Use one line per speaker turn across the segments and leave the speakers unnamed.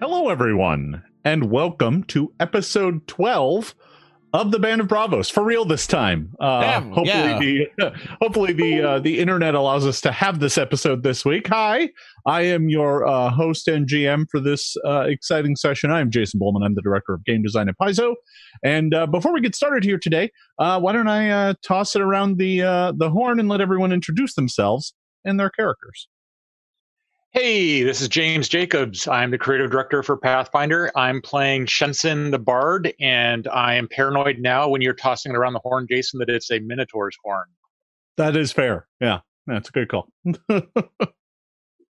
Hello, everyone, and welcome to episode 12 of the Band of Bravos. For real this time. Uh,
Damn,
hopefully,
yeah.
the hopefully the uh, the internet allows us to have this episode this week. Hi, I am your uh, host and GM for this uh, exciting session. I'm Jason Bullman. I'm the director of game design at Paizo. And uh, before we get started here today, uh, why don't I uh, toss it around the uh, the horn and let everyone introduce themselves and their characters.
Hey, this is James Jacobs. I'm the creative director for Pathfinder. I'm playing Shensen the Bard, and I am paranoid now when you're tossing it around the horn, Jason, that it's a Minotaur's horn.
That is fair. Yeah, that's a good call.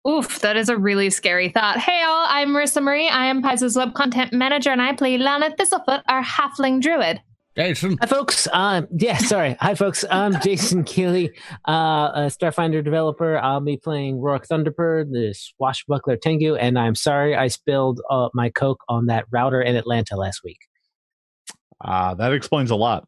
Oof, that is a really scary thought. Hey all, I'm Marissa Marie. I am Paizo's web content manager, and I play Lana Thistlefoot, our halfling druid.
Jason.
Hi, folks. Um, yeah, sorry. Hi, folks. I'm Jason Keeley, uh, a Starfinder developer. I'll be playing Rourke Thunderbird, the swashbuckler Tengu, and I'm sorry I spilled uh, my Coke on that router in Atlanta last week.
Ah, that explains a lot.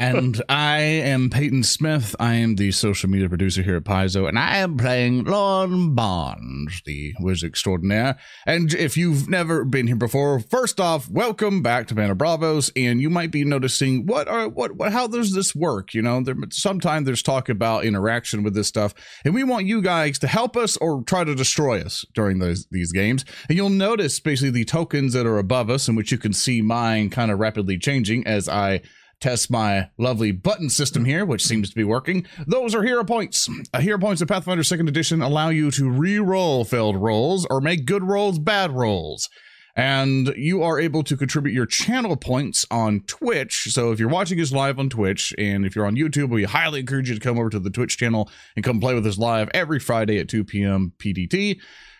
and I am Peyton Smith. I am the social media producer here at Paizo, and I am playing Lon Bonds, the wizard extraordinaire. And if you've never been here before, first off, welcome back to Banner Bravos. And you might be noticing what are what, what how does this work? You know, there sometimes there's talk about interaction with this stuff, and we want you guys to help us or try to destroy us during those these games. And you'll notice basically the tokens that are above us, in which you can see mine kind of rapidly changing as I test my lovely button system here, which seems to be working. Those are hero points. Uh, hero points of Pathfinder 2nd Edition allow you to re-roll failed rolls or make good rolls bad rolls. And you are able to contribute your channel points on Twitch. So if you're watching us live on Twitch, and if you're on YouTube, we highly encourage you to come over to the Twitch channel and come play with us live every Friday at 2 p.m. PDT.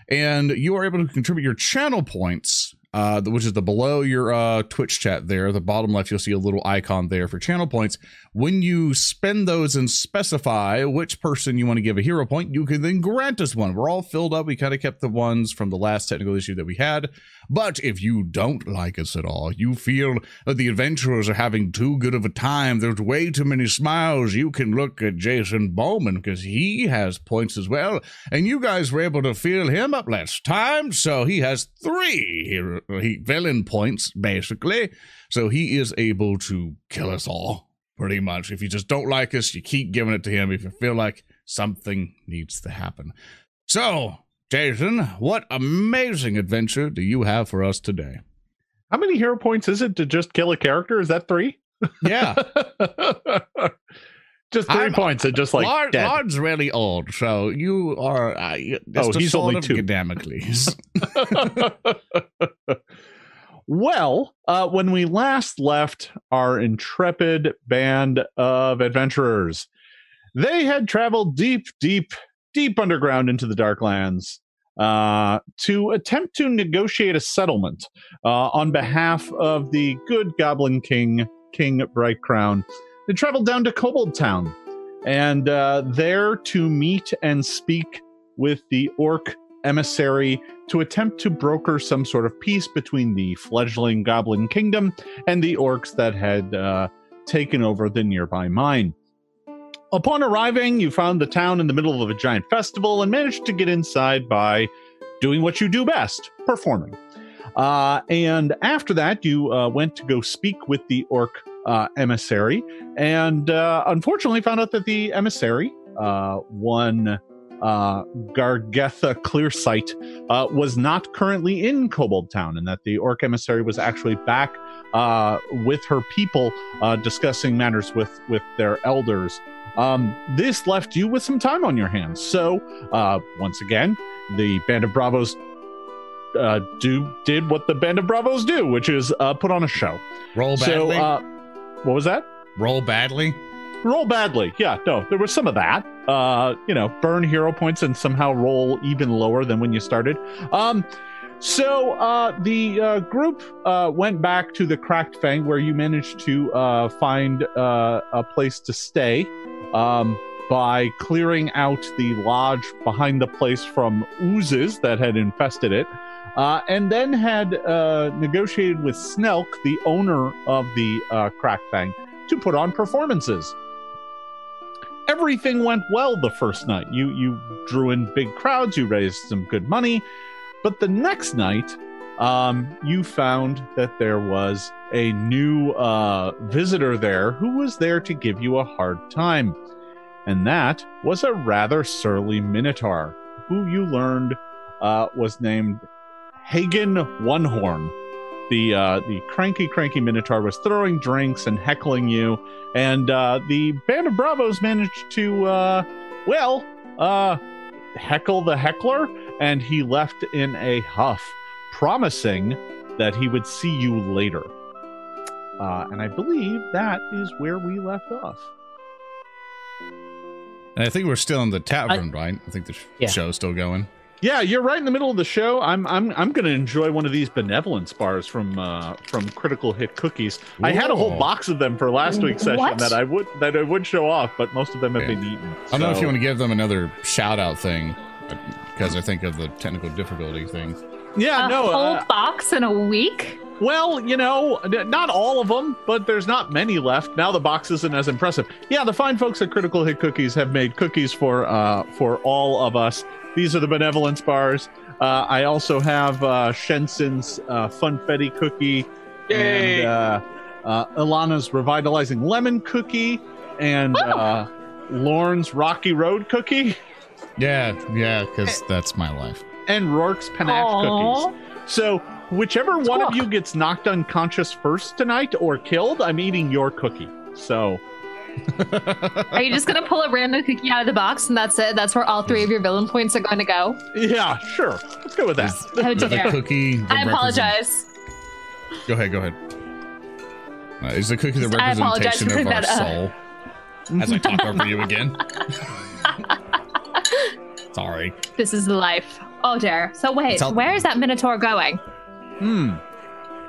And you are able to contribute your channel points uh, which is the below your uh, Twitch chat there, the bottom left, you'll see a little icon there for channel points. When you spend those and specify which person you want to give a hero point, you can then grant us one. We're all filled up. We kind of kept the ones from the last technical issue that we had. But if you don't like us at all, you feel that the adventurers are having too good of a time, there's way too many smiles, you can look at Jason Bowman because he has points as well. And you guys were able to fill him up last time, so he has three hero, he, villain points, basically. So he is able to kill us all, pretty much. If you just don't like us, you keep giving it to him if you feel like something needs to happen. So, Jason, what amazing adventure do you have for us today?
How many hero points is it to just kill a character? Is that three?
Yeah,
just 3
I'm-
points and just like
Lard,
dead.
Lard's really old, so you are. Uh, it's
Oh,
the
he's
sword
only
of
two.
Damocles.
well, uh, when we last left our intrepid band of adventurers, they had traveled deep, deep, deep underground into the Darklands uh, to attempt to negotiate a settlement uh, on behalf of the good Goblin King, King Bright Crown. They traveled down to Kobold Town and uh, there to meet and speak with the orc emissary to attempt to broker some sort of peace between the fledgling goblin kingdom and the orcs that had uh, taken over the nearby mine. Upon arriving, you found the town in the middle of a giant festival and managed to get inside by doing what you do best performing. Uh, and after that, you uh, went to go speak with the orc uh, emissary, and uh, unfortunately found out that the emissary, uh, one uh, Gargetha Clearsight, uh, was not currently in Kobold Town, and that the Orc emissary was actually back uh, with her people, uh, discussing matters with with their elders. Um, this left you with some time on your hands. So, uh, once again, the Band of Bravos uh, do did what the Band of Bravos do, which is uh, put on a show.
Roll badly.
so, uh, what was that?
Roll badly.
roll badly. Yeah, no, there was some of that. Uh, you know, burn hero points and somehow roll even lower than when you started. Um, so uh, the uh, group uh, went back to the Cracked Fang, where you managed to uh, find uh, a place to stay um, by clearing out the lodge behind the place from oozes that had infested it. Uh, and then had uh, negotiated with Snelk, the owner of the uh, Cracked Fang, to put on performances everything went well the first night. You you drew in big crowds, you raised some good money, but the next night um, you found that there was a new uh, visitor there who was there to give you a hard time. And that was a rather surly Minotaur who you learned uh, was named Hagen One Horn. The, uh, the cranky, cranky Minotaur was throwing drinks and heckling you, and uh, the band of Bravos managed to, uh, well, uh, heckle the heckler, and he left in a huff, promising that he would see you later. Uh, and I believe that is where we left off.
And I think we're still in the tavern, right? I think the sh-
Yeah.
show's still going.
Yeah, you're right in the middle of the show. I'm I'm I'm gonna enjoy one of these benevolence bars from uh, from Critical Hit Cookies. I had a whole
Whoa.
box of them for last week's session
What?
that I would that I would show off, but most of them have
Yeah.
been eaten.
I don't know if
so-
you want to give them another shout out thing because I think of the technical difficulty thing.
Yeah,
a
no.
whole
uh,
box in a week?
Well, you know, n- not all of them, but there's not many left. Now the box isn't as impressive. Yeah, the fine folks at Critical Hit Cookies have made cookies for uh, for all of us. These are the benevolence bars. Uh, I also have uh, Shensen's uh, Funfetti cookie
Yay!
and uh, uh, Ilana's revitalizing lemon cookie and uh, Lorne's Rocky Road cookie
Yeah, yeah, because that's my life.
and Rourke's panache cookies.
Aw.
So, whichever one of
Squawk.
you gets knocked unconscious first tonight or killed, I'm eating your cookie. So,
Are you just gonna pull a random cookie out of the box and that's it? That's where all three of your villain points are going to go?
yeah, sure. Let's go with that.
Is
How
the
dare!
cookie. the
I
represent-
apologize.
Go ahead, go ahead. Uh, is the cookie the
I apologize
representation
for
of our
that, uh,
soul? As
Mm-hmm.
I talk over you again. Sorry.
This is life. Oh dear. So wait,
It's all-
where is that Minotaur going?
Hmm.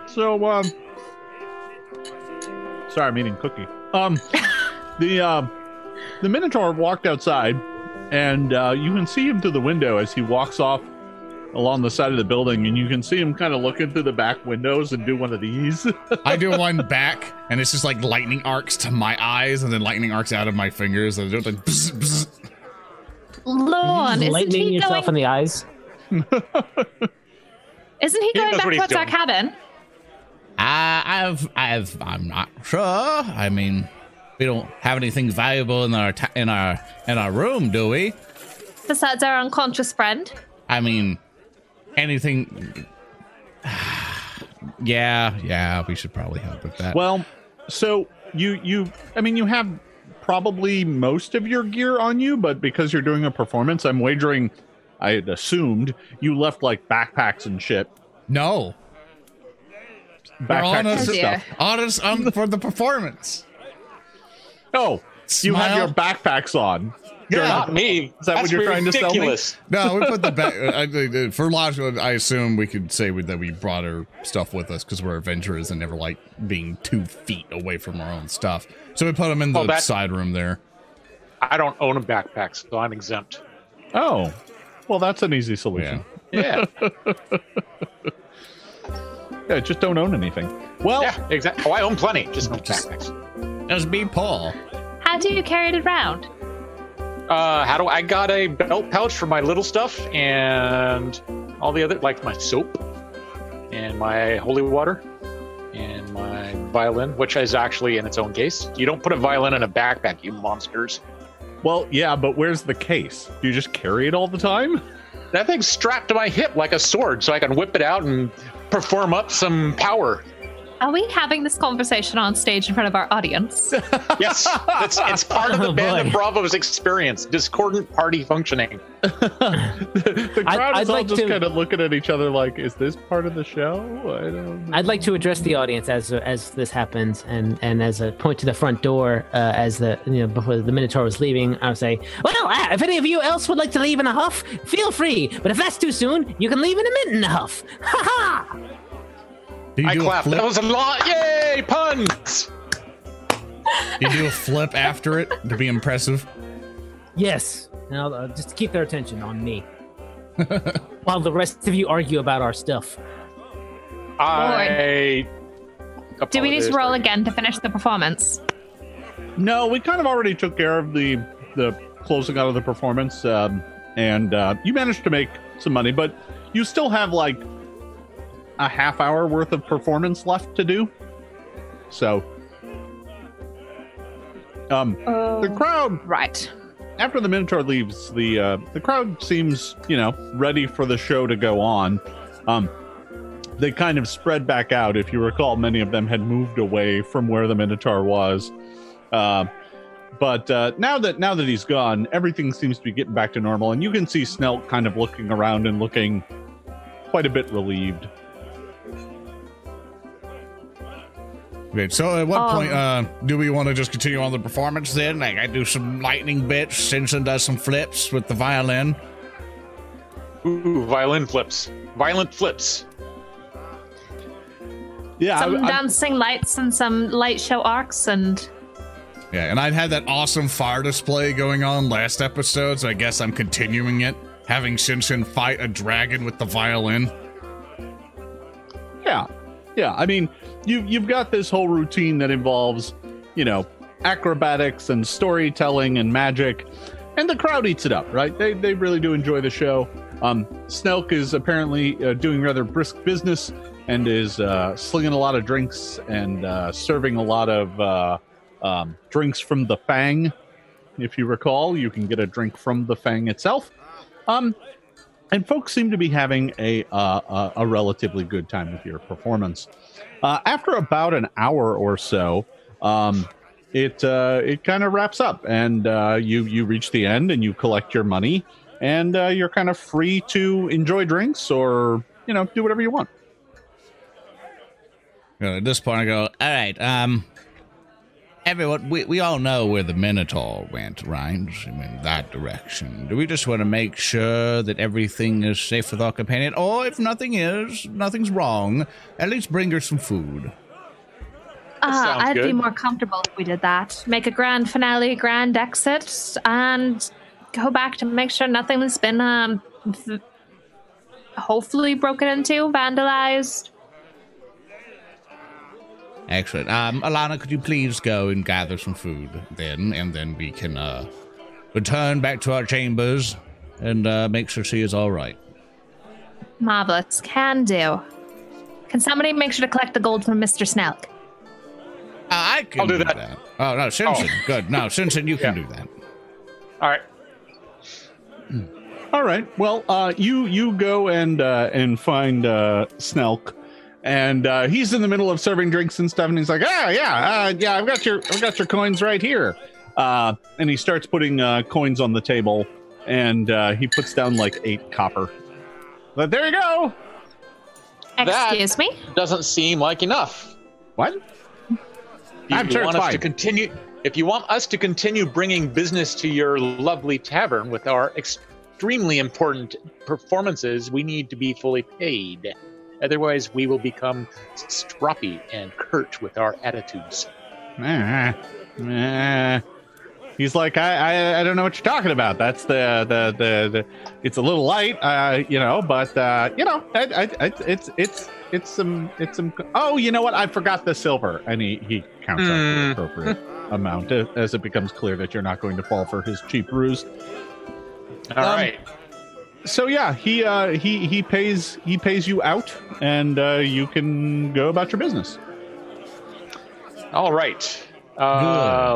So, um, sorry, I'm eating cookie. Um, the um, the Minotaur walked outside, and uh, you can see him through the window as he walks off along the side of the building, and you can see him kind of looking through the back windows and do one of these.
I do one back, and it's just like lightning arcs to my eyes, and then lightning arcs out of my fingers, and I do it like. Bzz, bzz.
Lorne, isn't
Lightning
he
yourself
going?
in the eyes.
Isn't he
He
going
knows
back
what he's
towards our
doing.
cabin?
I, I've, I've, I'm not sure. I mean, we don't have anything valuable in our ta- in our in our room, do we?
Besides our unconscious friend?
I mean, anything. yeah, yeah, we should probably help with that.
Well, so you you I mean you have probably most of your gear on you, but because you're doing a performance, I'm wagering I had assumed you left like backpacks and shit.
no, we're
Backpacks
on
and
us,
Oh, dear.
stuff.
on us um, for the performance.
Oh, you have
Smile.
your backpacks on. You're
Yeah.
not
Not me.
Is that what
That's
you're trying to sell me?
ridiculous.
No, we put the back I, I- I- for lodge. I assume we could say we, that we brought our stuff with us because we're adventurers and never like being two feet away from our own stuff. So we put them
Oh,
in the
Well, that-
side room there.
I don't own a backpack, so I'm exempt.
Oh. Well that's an easy solution.
Yeah.
Yeah,
Yeah, just don't own anything. Well
yeah, exactly. Oh, I own plenty. Just no
Just-
backpacks.
That was me, Paul.
How do you carry it around?
Uh, how do I got a belt pouch for my little stuff and all the other, like my soap and my holy water and my violin, which is actually in its own case. You don't put a violin in a backpack, you monsters.
well yeah, but where's the case? Do you just carry it all the time?
That thing's strapped to my hip like a sword, so I can whip it out and perform up some power.
Are we having this conversation on stage in front of our audience?
Yes, it's, it's part of the
Oh,
band
boy.
of Bravo's experience. Discordant party functioning.
the
I-
crowd
I'd
is all
like
just
to-
kind of looking at each other like, is this part of the show? I don't know.
I'd like to address the audience as as this happens, and and as a point to the front door, uh, as the you know before the Minotaur was leaving, I would say, well, uh, if any of you else would like to leave in a huff, feel free. But if that's too soon, you can leave in a minute in a huff. Ha ha!
Do you
I
do a
clap.
flip?
That was a lot. Yay, puns!
do you do a flip after it to be impressive?
Yes, and I'll, uh, just keep their attention on me, while the rest of you argue about our stuff.
I.
do we need to
apologize
roll
for-
again to finish the performance?
No, we kind of already took care of the the closing out of the performance, um, and uh, you managed to make some money, but you still have like a half hour worth of performance left to do. So, um, the
Oh,
crowd
right.
after the Minotaur leaves, the uh, the crowd seems you know ready for the show to go on. Um, they kind of spread back out. If you recall, many of them had moved away from where the Minotaur was. Uh, but uh, now that now that he's gone, everything seems to be getting back to normal, and you can see Snelt kind of looking around and looking quite a bit relieved.
Okay, so at what
Um,
point uh, do we want to just continue on the performance then? Like I do some lightning bits, Simpson does some flips with the violin.
Ooh, violin flips. Violent flips.
Yeah, I-
Some
I-
dancing lights and some light show arcs and
Yeah, and I had that awesome fire display going on last episode, so I guess I'm continuing it. Having Shinshin fight a dragon with the violin.
Yeah, yeah. I mean, you you've got this whole routine that involves, you know, acrobatics and storytelling and magic, and the crowd eats it up, right? They they really do enjoy the show. Um, Snelk is apparently uh, doing rather brisk business and is uh, slinging a lot of drinks and uh, serving a lot of uh, um, drinks from the Fang. If you recall, you can get a drink from the Fang itself. Um, and folks seem to be having a uh, a, a relatively good time with your performance. Uh, after about an hour or so, um, it uh, it kind of wraps up, and uh, you you reach the end, and you collect your money, and uh, you're kind of free to enjoy drinks or you know do whatever you want.
You know, at this point, I go, all right, um, everyone, we, we all know where the Minotaur went, right? I mean, that direction. Do we just want to make sure that everything is safe with our companion? Or if nothing is, nothing's wrong, at least bring her some food.
Ah,
sounds
I'd be
good.
more comfortable if we did that. Make a grand finale, grand exit, and go back to make sure nothing has been um, v- hopefully broken into, vandalized.
Excellent. Um, Alana, could you please go and gather some food then, and then we can uh, return back to our chambers and uh, make sure she is all right.
Marvelous. Can do. Can somebody make sure to collect the gold from Mr. Snelk?
Uh, I can
I'll do that.
Oh no, Simpson, good. No, Simpson, you can do that.
All right.
All right. Well, uh, you you go and uh, and find uh, Snelk, and uh, he's in the middle of serving drinks and stuff, and he's like, "Ah, yeah, uh, yeah, I've got your I've got your coins right here," uh, and he starts putting uh, coins on the table, and uh, he puts down like eight copper. But there you go.
That-
Excuse me?
Doesn't seem like enough.
What?
If
I'm
you
sure
want
it's
us to
fine.
continue, if you want us to continue bringing business to your lovely tavern with our extremely important performances, we need to be fully paid. Otherwise, we will become stroppy and curt with our attitudes.
Ah, ah. He's like, I, I, I don't know what you're talking about. That's the, the, the, the it's a little light, uh, you know, but uh, you know, I, I, I, it's, it's, it's some, it's some. Oh, you know what? I forgot the silver, and he, he counts
Mm.
out the appropriate amount uh, as it becomes clear that you're not going to fall for his cheap ruse.
All right.
Um, So yeah, he, uh, he, he pays, he pays you out, and uh, you can go about your business.
All right. Uh,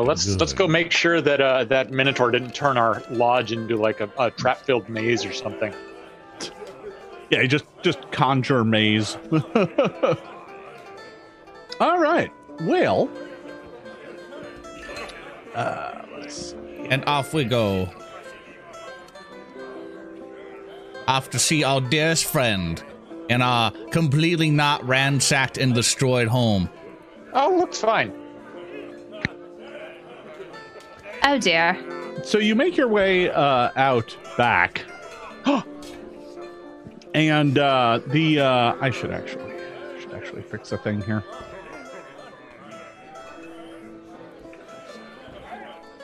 Good,
let's
good.
let's go make sure that uh, that Minotaur didn't turn our lodge into like a, a trap-filled maze or something.
Yeah, you just just conjure maze. All right. Well, uh, let's.
And off we go. Off to see our dearest friend in our completely not ransacked and destroyed home.
Oh, looks fine.
Oh dear.
So you make your way uh, out back, and uh, the uh, I should actually should actually fix a thing here.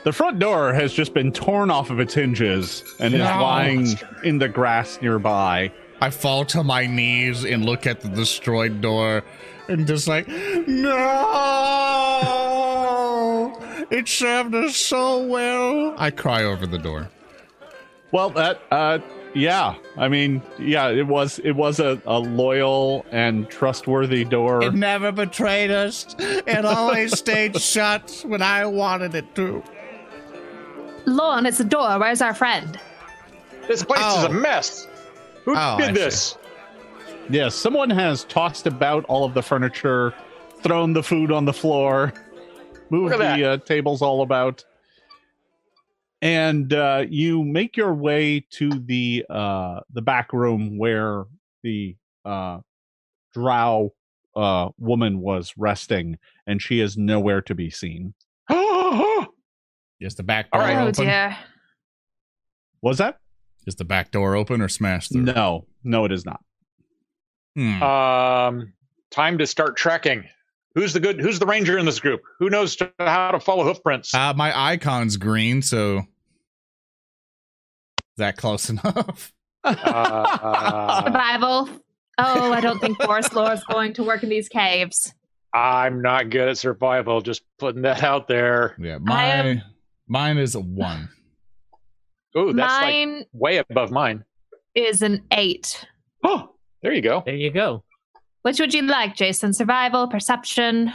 The front door has just been torn off of its hinges and is
No.
lying in the grass nearby.
I fall to my knees and look at the destroyed door and just like, no! It served us so well. I cry over the door.
Well, that uh, yeah, I mean, yeah, it was it was a, a loyal and trustworthy door.
It never betrayed us. It always stayed shut when I wanted it to.
Lorne, it's the door. Where's our friend?
This place is
Oh.
a mess. Who
Oh, I
did
see.
this?
Yeah, someone has tossed about all of the furniture, thrown the food on the floor, moved
Look at
the uh, tables all about. And uh, you make your way to the uh, the back room where the uh, drow uh, woman was resting, and she is nowhere to be seen.
Is the back
All
door
right.
Oh
open?
dear.
Was that?
Is the back door open or smashed through?
No, no, it is not.
Hmm.
Uh,
um, time to start tracking. Who's the good? Who's the ranger in this group? Who knows to- how to follow hoofprints?
Uh, my icon's green, so is that close enough?
Uh,
Survival. Oh, I don't think Forest Lore is going to work in these caves.
I'm not good at survival. Just putting that out there.
Yeah,
I
my
am-
mine is a one.
Ooh, that's like
Mine
way above mine.
is an eight.
Oh, there you go.
There you go.
Which would you like, Jason? Survival, perception?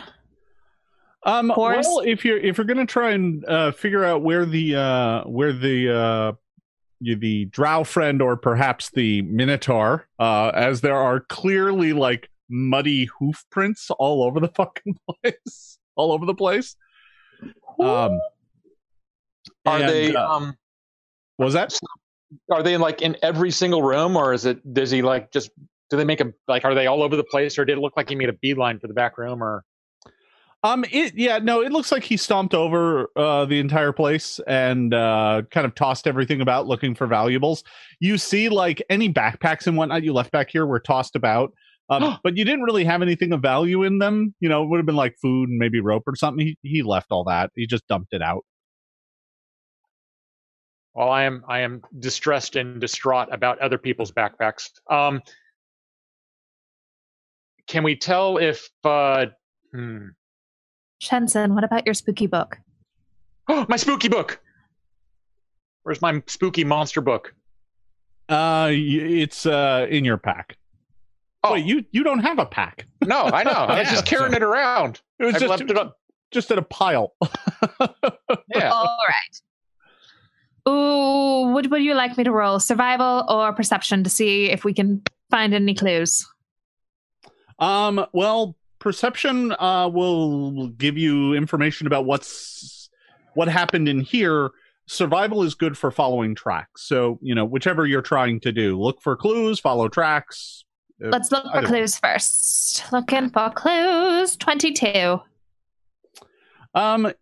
Um,
Horse.
well, if you're if you're gonna try and uh, figure out where the uh, where the uh, you, the Drow friend or perhaps the Minotaur, uh, as there are clearly like muddy hoof prints all over the fucking place, all over the place. Um,
Are
and,
they
uh,
um
was that
are they like in every single room or is it does he like just do they make a like are they all over the place or did it look like he made a beeline for the back room or
Um, it yeah, no, it looks like he stomped over uh, the entire place and uh, kind of tossed everything about looking for valuables. You see, like any backpacks and whatnot you left back here were tossed about, um, but you didn't really have anything of value in them. You know, it would have been like food and maybe rope or something. He he left all that. He just dumped it out.
well I am I am distressed and distraught about other people's backpacks. Um can we tell if uh hmm.
Shenson, what about your spooky book?
oh, my spooky book? Where's my spooky monster book?
Uh, y- it's uh in your pack.
Oh,
Wait, you you don't have a pack.
no, I know. I was
Yeah,
just carrying
so-
it around.
It was
I
just
left it up.
just in a pile.
Yeah.
All right. Ooh, what would you like me to roll? Survival or perception to see if we can find any clues?
Um, well, perception uh, will give you information about what's what happened in here. Survival is good for following tracks. So, you know, whichever you're trying to do, look for clues, follow tracks.
Uh,
Let's look for
Either way.
clues first. Looking for clues. 22.
Um,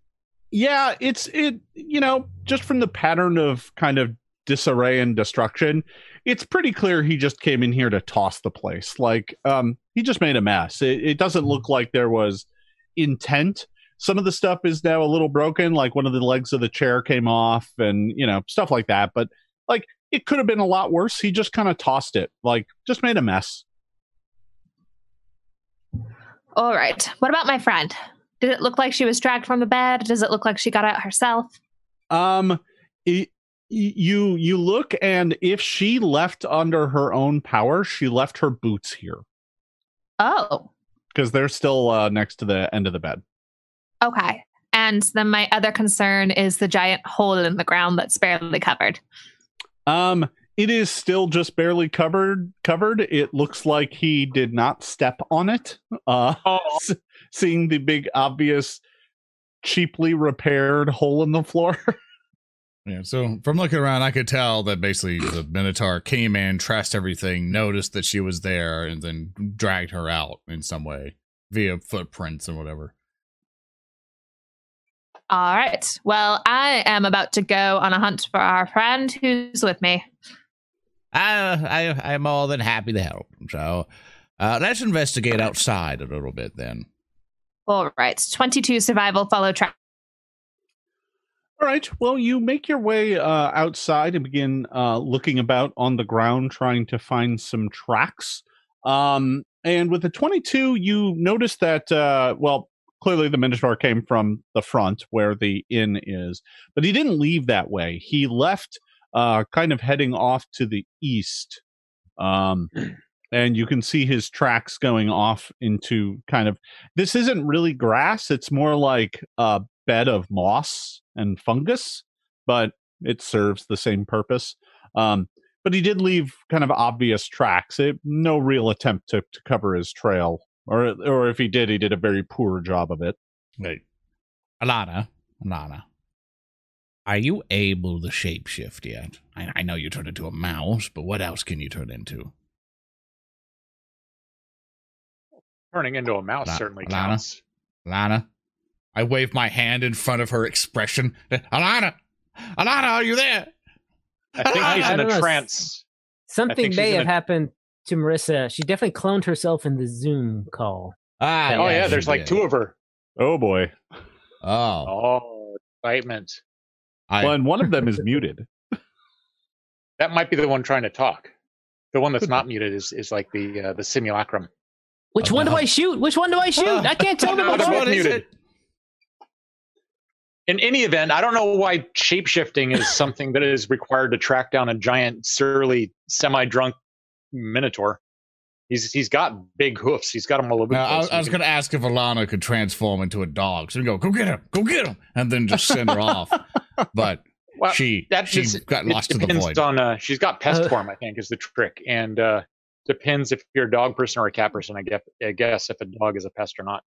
yeah, it's it. You know, just from the pattern of kind of disarray and destruction, it's pretty clear he just came in here to toss the place. Like, um, he just made a mess. It, it doesn't look like there was intent. Some of the stuff is now a little broken, like one of the legs of the chair came off, and you know stuff like that. But like, it could have been a lot worse. He just kind of tossed it, like, just made a mess.
All right. What about my friend? Did it look like she was dragged from the bed? Does it look like she got out herself?
Um, y- y- you you look, and if she left under her own power, she left her boots here
Oh,
because they're still uh, next to the end of the bed.
okay. And then my other concern is the giant hole in the ground that's barely covered.
Um, it is still just barely covered. Covered. It looks like he did not step on it. Uh,
Oh,
s- seeing the big obvious, cheaply repaired hole in the floor.
Yeah, so from looking around, I could tell that basically the Minotaur came in, trashed everything, noticed that she was there, and then dragged her out in some way via footprints and whatever.
All right. Well, I am about to go on a hunt for our friend who's with me.
I, I I'm more than happy to help. So uh, let's investigate outside a little bit then.
All right. 22 survival follow track.
All right. Well, you make your way uh, outside and begin uh, looking about on the ground, trying to find some tracks. Um, and with the 22, you notice that, uh, well, clearly the Minotaur came from the front where the inn is, but he didn't leave that way. He left uh, kind of heading off to the east. Um, and you can see his tracks going off into kind of this isn't really grass, it's more like uh, a bed of moss and fungus, but it serves the same purpose. Um, but he did leave kind of obvious tracks. It, no real attempt to, to cover his trail, or or if he did, he did a very poor job of it.
Wait. Alana, Alana, are you able to shapeshift yet? I, I know you turned into a mouse, but what else can you turn into?
Turning into a mouse
La-
certainly
Lana?
counts.
Alana? I wave my hand in front of her expression. Alana! Alana, are you there?
I think
I-
he's
I
in
don't know.
a trance.
Something
she's
may
in
have
a-
happened to Marissa. She definitely cloned herself in the Zoom call.
Ah,
Oh yeah, there's like two of her.
Oh boy!
Oh,
Oh, excitement.
I,
Well, and one of them is muted.
That might be the one trying to talk. The one that's not muted is, is like the uh, the simulacrum.
Which
Oh,
one do
no.
I shoot? Which one do I shoot? I can't tell them
Which
apart.
one is it? In any event, I don't know why shapeshifting is something that is required to track down a giant, surly, semi-drunk minotaur. He's he's got big hoofs. He's got them all over.
Now,
the
I,
place.
I was going to ask if Alana could transform into a dog. So we go, go get him, go get him, and then just send her off. But
Well,
she
that
she
just-
got
it
lost in the
depends
void.
on uh, she's got pest
Uh,
form. I think is the trick, and uh, depends if you're a dog person or a cat person. I guess I guess if a dog is a pest or not.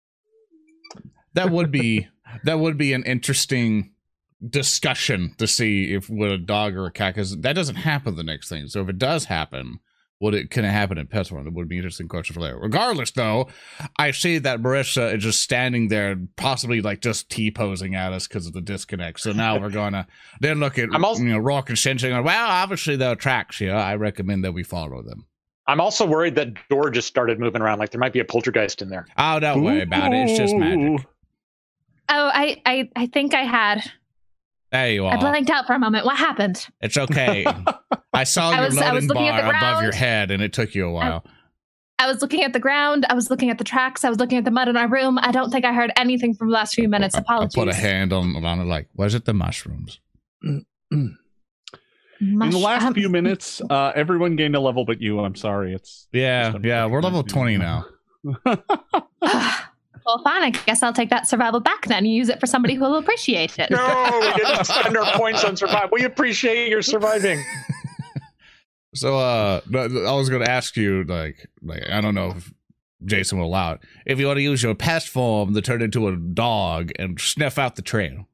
that would be that would be an interesting discussion to see if would a dog or a cat because that doesn't happen the next thing. So if it does happen, would it can it happen in pet one? It would be an interesting question for there. Regardless, though, I see that Marissa is just standing there, possibly like just t posing at us because of the disconnect. So now we're gonna then look at
I'm also-
you know Rock and Shin saying, well, obviously there are tracks here. I recommend that we follow them.
I'm also worried that door just started moving around. Like there might be a poltergeist in there.
Oh, don't worry about it. It's just magic.
Ooh.
Oh, I, I, I think I had.
There you
I
are.
blanked out for a moment. What happened?
It's okay. I saw
I
your
was- I was
loading
looking at
bar
the
above your
ground.
head, and it took you a while.
I was looking at the ground. I was looking at the tracks. I was looking at the mud in our room. I don't think I heard anything from the last few minutes.
I-
Apologies.
I put a hand on Alana, like, was it the mushrooms?
In the
Mush-
last
um,
few minutes, uh, everyone gained a level, but you. I'm sorry. It's
Yeah,
Just
yeah, we're level
unfortunate.
20 now.
well, fine. I guess I'll take that survival back then. Use it for somebody who will appreciate it.
No, we didn't spend our points on survival. We appreciate your surviving.
So, uh, but I was going to ask you, like, like, I don't know if Jason will allow it. If you want to use your past form to turn into a dog and sniff out the trail.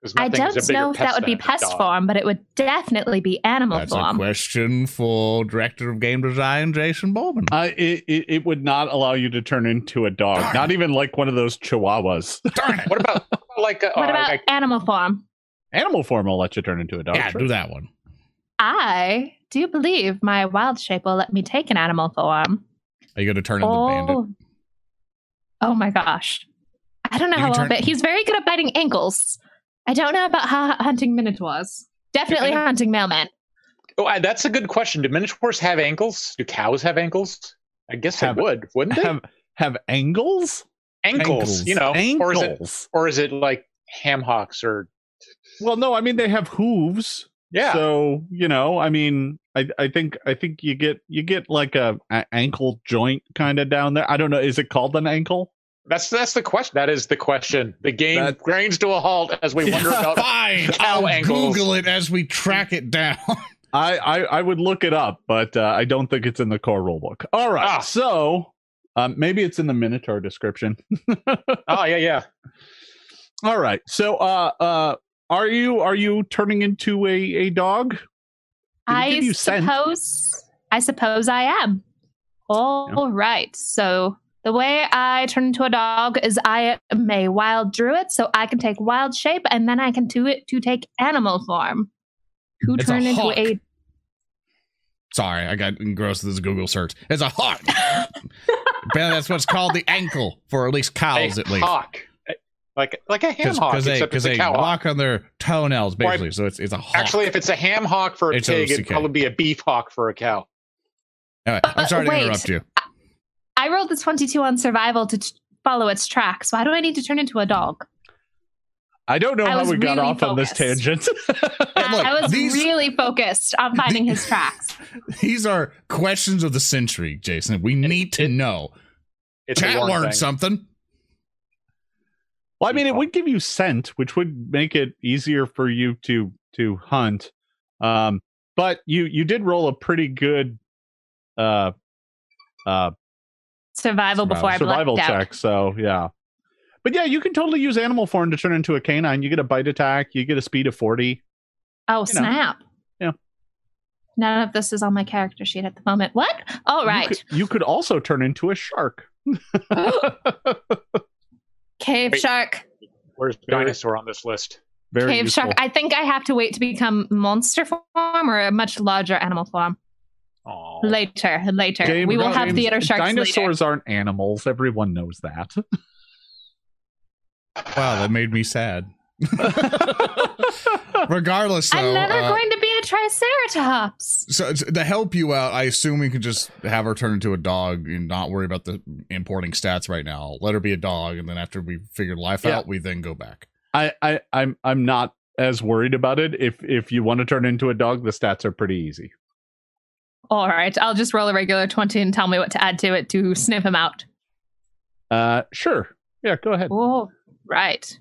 'Cause
I
nothing's a
don't know
bigger
if
pest
that would be
than a
pest
dog.
form, but it would definitely be animal
That's a
form.
question for Director of Game Design, Jason Bowman.
Uh, it, it it would not allow you to turn into a dog,
Darn.
not even like one of those chihuawas.
Darn it.
What about like a,
Oh,
What
uh,
about
like,
animal form?
Animal form will let you turn into a dog.
Yeah,
sure.
do that one.
I do believe my wild shape will let me take an animal form.
Are you going to turn into a bandit?
Oh my gosh. I don't know
You
how
can
well
turn-
bit. He's very good at biting ankles. I don't know about how hunting minotaurs. Definitely
Yeah, I know.
hunting mailmen.
oh, I- that's a good question. Do minotaurs have ankles? Do cows have ankles? I guess
Have-
they would, wouldn't they?
have have angles.
ankles,
ankles.
you know, or is it
Ankles.
or is it like ham hocks or
Well, no, I mean they have hooves.
yeah?
So you know, I mean, I I think I think you get you get like a, a ankle joint kind of down there. I don't know. Is it called an ankle?
that's that's the question. That is the question. The game
That-
grinds to a halt as we wonder
Oh.
about.
Fine,
cow
I'll
ankles.
Google it as we track it down.
I I, I would look it up, but uh, I don't think it's in the core rulebook. All right,
Ah.
so. Um, maybe it's in the Minotaur description.
Oh yeah, yeah.
All right. So uh uh are you are you turning into a a dog? Did it
I
give you scent?
suppose I suppose I am. All right. So the way I turn into a dog is I am a wild druid, so I can take wild shape and then I can do it to take animal form. Who
It's a
turn into
hawk.
a
Sorry, I got engrossed in this Google search. It's a hawk. Apparently, that's what's called the ankle for at least cows,
a
at least.
hawk, like like a ham hawk,
Because they,
except
cause
it's a
they
cow hawk.
walk on their toenails,
Why-
basically. So it's, it's a hawk.
Actually, if it's a ham hawk for a pig, it'd
H-O-C-K.
probably be a beef hawk for a cow.
Anyway, I'm sorry
Wait.
to interrupt you.
I rolled the 22 on survival to t- follow its tracks. Why do I need to turn into a dog?
I don't know
I
how
was
we got
really
off on this
focused.
tangent.
And look,
I was
these-
really focused on finding his tracks.
These are questions of the century, Jason. We need to know.
It's a
Chat
Warren
learned
thing.
something.
Well, I mean, it would give you scent, which would make it easier for you to to hunt. Um, but you you did roll a pretty good uh uh
Survival before I
survival
blacked out.
check. So yeah, but yeah, you can totally use animal form to turn into a canine. You get a bite attack. You get a speed of forty.
Oh,
You know.
snap.
Yeah.
None of this is on my character sheet at the moment. What? All
You
right.
could- You could, also turn into a shark.
Cave
Wait.
shark.
Where's dinosaur on this list?
Very
Cave
useful.
shark. I think I have to wait to become monster form or a much larger animal form.
Aw.
Later, later.
Game-
we will
no,
have
James,
theater sharks later.
Dinosaurs aren't animals. Everyone knows that.
Wow, that made me sad. Regardless, though,
I'm never
uh,
going to be a triceratops.
so so to help you out, I assume we can just have her turn into a dog and not worry about the importing stats right now. Let her be a dog, and then after we figure life
Yeah.
out, we then go back.
I, I I'm I'm not as worried about it. If if you want to turn into a dog, the stats are pretty easy.
All right. I'll just roll a regular 20 and tell me what to add to it to sniff him out.
Uh, sure. Yeah, go ahead.
Oh, right.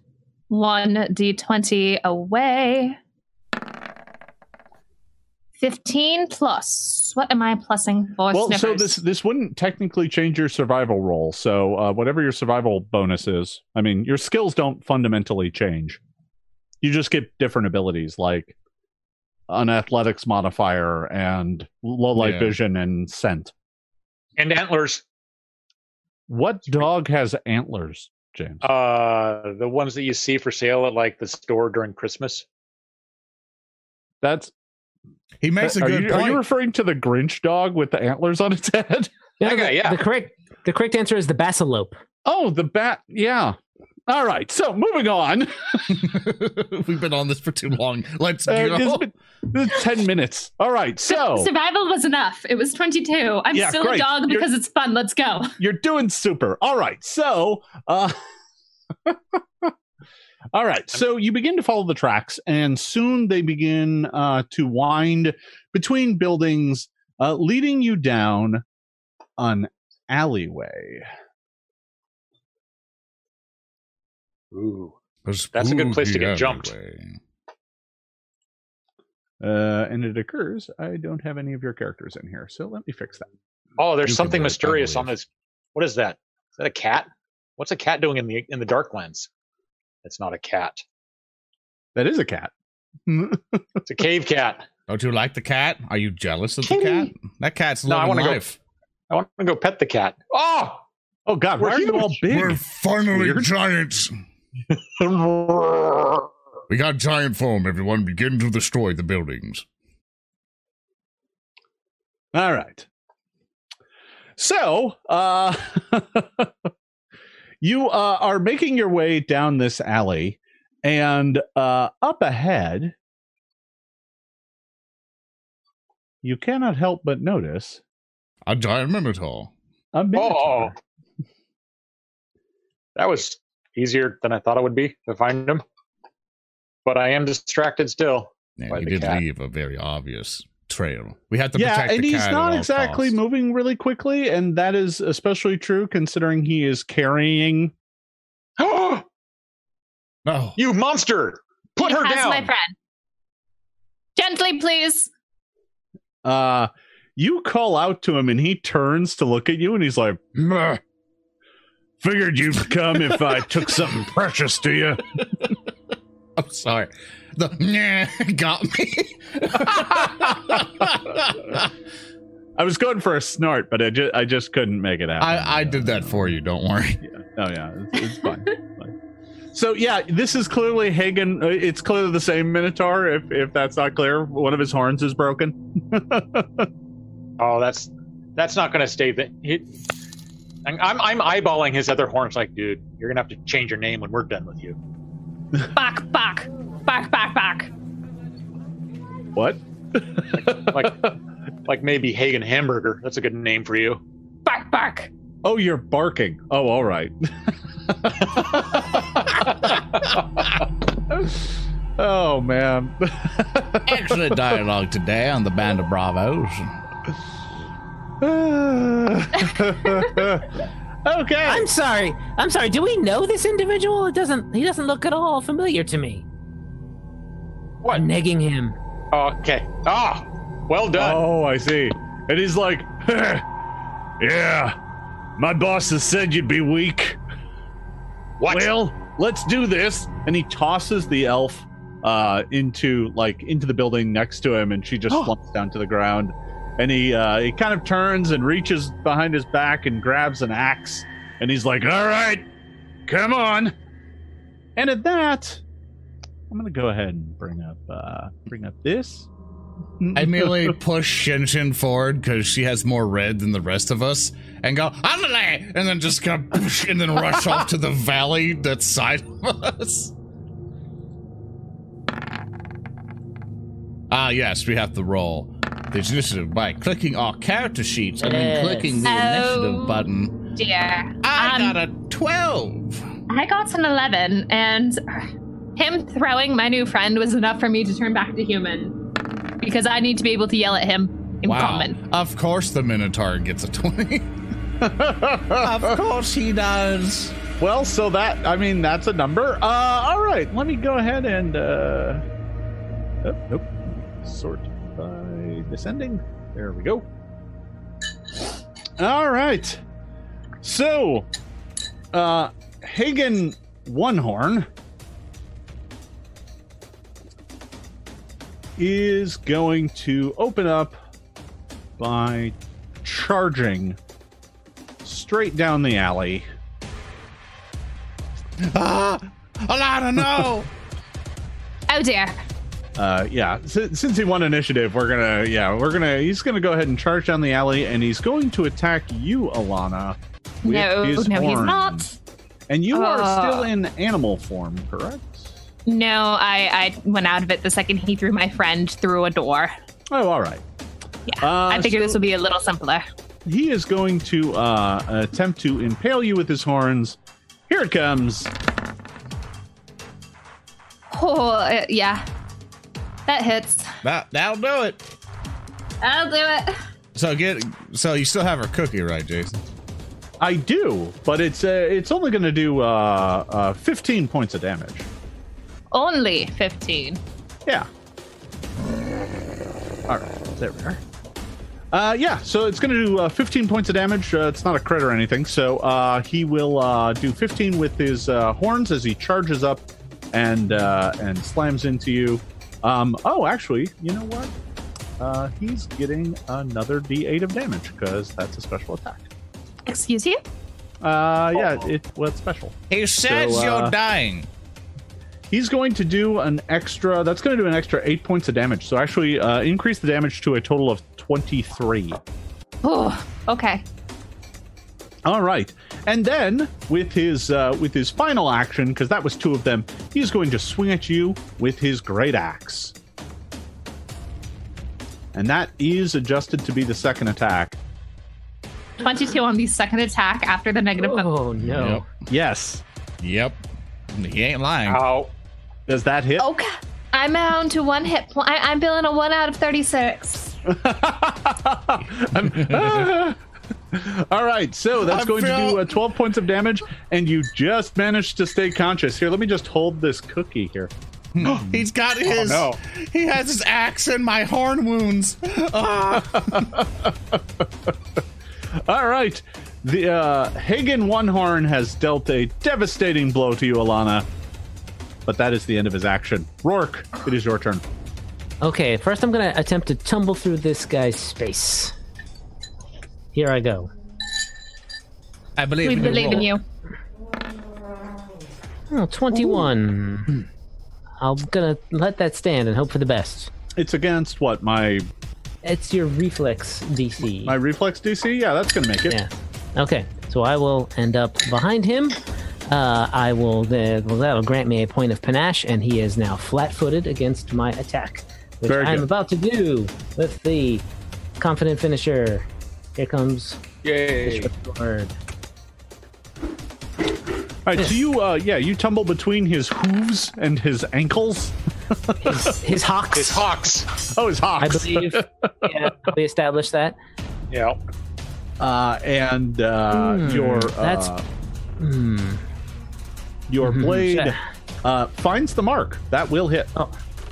1d20 away. 15 plus. What am I plussing for?
Well, so
sniffers?
this this wouldn't technically change your survival roll. So uh, whatever your survival bonus is, I mean, your skills don't fundamentally change. You just get different abilities like an athletics modifier and low light
Yeah.
vision and scent.
And antlers.
What dog has antlers, James?
Oh,
Uh, the ones that you see for sale at like the store during Christmas.
That's
He makes a
are
good
you,
point.
Are you referring to the Grinch dog with the antlers on its head?
No,
Okay,
the,
yeah.
the correct the correct answer is the basilope.
Oh, the bat. Yeah. All right. So moving on.
We've been on this for too long. Let's
Uh,
go.
it's been- this is ten minutes. All right. So
Survival was enough. It was 22. I'm
Yeah,
still
great.
a dog
You're-
because it's fun. Let's go.
you're doing super. All right. So, uh, all right. So you begin to follow the tracks, and soon they begin uh, to wind between buildings, uh, leading you down an alleyway.
Ooh.
That's
That's a good place to get jumped.
Uh, and it occurs. I don't have any of your characters in here, so let me fix that.
Oh,
You
there's
can
something
do it, I
mysterious on
believe.
this. What is that? Is that a cat? What's a cat doing in the in the dark lens? It's not a cat.
That is a cat.
It's a cave cat.
Don't Oh, you like the cat? Are you jealous of the cat? That cat's
No, I
living
wanna go-
life.
I want to go pet the cat. Oh,
Oh God,
We're
why are you
huge.
all big?
finally
Weird.
giants. We got giant form, everyone. Begin to destroy the buildings.
All right. So, uh, you uh, are making your way down this alley, and uh, up ahead, you cannot help but notice
A giant minotaur.
a
Oh,
minotaur.
Oh! that was easier than I thought it would be to find him. But I am distracted still.
Yeah,
By
he
the
did
cat.
leave a very obvious trail. We have to
yeah,
protect
and
the
he's
cat at
not
all
exactly
costs.
moving really quickly, and that is especially true considering he is carrying.
No.
you monster! Put her
How's
down.
my friend? Gently, please.
Uh, you call out to him, and he turns to look at you, and he's like.
Meh.
Figured you'd come if I took something precious to you.
I'm sorry. The nah got me.
I was going for a snort, but I just I just couldn't make it happen.
I, I did that for you. Don't worry.
Oh yeah, it's, it's fine. It's fine. So yeah, this is clearly Hagen. uh, It's clearly the same Minotaur. If if that's not clear, one of his horns is broken.
Oh, that's that's not going to stay. That he- I'm I'm- I'm eyeballing his other horns. Like, dude, you're gonna have to change your name when we're done with you.
Back, back, back, back, back.
What?
Like, like maybe Hagen Hamburger. That's a good name for you.
Bark, bark.
Oh, you're barking. Oh, all right. Oh man.
Excellent dialogue today on the Band of Bravos.
okay.
I'm sorry. I'm sorry. Do we know this individual? It doesn't. He doesn't look at all familiar to me.
What?
I'm negging him.
Okay. Ah, well done.
Oh, I see. And he's like, yeah, my boss has said you'd be weak.
what?
Well, let's do this. And he tosses the elf uh, into like into the building next to him, and she just slumps down to the ground. And he uh, he kind of turns and reaches behind his back and grabs an axe, and he's like, "All right, come on." And at that, I'm gonna go ahead and bring up uh, bring up this.
I merely push Shinshin forward because she has more red than the rest of us and go, Andale! And then just kind of push and then rush off to the valley that's side of us. Ah, yes, we have to roll the initiative by clicking our character sheets and then
Yes.
clicking the
Oh.
initiative button.
Dear.
I
Um,
got a 12.
I got an 11, and him throwing my new friend was enough for me to turn back to human because I need to be able to yell at him in common.
Of course the Minotaur gets a 20. of course he does.
Well, so that I mean that's a number. Uh, all right, let me go ahead and uh, oh, nope, sort by descending. There we go. All right, so uh, Hagen One Horn is going to open up by charging straight down the alley.
Ah, Alana, no!
Oh dear.
uh yeah si- since he won initiative we're gonna yeah we're gonna he's gonna go ahead and charge down the alley and he's going to attack you alana with
No,
his
no, he's
horn.
not.
and you are
Uh.
still in animal form correct
No, I, I went out of it the second he threw my friend through a door.
oh all right
Yeah,
Uh,
I figured
so-
this would be a little simpler.
he is going to uh attempt to impale you with his horns here it comes
Oh, uh, yeah. That hits.
That that'll do it.
I'll do it.
So get so you still have her cookie, right, Jason?
i do but it's uh, it's only gonna do uh, uh 15 points of damage
Only 15.
Yeah. All right, there we are. Uh, yeah, so it's going to do uh, 15 points of damage. Uh, it's not a crit or anything, so uh, he will uh, do 15 with his uh, horns as he charges up and uh, and slams into you. Um, oh, actually, you know what? Uh, he's getting another D8 of damage because that's a special attack.
Excuse you?
Uh, yeah, it well, it's special.
He says
So, uh,
you're dying.
He's going to do an extra. That's going to do an extra eight points of damage. So actually, uh, increase the damage to a total of twenty-three.
Oh, okay.
All right, and then with his uh, with his final action, because that was two of them, he's going to swing at you with his great axe, and that is adjusted to be the second attack.
22 on the second attack after the negative. one.
Oh no.
Yes,
Yep. Yep. He ain't lying.
Ow.
does that hit?
Okay. I'm down to one hit point. I- I'm feeling a one out of 36.
I'm- Ah. All right, so that's
I
going to do
feel-
uh, 12 points of damage, and you just managed to stay conscious. Here, let me just hold this cookie here.
He's got his
Oh, no.
he has his axe in my horn wounds. Ah.
All right, the uh, Hagen One Horn has dealt a devastating blow to you, Alana, but that is the end of his action. Rourke, it is your turn.
Okay. First, I'm gonna attempt to tumble through this guy's space. Here I go.
I believe
We
in your
believe in
roll.
you.
Oh, 21. I'm gonna let that stand and hope for the best.
It's against what my
It's your reflex DC.
my reflex DC. Yeah, that's going to make it.
Yeah. Okay. So I will end up behind him. Uh, I will. The, well, that'll grant me a point of panache, and he is now flat-footed against my attack, which
Very
I'm
good.
about to do with the confident finisher. Here comes
Yay.
the short sword.
right, so you, uh, yeah, you tumble between his hooves and his ankles.
His, his hawks,
His hawks.
Oh, his
I
hocks.
believe. yeah, we established that.
Yeah.
Uh, and uh,
Hmm,
your uh,
that's- Hmm.
your
Mhm.
blade uh, finds the mark. That will hit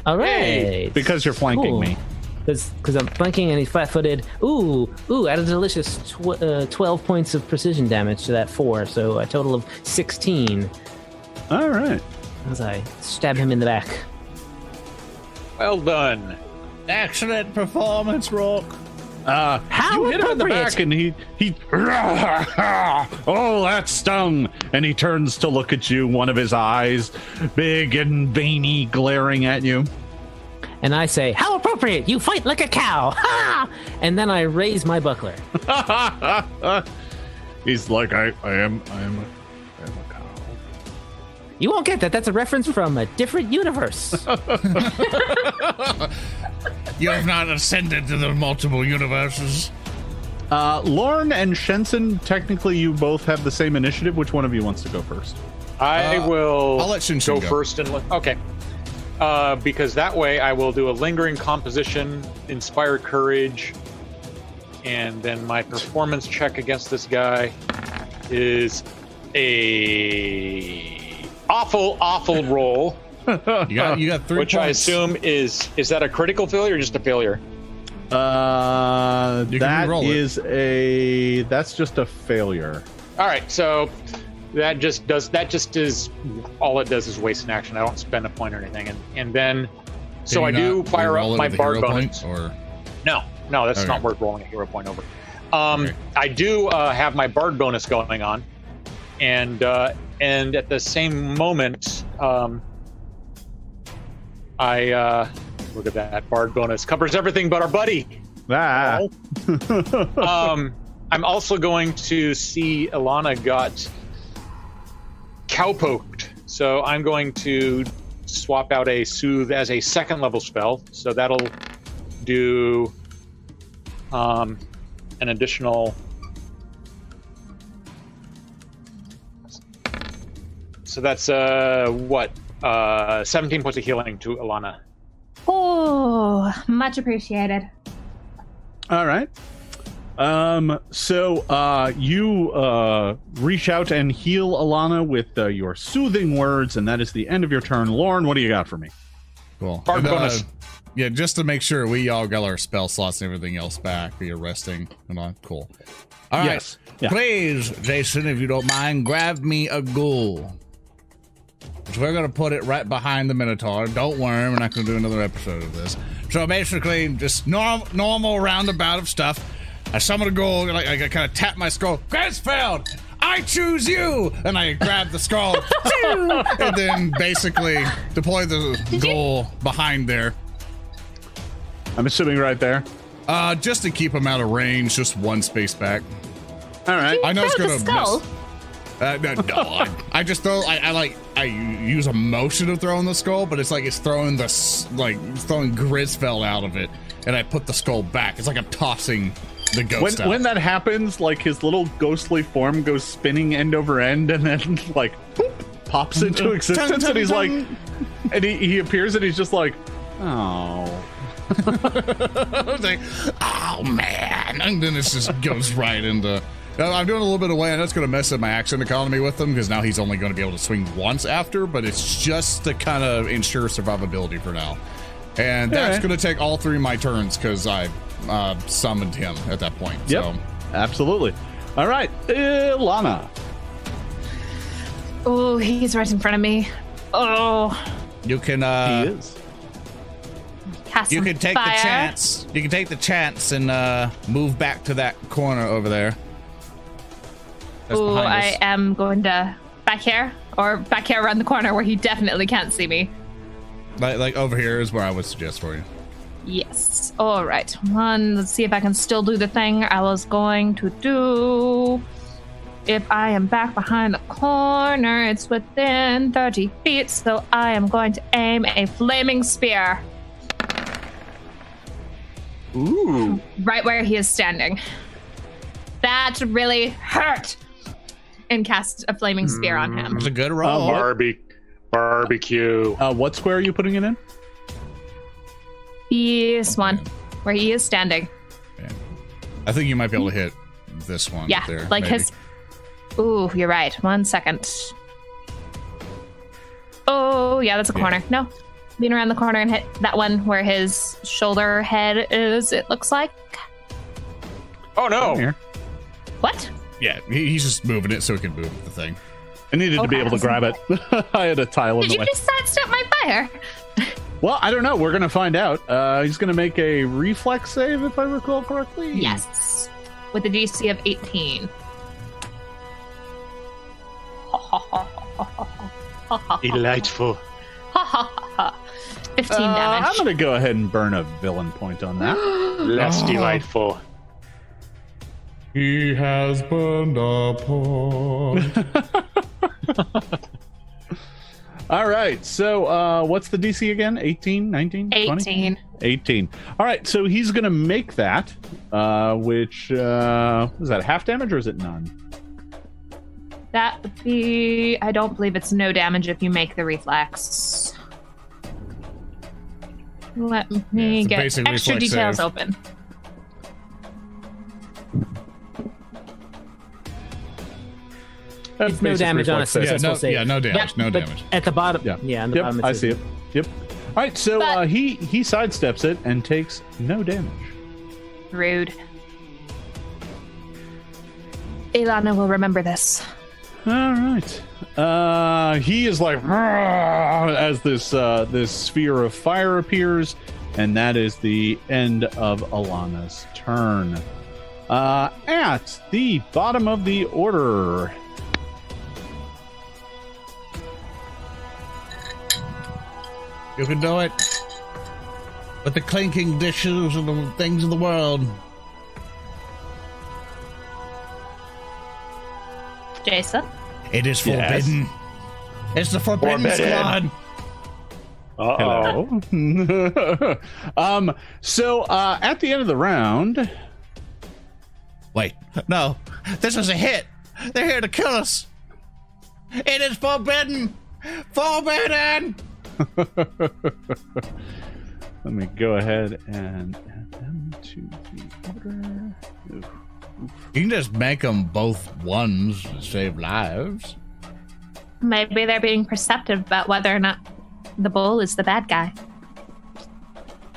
All right.
because you're flanking
Oh, Cool.
me.
because I'm flanking and he's flat-footed. Ooh, ooh, at a delicious tw- uh, twelve points of precision damage to that four, so a total of sixteen
All right.
as I stab him in the back.
Well done.
Excellent performance, Rock.
Uh,
How
you hit him in the
appropriate.
back, and he he. Oh, that stung! And he turns to look at you. One of his eyes, big and veiny, glaring at you.
And I say, "How appropriate! You fight like a cow!" Ha! And then I raise my buckler.
He's like, I, I am, I am, a, I am a cow.
You won't get that. That's a reference from a different universe.
You have not ascended to the multiple universes.
Uh, Lorne and Shenson, technically, you both have the same initiative. Which one of you wants to go first?
I
Uh,
will.
I'll let Shun Shun
go,
go.
first and let, okay, uh, because that way I will do a lingering composition, inspire courage, and then my performance check against this guy is a awful, awful roll,
You got, you got three
which I
points.
assume is is that a critical failure or just a failure?
Uh,
You can
that
re-roll it.
is a that's just a failure.
All right, so that just does that just is all it does is waste an action. I don't spend a point or anything, and and then so I
Can you
do
not
fire
re-roll
up
it
my
with a
bard
hero
bonus.
point, Or
No, no, that's
Okay.
not worth rolling a hero point over. Um,
Okay.
I do uh, have my bard bonus going on, and uh, and at the same moment, um, I uh, look at that bard bonus covers everything but our buddy.
Ah,
um, I'm also going to see Ilana got cowpoked, so I'm going to swap out a soothe as a second level spell. So that'll do um, an additional. So that's uh what uh 17 points of healing to Alana.
Oh, much appreciated.
all right. Um, so uh, you uh, reach out and heal Alana with uh, your soothing words, and that is the end of your turn. Lauren, what do you got for me?
cool.
Bard
And, uh,
bonus.
yeah, just to make sure we all got our spell slots and everything else back. The arresting and all. Cool. All right.
Yes. Yeah.
Please, Jason, if you don't mind, grab me a ghoul. So we're gonna put it right behind the Minotaur. Don't worry, we're not gonna do another episode of this. So basically, just norm, normal roundabout of stuff. I summon a ghoul, like I kind of tap my skull. Grisfeld, I choose you, and I grab the skull, and then basically deploy the ghoul behind there,
I'm assuming right there.
uh, just to keep him out of range, just one space back.
All right.
I know it's
Throw
gonna
the skull.
miss. Uh, no, no I, I just throw. I, I like. I use a motion of throwing the skull, but it's like it's throwing the s- like throwing Grisfeld out of it, and I put the skull back. It's like I'm tossing the
When,
ghost out.
when that happens, like his little ghostly form goes spinning end over end, and then like boop, pops into existence, and he's like, and he, he appears, and he's just like, oh.
I was like, oh man, and then it just goes right into. Now, I'm doing a little bit away, and that's going to mess up my action economy with him because now he's only going to be able to swing once after. But it's just to kind of ensure survivability for now, and that's
Alright.
going to take all three of my turns because I uh, summoned him at that point.
Yep.
So.
Absolutely. All right, uh, Ilana.
Oh, he's right in front of me. Oh,
You can
he
uh
is.
cast
you
some
can take
fire.
the chance. You can take the chance and uh move back to that corner over there. That's
Ooh,
behind
I
us.
am going to back here or back here around the corner where he definitely can't see me.
Like, like over here is where I would suggest for you.
Yes. All right. One. Let's see if I can still do the thing I was going to do. If I am back behind the corner, it's within 30 feet, so I am going to aim a flaming spear
Ooh.
right where he is standing. That really hurt.
and cast a flaming spear on him.
It's a good roll.
Barbie, barbecue.
Uh, what square are you putting it in?
This one, where he is standing.
I think you might be able to hit this one.
Yeah,
there,
like
maybe.
his. Ooh, you're right. One second. Oh, yeah, that's a
Yeah.
corner. No, lean around the corner and hit that one where his shoulder head is. It looks like
Oh no!
Here.
what?
Yeah, he, he's just moving it so he can move the thing.
I needed to be
Okay.
able to grab it. I had a tile in
Did
the
you
way.
just sidestep my fire?
Well, I don't know. We're gonna find out. Uh, he's gonna make a reflex save, if I recall correctly.
Hmm.
Yes, with a DC of 18.
Delightful.
15
Uh, I'm
damage.
gonna go ahead and burn a villain point on that.
Less delightful.
He has burned a point.
All right. So, uh, what's the DC again? 18, 19, 20?
18.
18. All right. So he's going to make that, uh, which uh, is that half damage or is it none?
That would be. I don't believe it's no damage if you make the reflex. Let
Yeah,
me
it's a
get
basic
extra
reflex
details
save.
open.
That's
It's no
basic
damage on it,
reflex
so
save.
yeah,
Successful
no,
save.
yeah, no damage.
Yep,
no
but
damage.
At the bottom.
Yeah.
Yeah, on the bottom.
Yep. I
says-
see it. Yep. All right. So
But-
uh, he he sidesteps it and takes no damage.
Rude. Ilana will remember this.
All right. Uh, he is like "Rah!" as this uh, this sphere of fire appears, and that is the end of Alana's turn. Uh, at the bottom of the order.
You can do it. With the clinking dishes and the things of the world.
Jason?
It is
Yes.
forbidden. It's the forbidden,
Forbidden.
squad.
Uh oh.
Hello. um, so uh, at the end of the round,
Wait, no. This is a hit. They're here to kill us. It is forbidden. Forbidden.
let me go ahead and add them to the order. Oof.
You can just make them both ones to save lives.
Maybe they're being perceptive about whether or not the bull is the bad guy.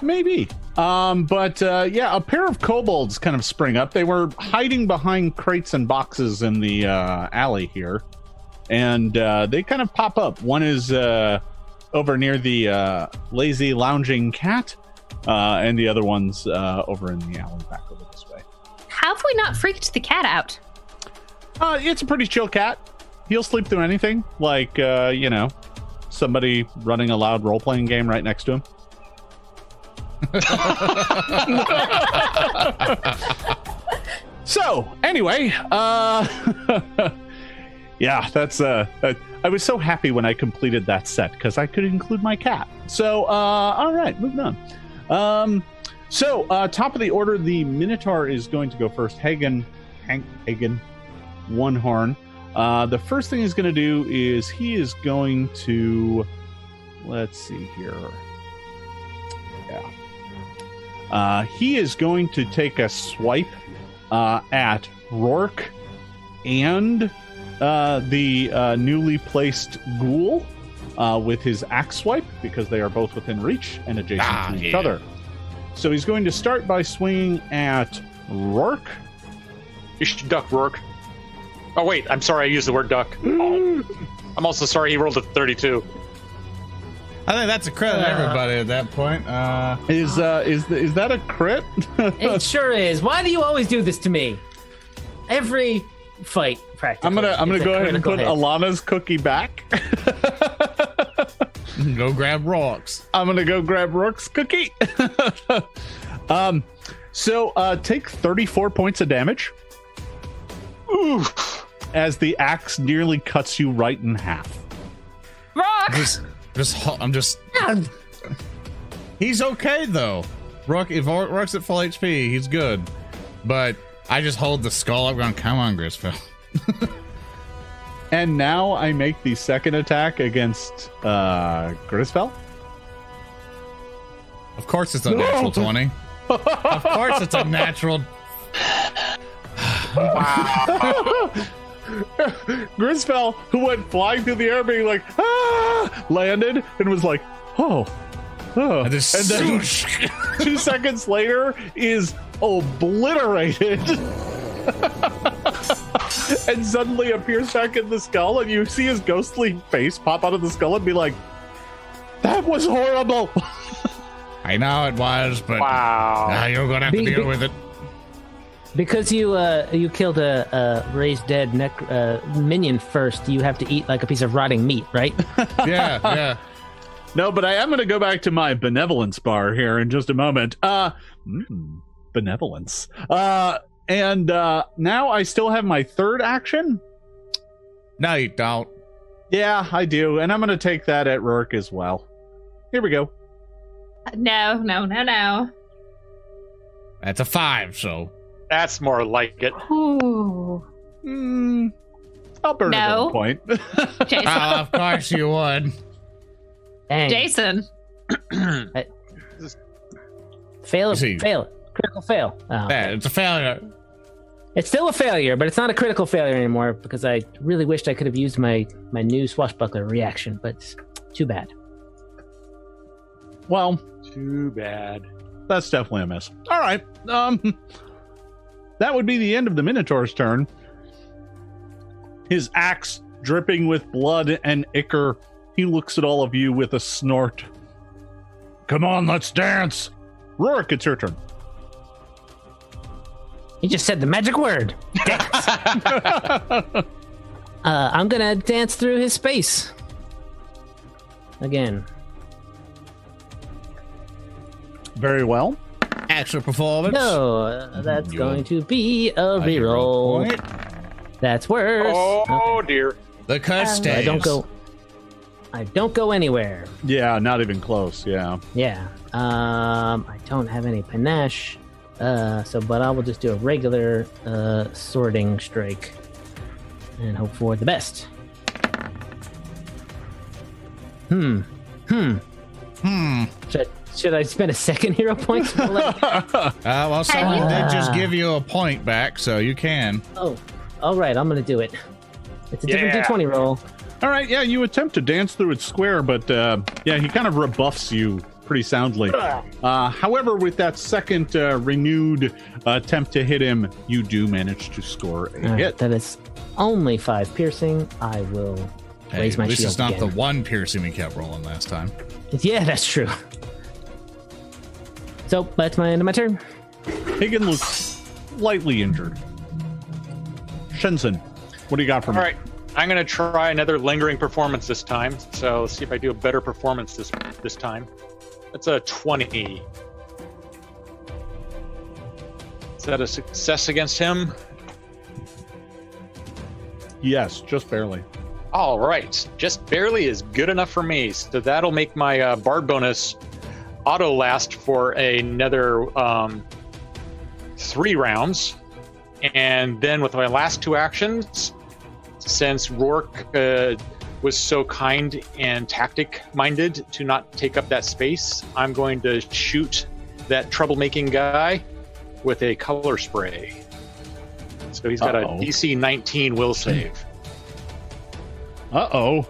Maybe. Um, but uh, yeah, a pair of kobolds kind of spring up. They were hiding behind crates and boxes in the uh, alley here, and uh, they kind of pop up. One is uh, over near the uh, lazy lounging cat, uh, and the other one's uh, over in the alley back over this way.
How have we not freaked the cat out?
Uh, it's a pretty chill cat. He'll sleep through anything, like uh, you know, somebody running a loud role-playing game right next to him. so, anyway, uh, yeah, that's uh, uh, I was so happy when I completed that set because I could include my cat. So, uh, all right, moving on. Um, so, uh, top of the order, the Minotaur is going to go first. Hagen, Hank Hagen, one horn. Uh, the first thing he's going to do is he is going to. Let's see here. Yeah. Uh, he is going to take a swipe uh, at Rourke and uh, the uh, newly placed ghoul uh, with his axe swipe because they are both within reach and adjacent
Ah,
to each
yeah.
other. So he's going to start by swinging at Rourke.
You should duck, Rourke. Oh wait, I'm sorry. I used the word duck. Oh. I'm also sorry. He rolled a 32.
I think that's a credit to everybody at that point. Uh,
Is uh, is th- is that a crit?
It sure is. Why do you always do this to me? Every fight practice.
I'm gonna I'm gonna go ahead and put Alana's cookie back.
go grab rocks.
I'm gonna go grab Rourke's cookie. um, so uh, take 34 points of damage
Oof.
as the axe nearly cuts you right in half.
Rock!
Just, just, ho- I'm just. He's okay though. Rock if Rock- Rock's at full HP, he's good. But I just hold the skull up, going, "Come on, Grisfell."
And now I make the second attack against uh, Grispel.
Of course, it's a natural twenty. of course, it's a natural.
Grispel, who went flying through the air, being like, ah, landed and was like, oh, oh.
And this
then two seconds later is obliterated. and suddenly appears back in the skull, and you see his ghostly face pop out of the skull and be like, that was horrible.
I know it was, but
Wow.
ah, you're gonna have to
Big-
deal
big-
with it.
Because you uh, you killed a, a raised dead nec- uh, minion first, you have to eat like a piece of rotting meat, right?
Yeah, yeah.
No, but I am going to go back to my benevolence bar here in just a moment. Uh, mm, benevolence. Uh, and uh, now I still have my third action.
No, you don't.
Yeah, I do, and I'm going to take that at Rourke as well. Here we go.
No, no, no, no.
That's a five. So
That's more like it.
Ooh.
Mm, I'll burn
No.
it at one point.
Jason.
oh, of course you would.
Dang.
Jason.
fail,
You see-
fail, critical fail. Oh.
Yeah, it's a failure.
It's still a failure, but it's not a critical failure anymore because I really wished I could have used my my new swashbuckler reaction, but it's too bad.
well,
Too bad.
that's definitely a miss. All right. Um, that would be the end of the Minotaur's turn. His axe dripping with blood and ichor. He looks at all of you with a snort. Come on, let's dance. Rourke, it's your turn.
You just said the magic word. Uh, I'm gonna dance through his space again.
Very well.
Actual performance.
No, uh, that's
You-
going to be a
I can roll
reroll.
point.
That's worse.
Oh dear.
The curse
Okay.
stays.
I don't go. I don't go anywhere.
Yeah, not even close. Yeah.
Yeah. Um, I don't have any panache. Uh, so, but I will just do a regular uh, sorting strike and hope for the best. Hmm. Hmm.
Hmm.
Should, should I spend a second hero point? to let-
Uh, well, someone
you-
did just
Ah.
give you a point back, so you can.
oh, all right. I'm gonna do it. It's a different
Yeah.
d20 roll.
All right. Yeah, you attempt to dance through its square, but uh, yeah, he kind of rebuffs you pretty soundly.
Ah.
Uh, however, with that second uh, renewed attempt to hit him, you do manage to score a
All right,
hit.
that is only five piercing. I will
Hey,
raise my
this
shield
is not
again.
the one piercing we kept rolling last time.
Yeah, that's true. So that's my end of my turn.
Higgin looks slightly injured. Shenson, what do you got for
All
me?
right. I'm gonna try another lingering performance this time. So let's see if I do a better performance this this time. That's a 20. Is that a success against him?
Yes, just barely.
All right, just barely is good enough for me. So that'll make my uh, bard bonus auto last for another um, three rounds, and then with my last two actions, since Rourke uh, was so kind and tactic-minded to not take up that space, I'm going to shoot that troublemaking guy with a color spray. So he's got
Uh-oh.
a DC 19 will save.
Uh oh.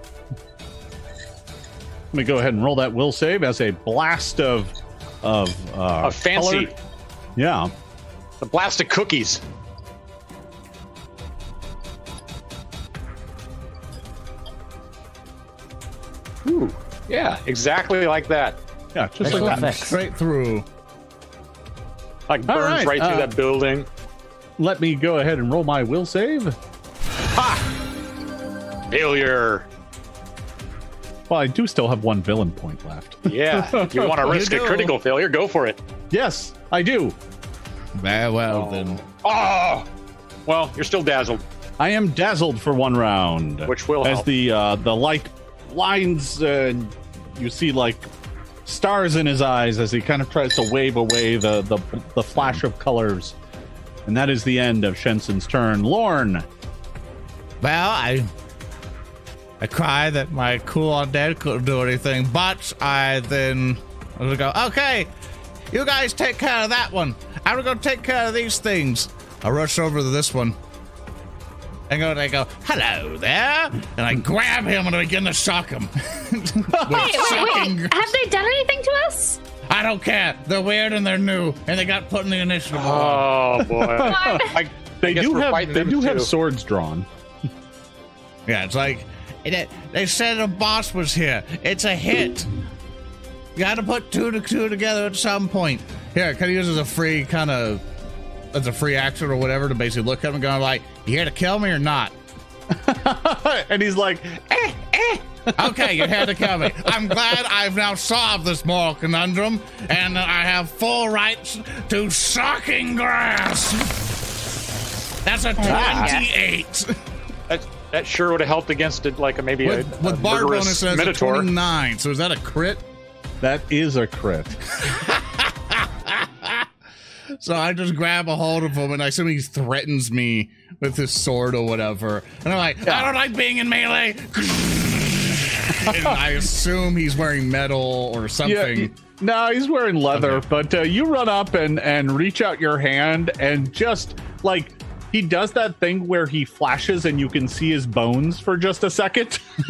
Let me go ahead and roll that will save as a blast of of uh,
A fancy.
color. Yeah.
The blast of cookies. Ooh, yeah, exactly like that.
Yeah, just
Special
like that.
effects.
Straight through.
Like
All right,
burns right, through
uh,
that building.
Let me go ahead and roll my will save.
Failure.
Well, I do still have one villain point left.
Yeah, if you want to
You
risk a
do.
critical failure? Go for it.
yes, I do.
Very well, then.
Oh, well, you're still dazzled,
I am dazzled for one round.
which will
as
help.
the uh, the light lines uh, you see like stars in his eyes as he kind of tries to wave away the the, the flash of colors and that is the end of Shensen's turn. Lorn,
Well, I I cry that my cool undead couldn't do anything, but I then I was go, okay, you guys take care of that one. I'm gonna take care of these things. I rush over to this one. And go, and I go, hello there. And I grab him and I begin to shock him.
Wait, wait, wait. Have they done anything to us?
I don't care. They're weird and they're new, and they got put in the initiative. order.
Oh boy. I,
They
guess
do
we're
have
fighting
they
them
do have
too.
swords drawn.
Yeah, it's like it- it- they said a boss was here. It's a hit. You got to put two to two together at some point. Here, can I use it as a free kind of as a free action or whatever to basically look at him and go like, "You here to kill me or not?"
and he's like, "Eh!"
okay, you had to kill me. I'm glad I've now solved this moral conundrum, and that I have full rights to shocking grass. That's a twenty-eight
that, that sure would have helped against it, like a, maybe a-
with,
a,
with bar
murderous
bonus as a
minotaur.
twenty-nine. So is that a crit?
that is a crit.
So I just grab a hold of him, and I assume he threatens me with his sword or whatever. And I'm like, I don't like being in melee. and I assume he's wearing metal or something.
y- no, he's wearing leather, but uh, you run up and and reach out your hand and just like he does that thing where he flashes and you can see his bones for just a second.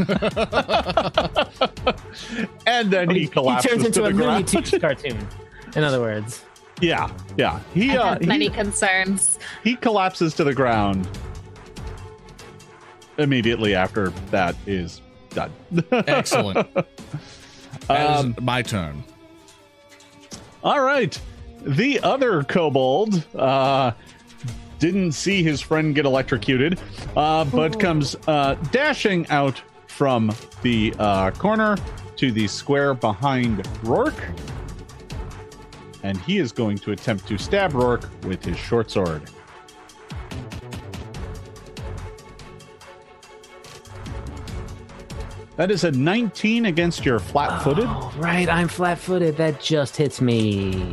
and then he collapses
turns into
to
a
the
Looney
ground.
Tunes cartoon. In other words,
Yeah, yeah. He
I
uh,
have many
he,
concerns.
he collapses to the ground immediately after that is done.
Excellent. That is
Um,
my turn.
All right. The other kobold uh, didn't see his friend get electrocuted, uh, but comes uh, dashing out from the uh, corner to the square behind Rourke. And he is going to attempt to stab Rourke with his short sword. That is a 19 against your flat footed.
Oh, right, I'm flat-footed. That just hits me.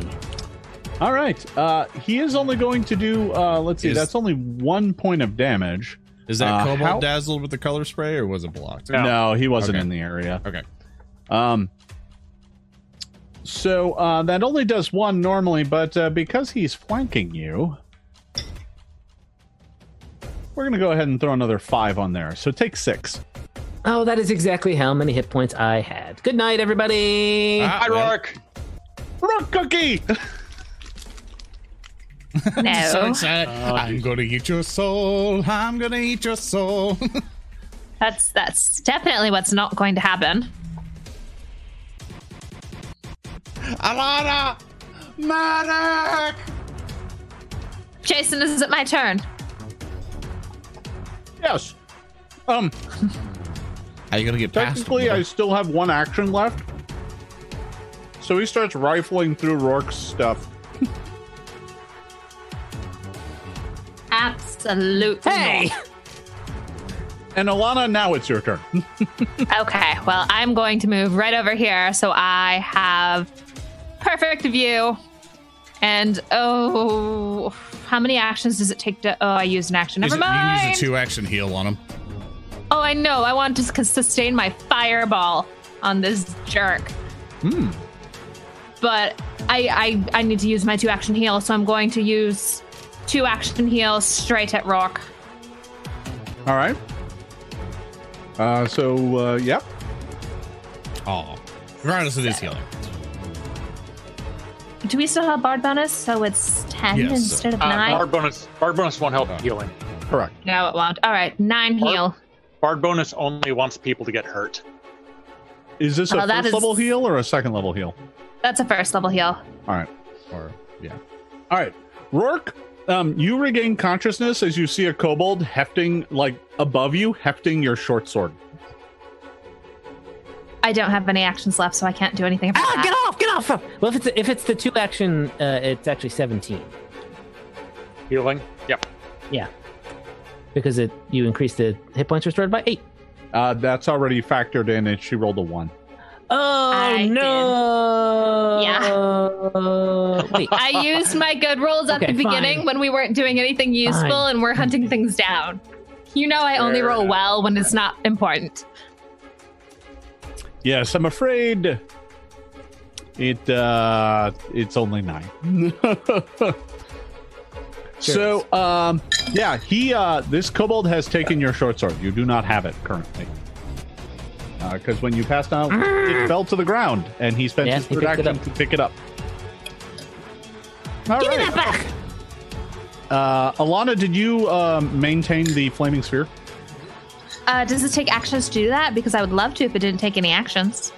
All right. Uh, he is only going to do. Uh, let's see.
Is-
that's only one point of damage.
Is
uh,
that cobalt
how-
dazzled with the color spray, or was it blocked?
No.
No, he wasn't
Oh. Okay.
in the area.
Okay.
Um. So uh, that only does one normally, but uh, because he's flanking you, we're going to go ahead and throw another five on there. So take six.
Oh, that is exactly how many hit points I had. Good night, everybody.
Ah,
Hi,
well,
Rourke.
Rock cookie.
I'm so
No.
excited.
Uh,
I'm gonna eat your soul. I'm gonna eat your soul.
That's that's definitely what's not going to happen.
Alana, Maddox.
Jason, is it my turn?
Yes. Um.
Are you gonna get past?
Technically, I still have one action left. So he starts rifling through Rourke's stuff.
Absolutely.
Hey!
And Alana, now it's your turn.
Okay, well, I'm going to move right over here so I have perfect view. And oh, how many actions does it take to? Oh, I used an action.
Use
Never
it- you can
mind.
use a two-action heal on him.
Oh, I know. I want to s- sustain my fireball on this jerk. Hmm. But I, I I need to use my two action heal, so I'm going to use two action heals straight at Rock.
All right. Uh, so, uh, yep.
Oh, regardless of this healing.
Do we still have bard bonus? So it's ten
Yes.
instead of
Uh,
nine.
bard bonus. Bard bonus won't help healing.
Correct.
No, it won't. All right, nine
Bard-
heal.
Bard bonus only wants people to get hurt.
Is this a
Oh, that
first
is-
level heal or a second level heal?
That's a first level heal.
All right.
Or yeah.
All right. Rourke, um, you regain consciousness as you see a kobold hefting, like above you, hefting your short sword.
I don't have any actions left, so I can't do anything about
Ah,
that.
get off! Get off! Well, if it's if it's the two action, uh, it's actually 17
Healing. Yep.
because it you increase the hit points restored by eight.
Uh, that's already factored in, and she rolled a one.
Oh
I did.
no!
Yeah.
Wait.
I used my good rolls at
Okay,
the beginning
fine.
when we weren't doing anything useful
Fine.
and we're hunting things down. You know, I only
Fair
roll
enough.
well when it's not important.
Yes, I'm afraid it uh it's only nine. so um yeah, he uh this kobold has taken your short sword. You do not have it currently. Because when you passed out, it fell to the ground, and he spent
Yeah,
his
he
third
picked it
action
up.
to pick it up. All
Give me that
right.
back.
Uh, Alana, did you um, maintain the flaming sphere?
Uh, does it take actions to do that? Because I would love to if it didn't take any actions.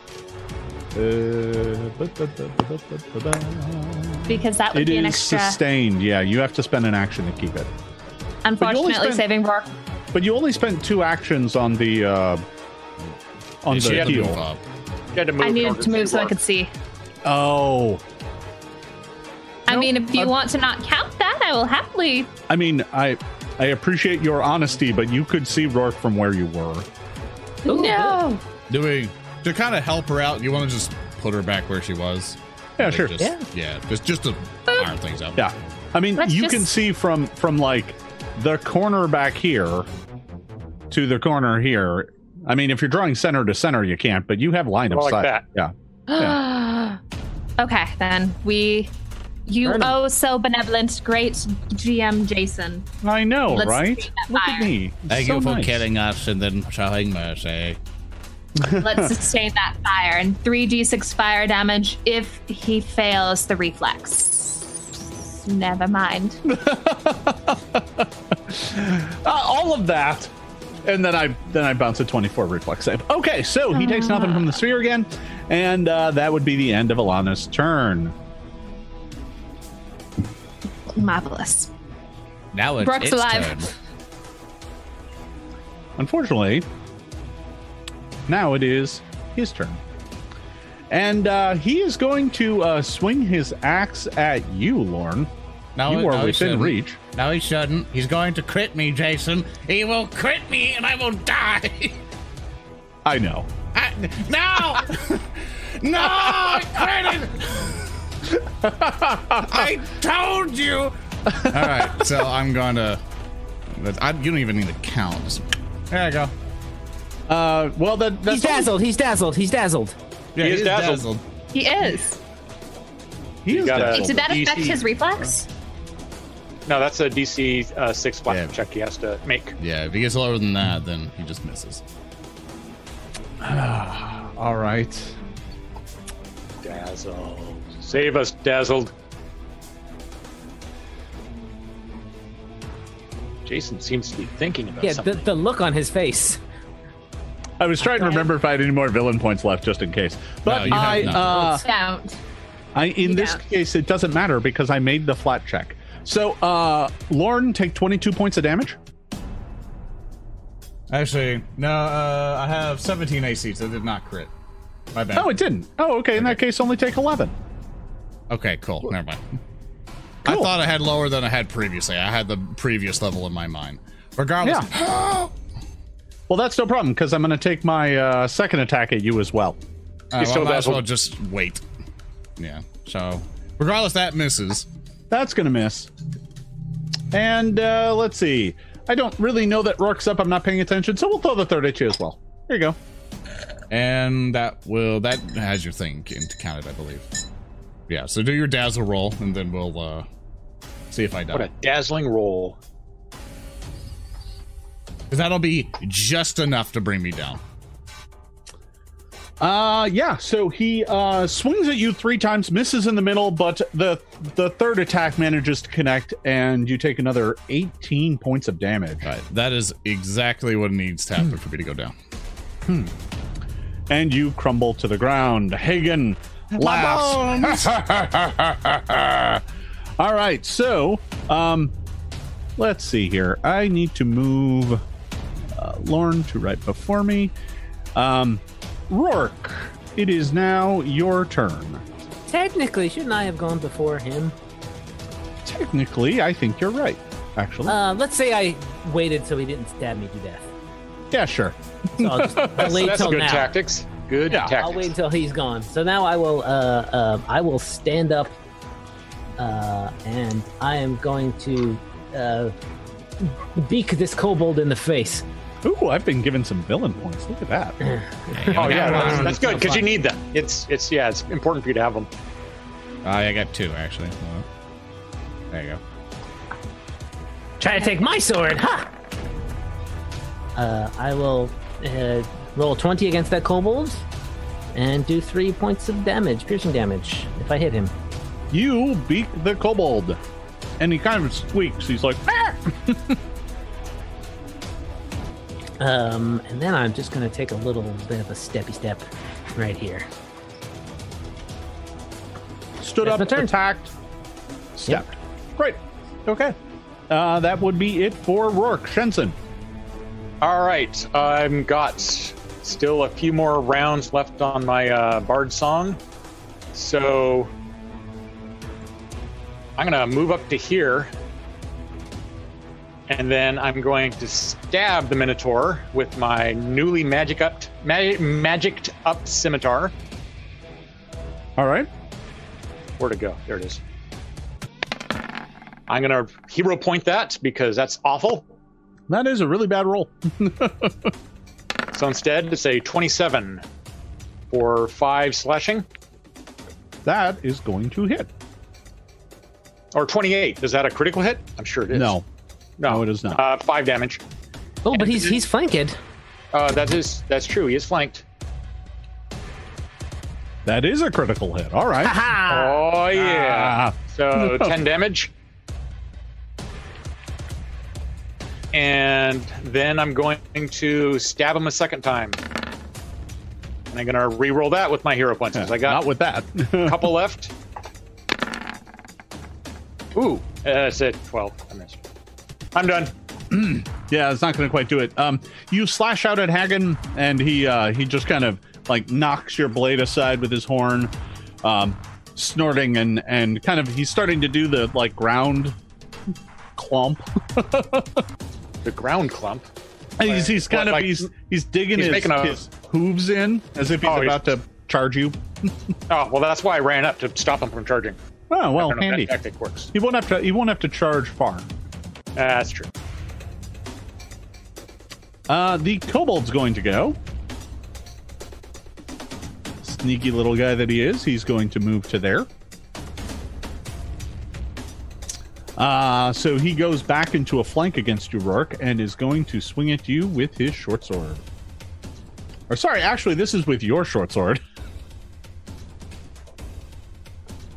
Uh, ba- ba- ba- ba- ba- ba- ba.
Because that would
It
be an
is
extra.
sustained. Yeah, you have to spend an action to keep it.
unfortunately,
spend-
saving Rourke.
But you only spent two actions on the uh, on
She
the
had to move
heel.
up.
You had to move
I
in
needed
order
to move so I
work.
could see.
Oh,
I
Nope.
mean, if you
I'm-
want to not count that, I will happily.
I mean, I I appreciate your honesty, but you could see Rourke from where you were.
no.
Do we?
To kind of help her out, you want to just put her back where she was.
Yeah,
Like,
sure.
Just,
Yeah.
yeah. Just just to iron things out.
Yeah, I mean,
Let's
you
just-
can see from from like the corner back here to the corner here. I mean, if you're drawing center to center, you can't, but you have line of
More like
sight.
that.
Yeah.
okay, then we. You
Burn 'em.
oh so benevolent, great GM Jason.
I know,
Let's
right?
take that
Look at
fire.
me. It's
Thank
so
you for
nice.
killing us and then showing mercy.
Let's sustain that fire and 3d6 fire damage if he fails the reflex. Never mind.
Uh, all of that, and then I then I bounce a twenty-four reflex save. Okay, so
Oh,
he takes nothing from the sphere again, and uh, that would be the end of Alana's turn.
Marvelous.
Now it's
Brock's
its
alive.
turn.
Unfortunately, now it is his turn. And uh, he is going to uh, swing his axe at you, Lorne.
Now,
You are
now he
within
shouldn't.
reach.
No, he shouldn't. He's going to crit me, Jason. He will crit me, and I will die.
I know.
I, no, no, I critted. I told you. All right, so I'm going to. I, you don't even need to count. Just- There you go.
Uh, well, that,
He's
that's
dazzled. He's dazzled. He's dazzled.
Yeah,
He is
he's
dazzled.
He is.
He is
gotta-
dazzled.
Wait, did that
DC.
affect his reflex?
No, that's a DC uh, six flat
Yeah.
check he has to make.
Yeah, if he gets lower than that, then he just misses.
All right.
Dazzled. Save us, dazzled. Jason seems to be thinking about
Yeah, the,
something.
the look on his face.
I was trying to remember if I had any more villain points left, just in case.
No,
But
you have
I,
none.
uh,
Don't.
I, in
You
this
don't.
case, it doesn't matter because I made the flat check. So, uh, Lorne, take twenty-two points of damage.
Actually, no, uh, I have 17 AC, so it did not crit. My bad.
Oh, it didn't. Oh, okay. In that case, only take eleven.
okay, cool. Never mind. I
Cool.
thought I had lower than I had previously. I had the previous level in my mind. Regardless,
Well, that's no problem because I'm going to take my uh, second attack at you as well.
Uh,
He's
well,
so
might as well
dazzled.
just wait. Yeah. So, regardless, that misses.
That's going to miss. And uh, let's see. I don't really know that Rourke's up. I'm not paying attention, so we'll throw the third at you as well. There you go.
And that will that has your thing into counted, I believe. Yeah. So do your dazzle roll, and then we'll uh see if I
What a
die.
dazzling roll.
Because that'll be just enough to bring me down.
Uh, yeah. So he uh, swings at you three times, misses in the middle, but the the third attack manages to connect, and you take another 18 points of damage.
Right. That is exactly what needs to happen for me to go down.
and you crumble to the ground. Hagen laughs. All right, so um, let's see here. I need to move uh, Lorne to right before me. Um, Rourke, it is now your turn.
Technically, shouldn't I have gone before him?
Technically, I think you're right. Actually,
Uh, let's say I waited so he didn't stab me to death.
yeah, sure.
So I'll just delay
that's
till
good
now.
tactics. Good
Yeah, I'll
tactics.
I'll wait until he's gone. So now I will. Uh, uh, I will stand up, uh, and I am going to uh, beak this kobold in the face.
Ooh, I've been given some villain points. Look at that.
Oh yeah,
one.
that's, that's good because you need them. It's it's yeah, it's important for you to have them.
Oh,
I got two actually. Hold on. There you go.
Try to take my sword, ha! Uh, I will uh, roll 20 against that kobold and do three points of damage, piercing damage, if I hit him.
You beat the kobold. And he kind of squeaks. He's like, "Ah!"
Um, and then I'm just going to take a little bit of a steppy step right here.
stood
That's
up,
my turn.
attacked, stepped. Great. Okay. Uh, that would be it for Rourke. Shenson.
All right, I'm got still a few more rounds left on my uh, bard song, so I'm gonna move up to here, and then I'm going to stab the minotaur with my newly magic up mag- magicked up scimitar.
All right.
Where to go? There it is. I'm gonna hero point that because that's awful.
That is a really bad roll.
So instead, it's a 27 for five slashing.
That is going to hit.
or 28. Is that a critical hit? I'm sure it is.
No. No, it is not.
Uh, five damage.
Oh, but he's he's flanked.
Uh, that is that's true. He is flanked.
That is a critical hit. All right.
oh yeah.
Ah.
So 10 damage. And then I'm going to stab him a second time. And I'm gonna re-roll that with my hero points. 'cause I got
Not with that.
a couple left. Ooh, uh, that's it. 12. I missed. I'm done.
yeah, it's not going to quite do it. Um, you slash out at Hagen, and he uh, he just kind of like knocks your blade aside with his horn, um, snorting and and kind of he's starting to do the like ground clump.
The ground clump.
And he's, he's
What,
kind of
like-
he's he's digging
he's
his,
making a-
his hooves in as if he's
Oh, he's-
about to charge you.
Oh well, that's why I ran up to stop him from charging.
Oh well,
I don't know if
handy.
That tactic works.
He won't have to. He won't have to charge far.
Ah, that's true.
Uh, the kobold's going to go. Sneaky little guy that he is, he's going to move to there. Uh, so he goes back into a flank against you, Rourke, and is going to swing at you with his short sword. Or sorry, actually, this is with your short sword.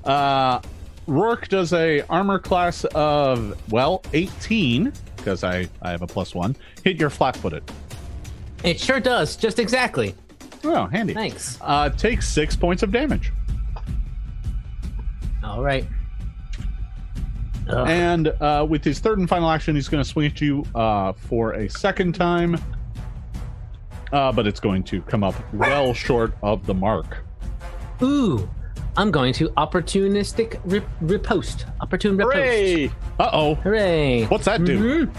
Uh, Rourke does a armor class of well 18 because I I have a plus one. Hit your flat footed.
It sure does, just exactly.
Oh, handy.
Thanks.
Uh, takes six points of damage.
All right. Ugh.
And uh, with his third and final action, he's going to swing at you uh, for a second time. Uh, but it's going to come up well short of the mark.
Ooh, I'm going to opportunistic rip, riposte. Opportune riposte.
Hooray!
Uh oh.
Hooray.
What's that do?
Mhm.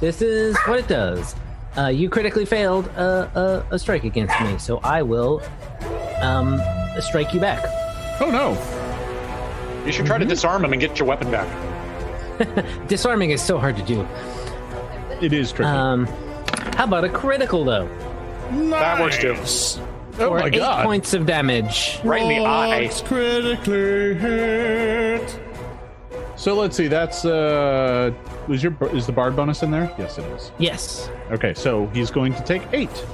This is what it does. Uh, you critically failed uh, a, a, a strike against me, so I will um, strike you back.
Oh no.
You should try
Mm-hmm.
to disarm him and get your weapon back.
Disarming is so hard to do.
It is tricky.
Um, how about a critical, though?
That works too.
oh
For
my
eight
god.
points of damage.
Right in the eye.
It's critically hit.
So let's see. That's uh, was your is the bard bonus in there? Yes, it is.
Yes.
Okay, so he's going to take eight.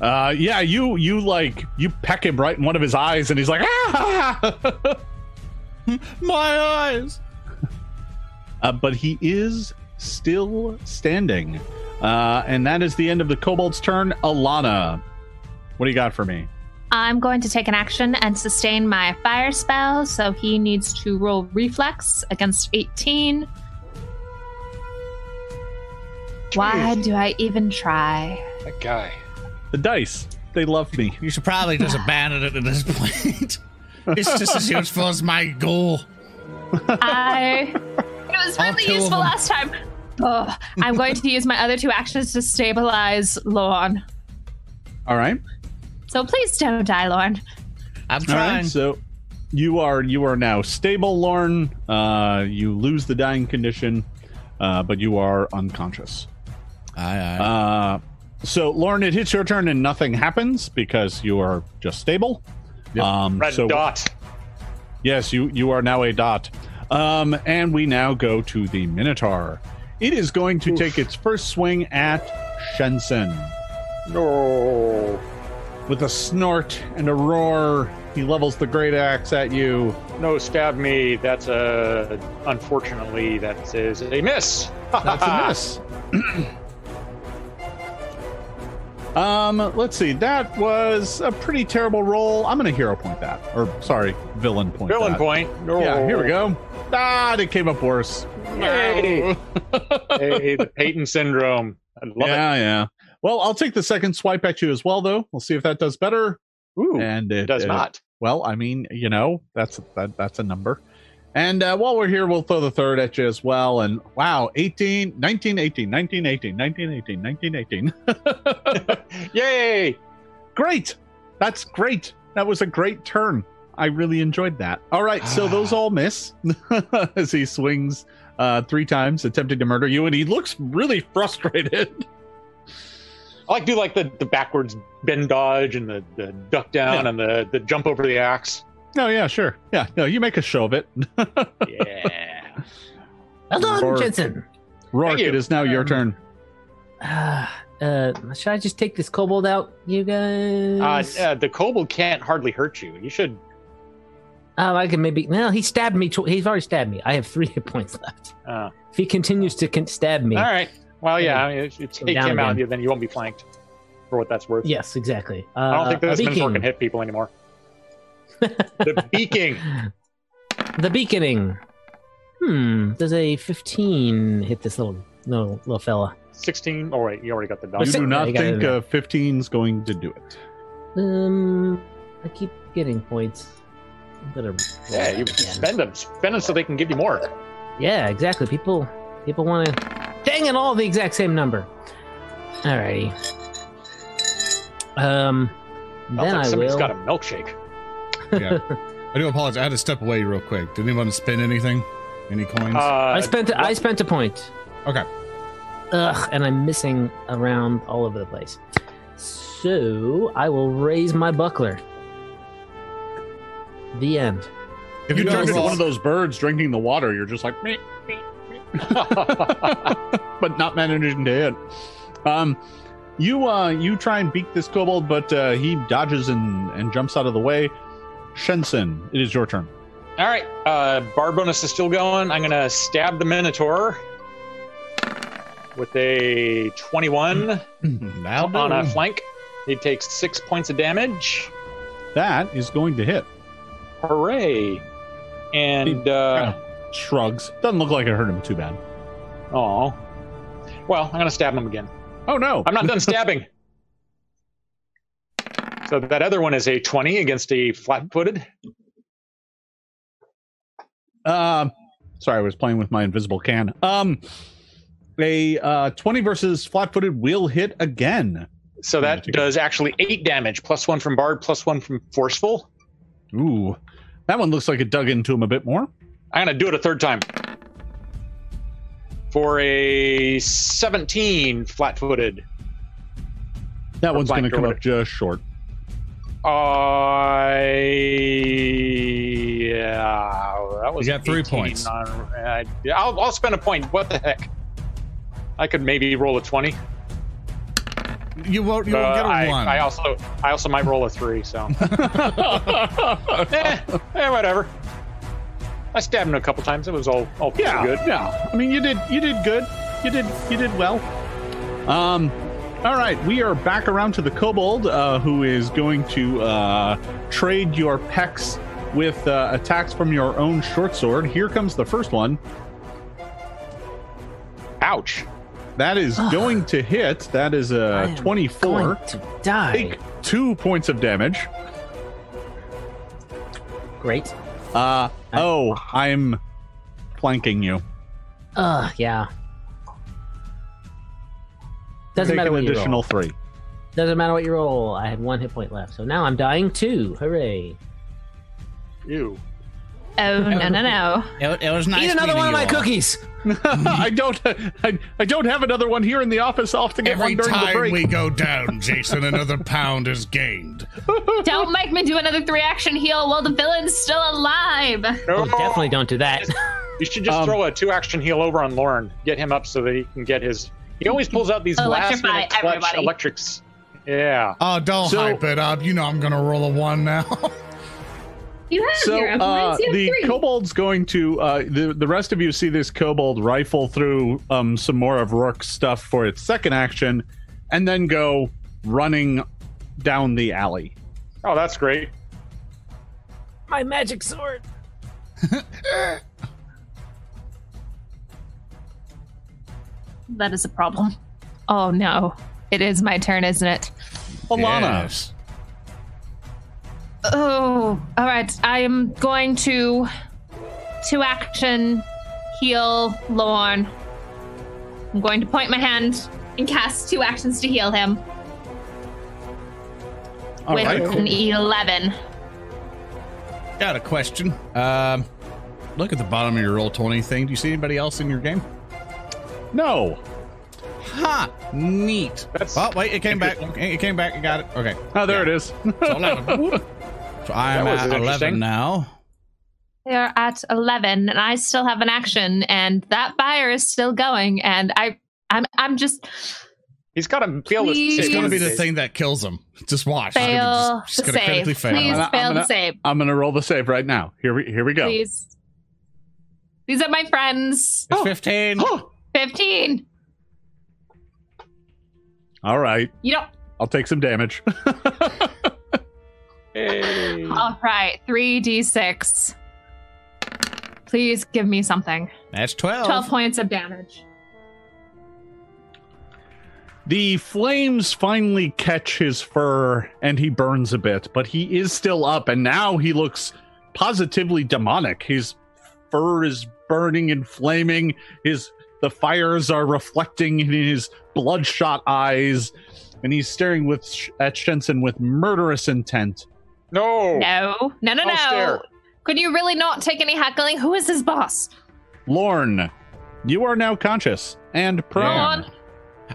Uh, yeah, you you like you peck him right in one of his eyes, and he's like, ah!
My eyes.
uh, but he is still standing, uh, and that is the end of the kobold's turn. Alana, what do you got for me?
I'm going to take an action and sustain my fire spell, so he needs to roll reflex against 18. Why do I even try?
That guy.
The dice, they love me.
You should probably just abandon it at this point. it's just as useful as my goal.
I. It was
All
really
two of
useful
them.
last time. Ugh. I'm going to use my other two actions to stabilize Lorne.
All right,
So please don't die, Lorne.
I'm
all
trying.
right. So you are you are now stable, Lorne. Uh, you lose the dying condition. uh, but you are unconscious.
Aye, aye.
Uh, so, Lauren, it hits your turn and nothing happens because you are just stable.
Yep.
Um,
Red
so,
dot.
Yes, you you are now a dot. Um, and we now go to the Minotaur. It is going to take its first swing at Shensen.
No.
With a snort and a roar, he levels the great axe at you.
No, stab me. That's a. Unfortunately, that is a miss.
That's a miss. um, let's see. That was a pretty terrible roll. I'm going to hero point that, or sorry, villain point.
Villain
that.
point. Oh. No.
Uh, Yeah, here we go. Ah, it came up worse.
Hey, hey, the Peyton syndrome. I love
yeah, yeah. Well, I'll take the second swipe at you as well, though. We'll see if that does better.
it. Ooh,
and
it does not.
Well, I mean, you know, that's that, that's a number. And uh, while we're here, we'll throw the third at you as well. And wow, 18, 19, 18, 19, 18, 19, 18, 19, 18.
Yay!
Great. That's great. That was a great turn. I really enjoyed that. All right, so those all miss as he swings uh, three times, attempting to murder you, and he looks really frustrated.
I like do like the, the backwards bend dodge and the, the duck down
Yeah.
and the, the jump over the axe.
No, Oh, yeah, sure, yeah, no, you make a show of it.
Yeah.
Hold on,
Roar.
Jensen.
Rourke,
you.
it is now your
Um,
turn.
Uh, uh, should I just take this kobold out, you
uh,
guys?
uh, the kobold can't hardly hurt you. You should.
oh, I can maybe. No, he stabbed me. Tw- he's already stabbed me. I have three hit points left.
Uh,
If he continues to con- stab me,
All right. Well, yeah. I mean, if you take
down
him out,
again.
you- then you won't be flanked. For what that's worth.
yes, exactly. Uh,
I don't think
a
this minotaur
beacon.
can hit people anymore. the beaking.
The beaconing. Hmm. Does a fifteen hit this little little little fella?
Sixteen. Oh wait, you already got the
You
dodge.
What's-
do not
you gotta
think
do
uh, 15's going to do it.
Um, I keep getting points. I'm gonna roll
Yeah, you
that again.
spend them. Spend them so they can give you more.
Yeah, exactly. People people want to dang it all the exact same number. Alrighty. Um
Sounds
then
like
I
somebody's
will.
got a milkshake.
yeah. I do apologize. I had to step away real quick. Did anyone spend anything? Any coins?
I
Uh,
spent I spent a point.
Okay.
Ugh, and I'm missing around all over the place. So I will raise my buckler. The end.
if
You
don't
turned into
roll-
one of those birds drinking the water. You're just like, "Meep," but not managing to hit. Um, you uh, you try and beat this kobold, but uh, he dodges and, and jumps out of the way. Shensen, it is your turn.
All right, uh, bar bonus is still going. I'm gonna stab the Minotaur with a 21
Now
on a flank. He takes six points of damage.
That is going to hit.
Hooray! And uh,
Shrugs. Doesn't look like it hurt him too bad.
oh, well, I'm gonna stab him again.
Oh no!
I'm not done stabbing. So that other one is a 20 against a flat-footed.
Um, sorry, I was playing with my invisible can. Um, a uh, twenty versus flat-footed will hit again.
So that does actually eight damage, plus one from Bard, plus one from Forceful.
Ooh, that one looks like it dug into him a bit more.
I'm gonna do it a third time. For a 17 flat footed.
That one's going to
flanked or
come up
whatever.
just short.
I. Yeah. That was.
You got three
18
points.
on- uh, yeah, I'll, I'll spend a point. What the heck? I could maybe roll a 20.
You won't. You
but
won't get a
Uh, I,
one.
I also I also might roll a 3, so. eh, eh, whatever. I stabbed him a couple times. It was all, all pretty
Yeah,
good.
yeah. I mean, you did you did good. You did you did well. Um, all right, we are back around to the kobold, uh, who is going to uh, trade your pecs with uh, attacks from your own short sword. Here comes the first one.
Ouch.
That is going to hit. That is
I
a
am
twenty-four.
Going to die.
Take two points of damage.
Great.
Uh, oh, I'm flanking you.
Ugh, yeah. Doesn't
Take
matter
an
what you
additional
roll.
three.
Doesn't matter what you roll. I had one hit point left, so now I'm dying too. Hooray!
Ew.
Oh no no no!
It, it was nice.
Eat another
meeting
one of
you
my
all.
cookies.
I don't. I, I don't have another one here in the office. I'll have to get one
Every
during the
time
break.
we go down, Jason, another pound is gained.
Don't make me do another three action heal while the villain's still alive.
No,
Oh, definitely don't do that.
You should just
Um,
throw a two action heal over on Lauren. Get him up so that he can get his. He always pulls out these last
Electrify
minute clutch
everybody.
electrics. Yeah.
Oh, don't
So-
hype it up. You know I'm gonna roll a one now.
You have
so
zero
uh,
points. You have
the
three.
kobold's going to uh, the the rest of you see this kobold rifle through um, some more of Rourke's stuff for its second action, and then go running down the alley.
Oh, that's great.
My magic sword.
that is a problem. Oh no. It is my turn, isn't it?
Alana,
Yes.
Oh, all right. I am going to to action heal Lorne. I'm going to point my hand and cast two actions to heal him
All
with
right.
an eleven.
Got a question. Um, look at the bottom of your roll twenty thing. Do you see anybody else in your game?
no,
Ha! Neat.
That's-
oh wait, it came back. It came back. You got it. Okay.
oh there it is.
So, 11. Whoop. So I'm
That was
at eleven
interesting.
now.
They are at eleven, and I still have an action, and that fire is still going. And I, I'm, I'm just
He's got to feel this.
Please.
It's gonna be the
save.
thing that kills him. Just watch. It's gonna be
fail
just-
the
just gonna
save.
critically
Please
fail.
I'm gonna-
fail
I'm
the
gonna-
save.
I'm gonna roll the save right now. Here we here we go.
Please. These are my friends.
It's fifteen.
Fifteen.
All right,
You don't
I'll take some damage.
Hey.
All right, 3d6. Please give me something.
That's twelve.
12 points of damage.
The flames finally catch his fur and he burns a bit, but he is still up and now he looks positively demonic. His fur is burning and flaming. His the fires are reflecting in his bloodshot eyes and he's staring with Sh- at Shenson with murderous intent.
No.
No, no, no,
I'll
no.
stare.
Could you really not take any heckling? Who is his boss?
Lorne, you are now conscious and prone.
Lorne?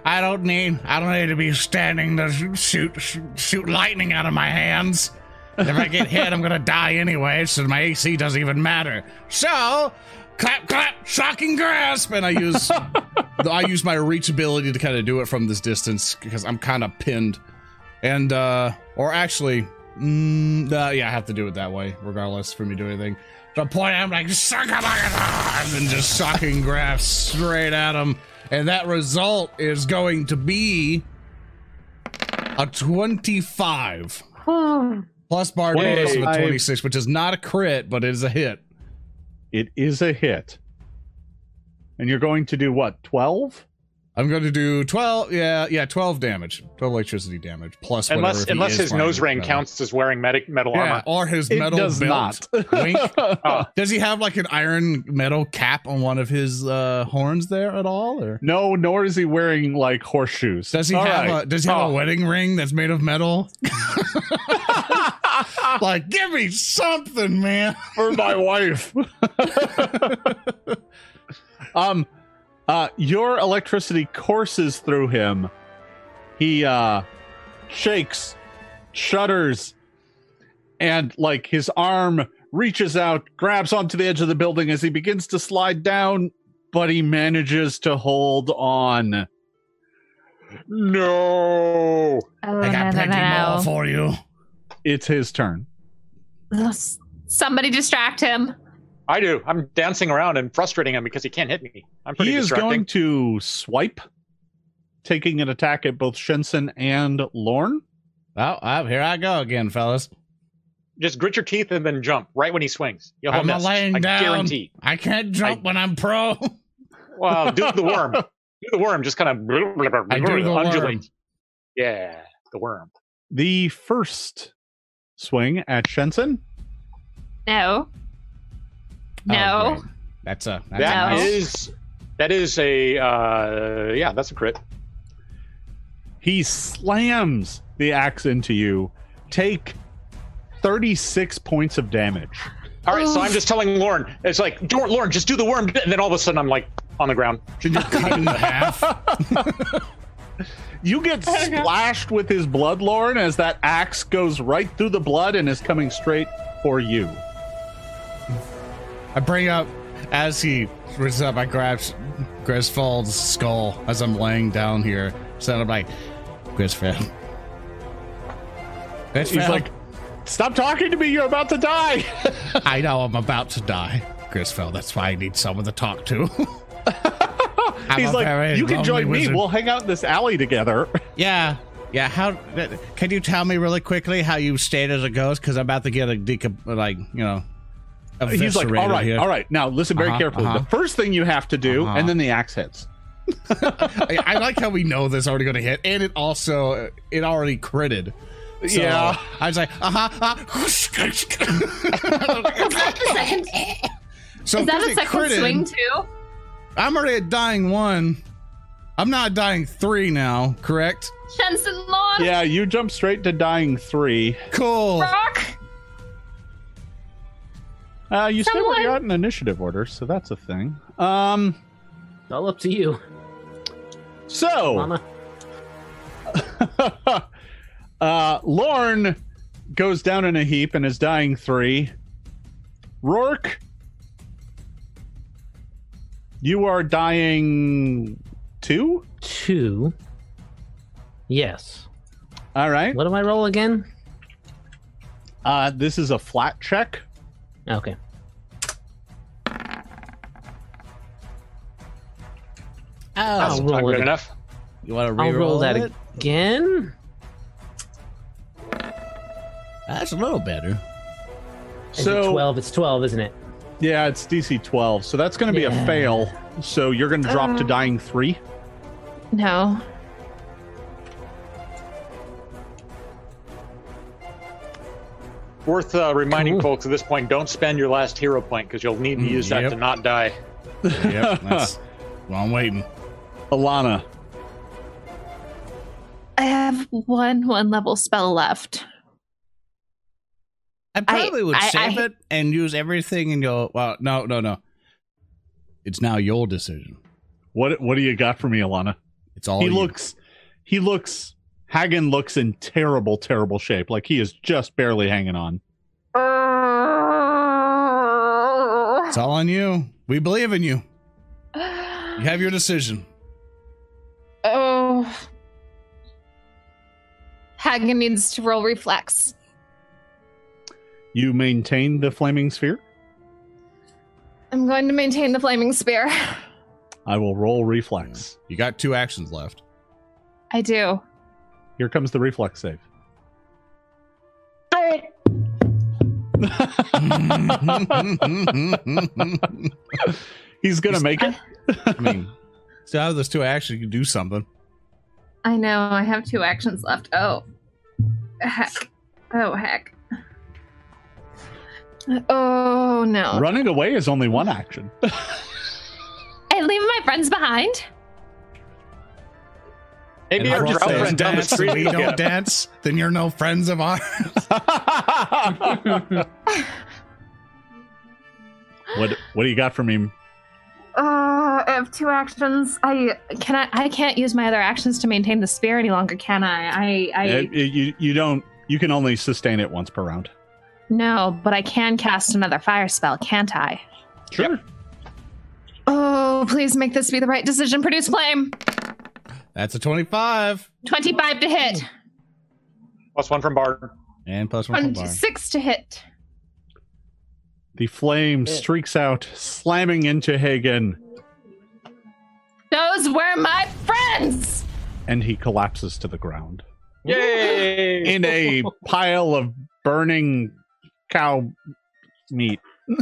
I don't need. I don't need to be standing to shoot shoot, shoot lightning out of my hands. If I get hit, I'm gonna die anyway, so my AC doesn't even matter. So, clap clap, shocking grasp, and I use I use my reach ability to kind of do it from this distance because I'm kind of pinned, and uh or actually, mm, uh, yeah, I have to do it that way regardless for me to do anything. So I point, I'm like "Shaka-baka-da," and just shocking grasp straight at him, and that result is going to be a twenty-five
Whew.
plus bar
Wait,
bonus of a
I-
26, which is not a crit, but it is a hit.
It is a hit. And you're going to do what? 12?
I'm going to do 12, yeah, yeah, 12 damage, 12 electricity damage, plus whatever
Unless
if he
unless
is
his
wearing
nose ring
metal.
counts as wearing medic, metal
Yeah,
armor.
or his metal
it does
belt.
not.
Wink.
Oh.
Does he have like an iron metal cap on one of his uh, horns there at all, or
No, nor is he wearing like horseshoes.
does he
All
have
right.
a does he have a
Oh.
wedding ring that's made of metal? like, give me something, man.
for my wife? um, uh, your electricity courses through him. He uh, shakes, shudders, and like his arm reaches out, grabs onto the edge of the building as he begins to slide down, but he manages to hold on.
No.
Oh,
I got
no, no,
plenty
no,
more for you.
It's his turn.
no. S- Somebody distract him.
I do. I'm dancing around and frustrating him because he can't hit me. I'm pretty
he is
distracting.
going to swipe, taking an attack at both Shenson and Lorne.
Oh, oh, here I go again, fellas.
Just grit your teeth and then jump right when he swings. You'll
I'm
have
not
missed.
laying
I
down.
guarantee.
I can't jump when I'm pro.
Well, do the worm. Do the worm. Just kind of
I do the
undulate.
worm.
Yeah, the worm.
The first swing at Shenson.
No.
Oh,
No.
great. that's a that's a
That
No.
nice-
is that is a uh yeah, that's a crit.
He slams the axe into you. Take 36 points of damage.
All right, so I'm just telling Lauren. It's like, "Don't- Lauren, just do the worm. And then all of a sudden, I'm like on the ground.
Can you cut it in half?
You get splashed with his blood, Lauren, as that axe goes right through the blood and is coming straight for you.
I bring up as he reaches up. I grab Grisfold's skull as I'm laying down here. So I'm like, Grisfold.
He's like, "Stop talking to me! You're about to die."
I know I'm about to die, Grisfeld. That's why I need someone to talk to. I'm
He's
a
like,
very
"You can
lonely
join
wizard."
me. We'll hang out in this alley together."
yeah, yeah. How can you tell me really quickly how you stayed as a ghost? Because I'm about to get a deca- like you know.
He's like, "All
eviscerated
right,
here."
all right. Now listen very
Uh-huh,
carefully.
uh-huh.
The first thing you have to do,
Uh-huh.
and then the axe hits.
I, I like how we know this already going to hit, and it also it already critted. So
Yeah.
I was like, uh huh. so
Is that
because
a
it
second
critted,
swing too?
I'm already at dying one. I'm not dying three now, correct?
Shenson Lawn
Yeah, you jump straight to dying three.
Cool.
Rock.
Uh, you still
Someone-
got an initiative order, so that's a thing. Um,
It's all up to you,
so.
Mama.
uh, Lorne goes down in a heap and is dying three. Rourke, you are dying two.
Two. Yes.
All right.
What do I roll again?
Uh, this is a flat check.
Okay.
Oh,
Oh.
That's
I'll
not
roll
good
it.
enough.
You want to
I'll
reroll
roll that
it?
again.
That's a little better.
Is it
so
twelve? It's twelve, isn't it?
yeah, it's DC twelve. So that's going to be
Yeah.
a fail. So you're going to drop to dying three.
No.
Worth uh, reminding
Cool.
folks at this point: don't spend your last hero point because you'll need to
Mm,
use that
yep.
to not die.
Yep. That's what I'm waiting.
Alana,
I have one one level spell left.
I probably would
I-
save
I-
it and use everything in your. Well, no, no, no. It's now your decision.
what what do you got for me, Alana?
It's all
he
you.
looks he looks hagen looks in terrible terrible shape like he is just barely hanging on
Uh,
It's all on you. We believe in you. You have your decision.
Oh. Hagen needs to roll reflex.
you maintain the flaming sphere
I'm going to maintain the flaming spear.
i will roll reflex
You got two actions left.
I do.
here comes the reflex save
I
he's gonna make it
mean, so out of those two actions, you can do something.
I know. I have two actions left. Oh. Heck. Oh, heck. Oh, no.
running away is only one action
I leave my friends behind.
Maybe
And
our
Rourke
drow
says,
friend down the
dance, and
street.
we
will
don't
get it.
dance, then you're no friends of ours.
what what do you got for me
Uh, I have two actions. I can I, I can't use my other actions to maintain the spear any longer, can I? I I
Uh, you, you don't you can only sustain it once per round
no, but I can cast another fire spell, can't I?
sure
Oh, please make this be the right decision. Produce flame.
That's a 25.
25 to hit.
Plus one from Bard.
And plus one from Bard.
26 to hit.
the flame streaks out slamming into hagen
Those were my friends.
and he collapses to the ground
Yay!
in a pile of burning cow meat.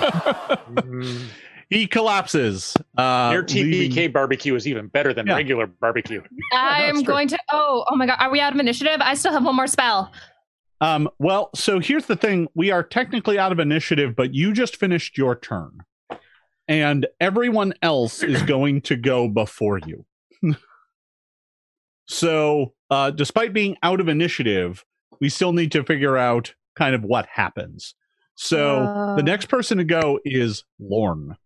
Mm,
he collapses. Uh,
Your
leaving-
TPK barbecue is even better than
Yeah.
regular barbecue.
I'm
true.
going to Oh, oh my god. Are we out of initiative? I still have one more spell.
Um, well, so here's the thing: we are technically out of initiative, but you just finished your turn, and everyone else is going to go before you. so, uh, despite being out of initiative, we still need to figure out kind of what happens. So
Oh.
the next person to go is Lorne.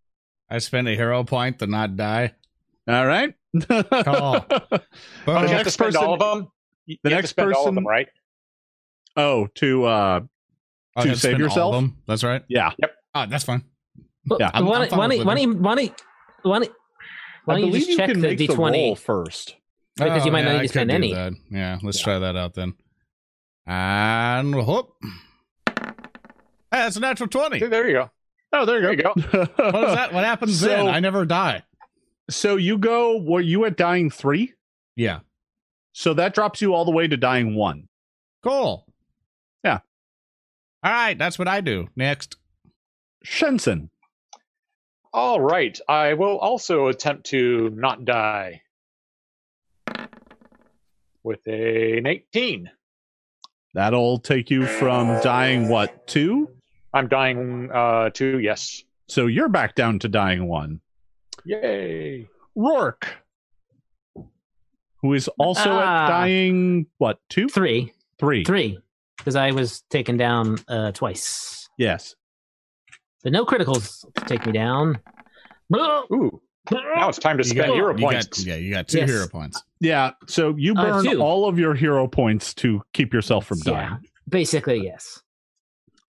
I spent a hero point to not die.
All right.
on.
Oh, you
the
have to
next
spend
person-
all of them. You
the
you have to
next
spend all of
person-
them, right?
oh, to uh
Oh,
To
you have
save
spend all
yourself?
of them? That's right.
yeah.
Oh, that's fine.
Yeah.
I'm-
Why
I'm fine
don't
with
why don't- why don't- why don't- why
I
don't you
believe
just check
can
the
make the roll
d20?
first.
Because you might
Oh,
not
yeah, I
need to
could
spend
do
any.
that. Yeah, let's try that out then. And whoop. Hey, that's a natural 20.
There you go.
Oh, there
There
you
you
go.
go.
What is that? What happens
So-
then? I never die.
So you go were you at dying three?
Yeah.
So that drops you all the way to dying one.
Cool.
Yeah.
All right, that's what I do. Next.
Shenson.
All right. I will also attempt to not die with an 18.
That'll take you from dying what two?
I'm dying uh, two. Yes.
So you're back down to dying one.
Yay.
Rourke, who is also
Ah.
at dying what two,
Three.
three?
Three. Because I was taken down uh, twice.
Yes.
But no criticals to take me down.
Ooh. Now it's time to
You
spend
got-
hero
you
points.
got- yeah, you got two
Yes.
hero points.
Yeah. So you
Uh,
burn
two.
all of your hero points to keep yourself from
Yeah.
dying.
Basically, yes.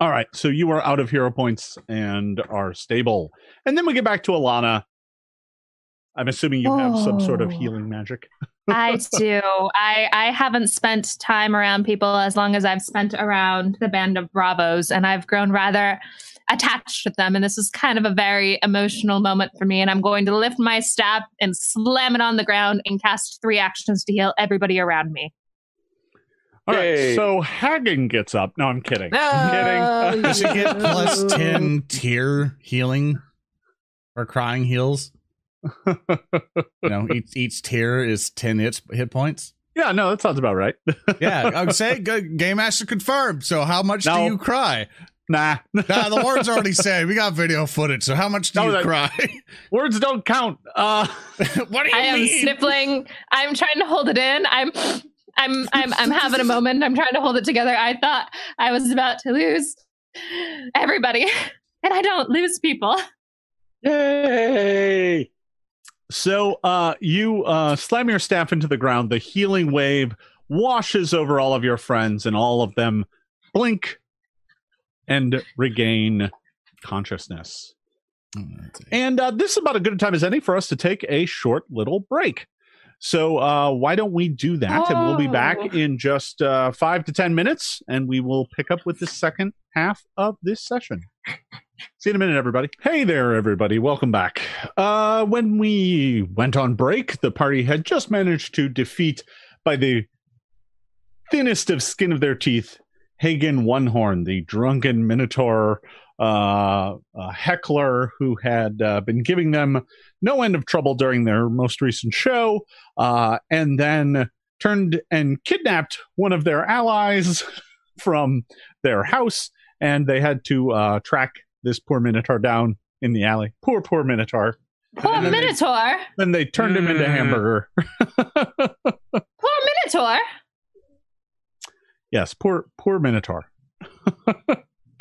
All right. So you are out of hero points and are stable. And then we get back to Alana. I'm assuming you have some sort of
Oh.
healing magic.
I do. I I haven't spent time around people as long as I've spent around the band of Bravos, and I've grown rather attached to them. And this is kind of a very emotional moment for me. And I'm going to lift my staff and slam it on the ground and cast three actions to heal everybody around me.
All right.
Yay.
So Hagen gets up. No, I'm kidding. I'm kidding.
No,
Does she get plus 10 tier healing or crying heals? you know, each, each tier is 10 hits, hit points.
yeah, no, that sounds about right.
Yeah, I would say good, Game Master confirmed. So, how much
No.
do you cry?
Nah.
Nah, the word's already said. We got video footage. So, how much do
No,
you
that-
cry?
Words don't count. Uh
what do you
I am
mean?
sniffling. I'm trying to hold it in. I'm I'm I'm I'm having a moment. I'm trying to hold it together. I thought I was about to lose everybody. And I don't lose people.
Yay.
So uh, you uh, slam your staff into the ground. The healing wave washes over all of your friends, and all of them blink and regain consciousness. And uh, this is about as good a time as any for us to take a short little break. So uh, why don't we do that? And we'll be back
Oh.
in just uh, five to ten minutes, and we will pick up with the second half of this session. See you in a minute, everybody. Hey there, everybody. Welcome back. Uh, when we went on break, the party had just managed to defeat by the thinnest of skin of their teeth Hagen One Horn, the drunken minotaur uh, uh, heckler who had uh, been giving them no end of trouble during their most recent show, uh, and then turned and kidnapped one of their allies from their house, and they had to uh, track this poor minotaur down in the alley. Poor, poor minotaur.
Poor
And then they-
Minotaur.
Then they turned him into
Mm.
hamburger.
Poor Minotaur.
Yes, poor, poor minotaur.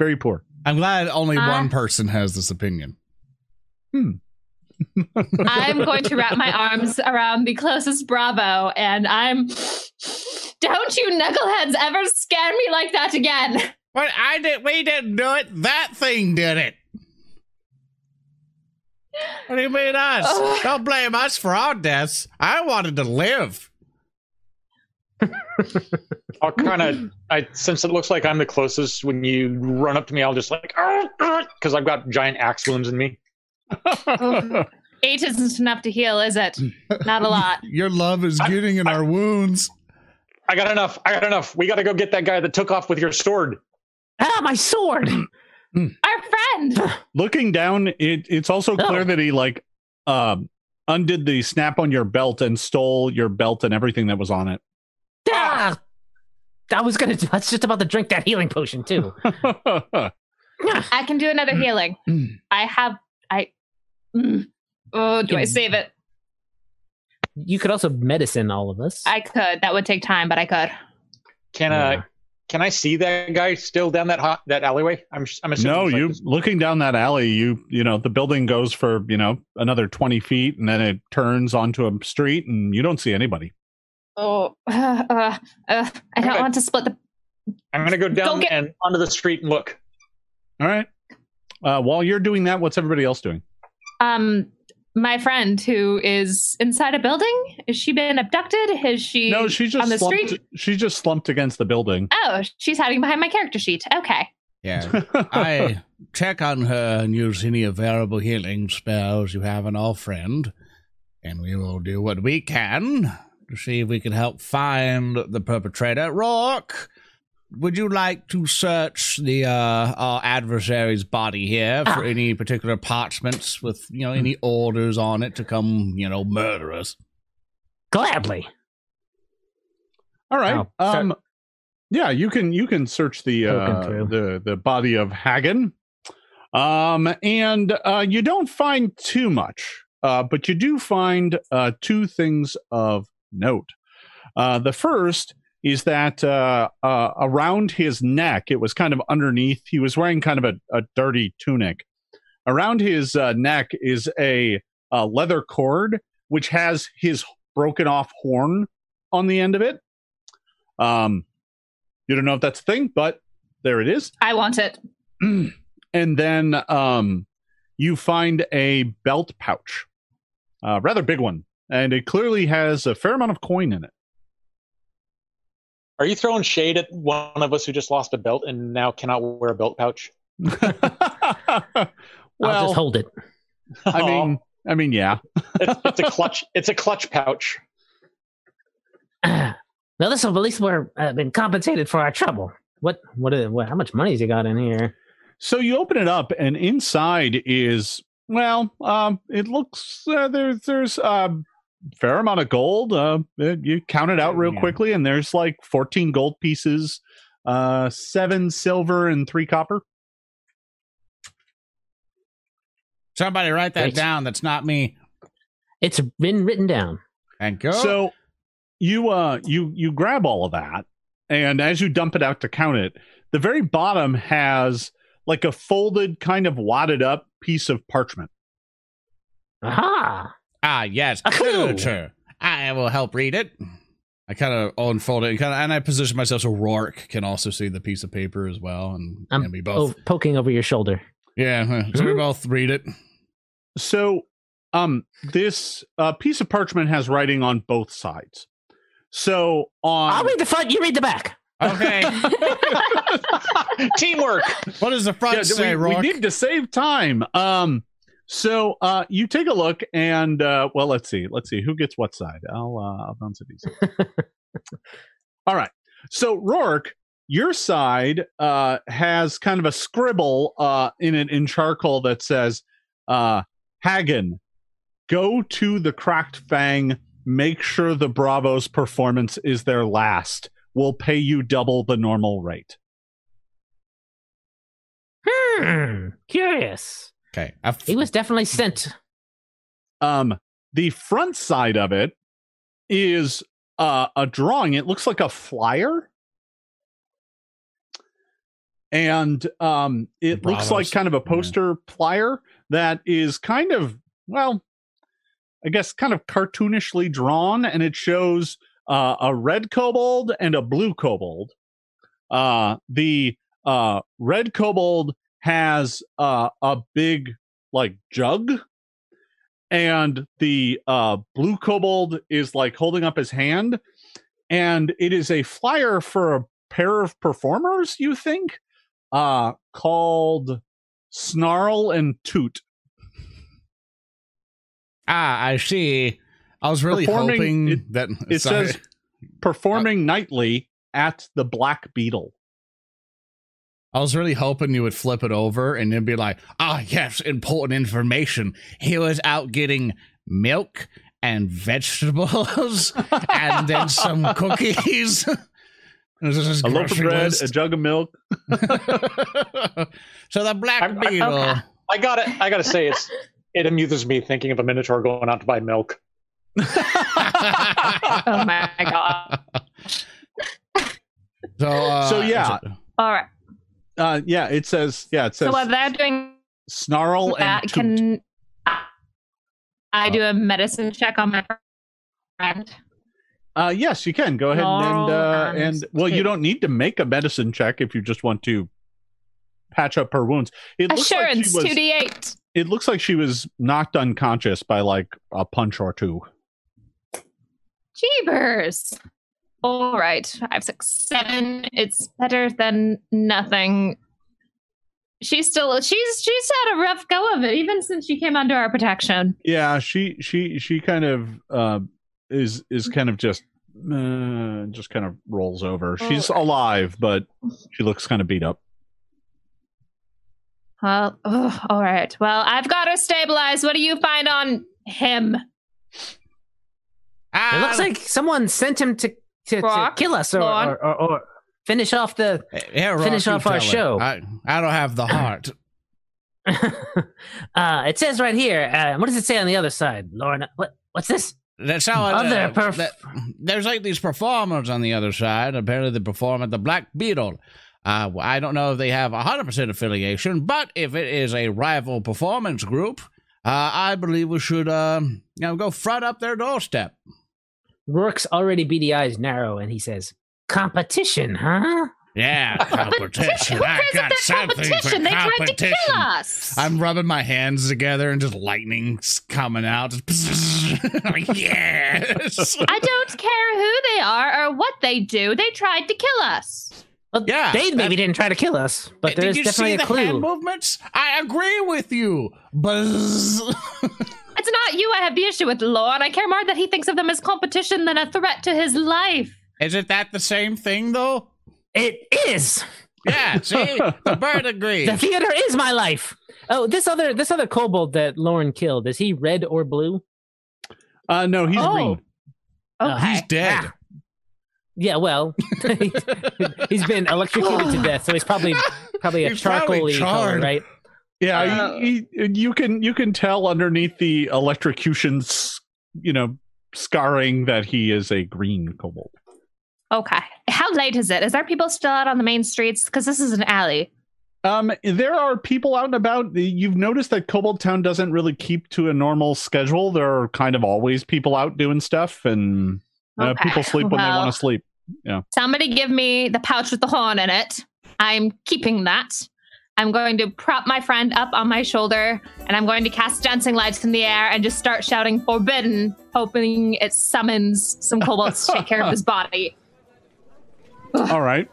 Very poor.
I'm glad only
Uh,
one person has this opinion.
I'm going to wrap my arms around the closest Bravo and I'm Don't you knuckleheads ever scare me like that again.
But I did. We didn't do it. That thing did it. What do you mean us?
Ugh.
Don't blame us for our deaths. I wanted to live.
I'll kind of, I since it looks like I'm the closest. When you run up to me, I'll just like, because I've got giant axe wounds in me.
Eight isn't enough to heal, is it? Not a lot.
Your love is getting in our wounds.
I got enough. I got enough. We got to go get that guy that took off with your sword.
Ah, my sword!
Our friend.
looking down it it's also clear that he like um undid the snap on your belt and stole your belt and everything that was on it
Ah! I was gonna. I was just about to drink that healing potion too.
I can do another healing. I have I mm. Oh, do I save it?
You could also medicine all of us.
I could. That would take time, but I could.
Can
Yeah.
I? Can I see that guy still down that hot, that alleyway? I'm I'm assuming.
No,
it's like
you
this-
looking down that alley, you you know, the building goes for, you know, another 20 feet and then it turns onto a street and you don't see anybody.
Oh, uh, uh, uh, I don't
Okay.
want to split the.
I'm gonna go down
get-
and onto the street and look.
All right. Uh, while you're doing that, what's everybody else doing?
Um, my friend who is inside a building, has she been abducted? Has she?
No, she just
on the
slumped,
street?
she just slumped against the building.
oh, she's hiding behind my character sheet. Okay.
Yeah. I check on her and use any available healing spells you have on our friend, and we will do what we can to see if we can help find the perpetrator. Rourke, would you like to search the uh, our adversary's body here for any particular parchments with you know any orders on it to come you know murder us?
Gladly.
All right.
Oh, sorry.
um yeah, you can you can search the uh,
Poking through.
the the body of Hagen. Um and uh you don't find too much. Uh but you do find uh two things of note. Uh the first is that uh, uh around his neck it was kind of underneath he was wearing kind of a, a dirty tunic. Around his uh, neck is a, a leather cord which has his broken off horn on the end of it. Um, you don't know if that's a thing, but there it is.
I want it.
and then um, you find a belt pouch, a rather big one, and it clearly has a fair amount of coin in it.
Are you throwing shade at one of us who just lost a belt and now cannot wear a belt pouch?
I'll just
well,
hold it.
I mean, I mean, yeah.
it's, it's a clutch. It's a clutch pouch.
now this will at least we're uh, been compensated for our trouble. What? What? Is, what? How much money has he got in here?
So you open it up, and inside is well, um, it looks uh, there's there's um, fair amount of gold. Uh, it- you count it out real
Oh, Yeah.
quickly, and there's like fourteen gold pieces, uh, seven silver, and three copper.
Somebody write that
Great.
down. That's not me.
It's been written down.
Thank you.
So you uh you you grab all of that, and as you dump it out to count it, the very bottom has like a folded, kind of wadded up piece of parchment.
Aha!
Ah, yes,
A clue.
clue. I will help read it.
I kind of unfold it and kind of, and I position myself so Rourke can also see the piece of paper as well, and,
Um,
I'm
and we both,
Oh, poking over your shoulder.
yeah, huh, so we
Mhm.
Hmm?
both read it.
So, um, this uh, piece of parchment has writing on both sides. So
I'll
on
read the front. You read the back.
Okay,
Teamwork.
what does the front
Yeah,
say,
we, we
Rourke?
need to save time. Um, so uh, you take a look, and uh, well, let's see, let's see who gets what side. I'll uh, I'll bounce it easy. All right. So Rourke, your side uh, has kind of a scribble uh, in it in charcoal that says, uh, "Hagen, go to the Cracked Fang. Make sure the Bravos' performance is their last. We'll pay you double the normal rate."
Hmm. Curious.
Okay, I f-
He was definitely sent.
Um, the front side of it is uh, a drawing. It looks like a flyer, and um, it looks like
Bravos.
kind of a poster flyer that is kind of well, I guess kind of cartoonishly drawn, and it shows uh, a red kobold and a blue kobold. Uh, the uh, red kobold has uh, a big like jug and the uh, blue kobold is like holding up his hand, and it is a flyer for a pair of performers. You think, uh, called Snarl and Toot,
ah, I see.
I was really
performing-
hoping
it-
that
Uh,
it
sorry.
says- performing nightly at the Black Beetle.
I was really hoping you would flip it over and then be like, ah, yes, important information. He was out getting milk and vegetables and then some cookies. This is his
A loaf of
grocery
bread,
list.
a jug of milk.
so the black
I'm- I'm-
beetle.
okay.
I gotta. I gotta say, it's it amuses me thinking of a minotaur going out to buy milk.
Oh my god.
So, uh,
So, yeah.
All right.
Uh, yeah, it says. Yeah, it says
So while they're doing
snarl
that,
and toot.
can I, I do a medicine check on my friend?
Uh, yes, you can go ahead and
Snarl
uh,
and
and well, you
toot.
don't need to make a medicine check if you just want to patch up her wounds. It looks like she
Assurance
was.
two d eight.
it looks like she was knocked unconscious by like a punch or two.
Jeebers. All right. I have six, seven. It's better than nothing. She's still she's she's had a rough go of it, even since she came under our protection.
Yeah, she she she kind of uh, is is kind of just uh, just kind of rolls over.
Oh,
She's alive, but she looks kind of beat up.
Well, ugh, all right. Well, I've got her stabilized. What do you find on him?
It
Ah,
Um,
looks like someone sent him to to, to
Rock,
kill us or,
Lorne.
or, or, or finish off the.
yeah, Rock,
Finish
you
off our
tell it.
show.
I, I don't have the heart.
uh, it says right here. Uh, what does it say on the other side, Lauren? What what's this?
That's how I, uh,
Other perf-
that- There's like these performers on the other side. Apparently, they perform at the Black Beetle. Uh, well, I don't know if they have 100% affiliation, but if it is a rival performance group, uh, I believe we should um, you know, go front up their doorstep.
Rourke's already beady eyes narrow, and he says, "Competition, huh?"
Yeah, competition.
Who
I
cares
got
if they're
something for
competition? They tried to
competition.
kill us.
I'm rubbing my hands together and just lightning's coming out. Like, yes.
I don't care who they are or what they do. They tried to kill us.
Well,
Yeah,
they
Ah, that-
maybe didn't try to kill us, but
Did
there's
you
definitely
see
a
the hand
clue.
movements? I agree with you. Buzz.
It's not you I have the issue with, Lorne. I care more that he thinks of them as competition than a threat to his life.
Isn't that the same thing though?
It is
Yeah, see? the bird agrees.
the theater is my life. Oh, this other this other kobold that Lauren killed is he red or blue?
Uh, no, he's
Oh.
green.
Oh,
He's dead.
Ah. Yeah, well, he's been electrocuted to death, so he's probably probably a
He's probably
charcoaly color,
charred.
right?
Yeah,
Uh,
he, he- you can you can tell underneath the electrocutions, you know, scarring that he is a green kobold.
Okay. How late is it? Is there people still out on the main streets? Because this is an alley.
Um, there are people out and about. You've noticed that Kobold Town doesn't really keep to a normal schedule. There are kind of always people out doing stuff, and uh,
Okay,
people sleep when they
well-
want to sleep.
Somebody give me the pouch with the horn in it. I'm keeping that. I'm going to prop my friend up on my shoulder and I'm going to cast dancing lights in the air and just start shouting forbidden, hoping it summons some kobolds to take care of his body.
All right.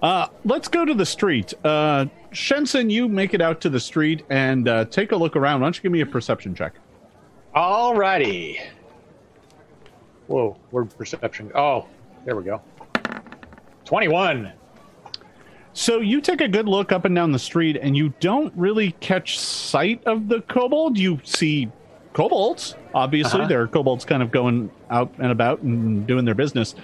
Uh, let's go to the street. Uh, Shenson, you make it out to the street and uh, take a look around. Why don't you give me a perception check?
Alrighty. Whoa, word perception. Oh, there we go. 21.
So you take a good look up and down the street, and you don't really catch sight of the kobold. You see kobolds. Obviously,
Uh-huh.
there are kobolds kind of going out and about and doing their business.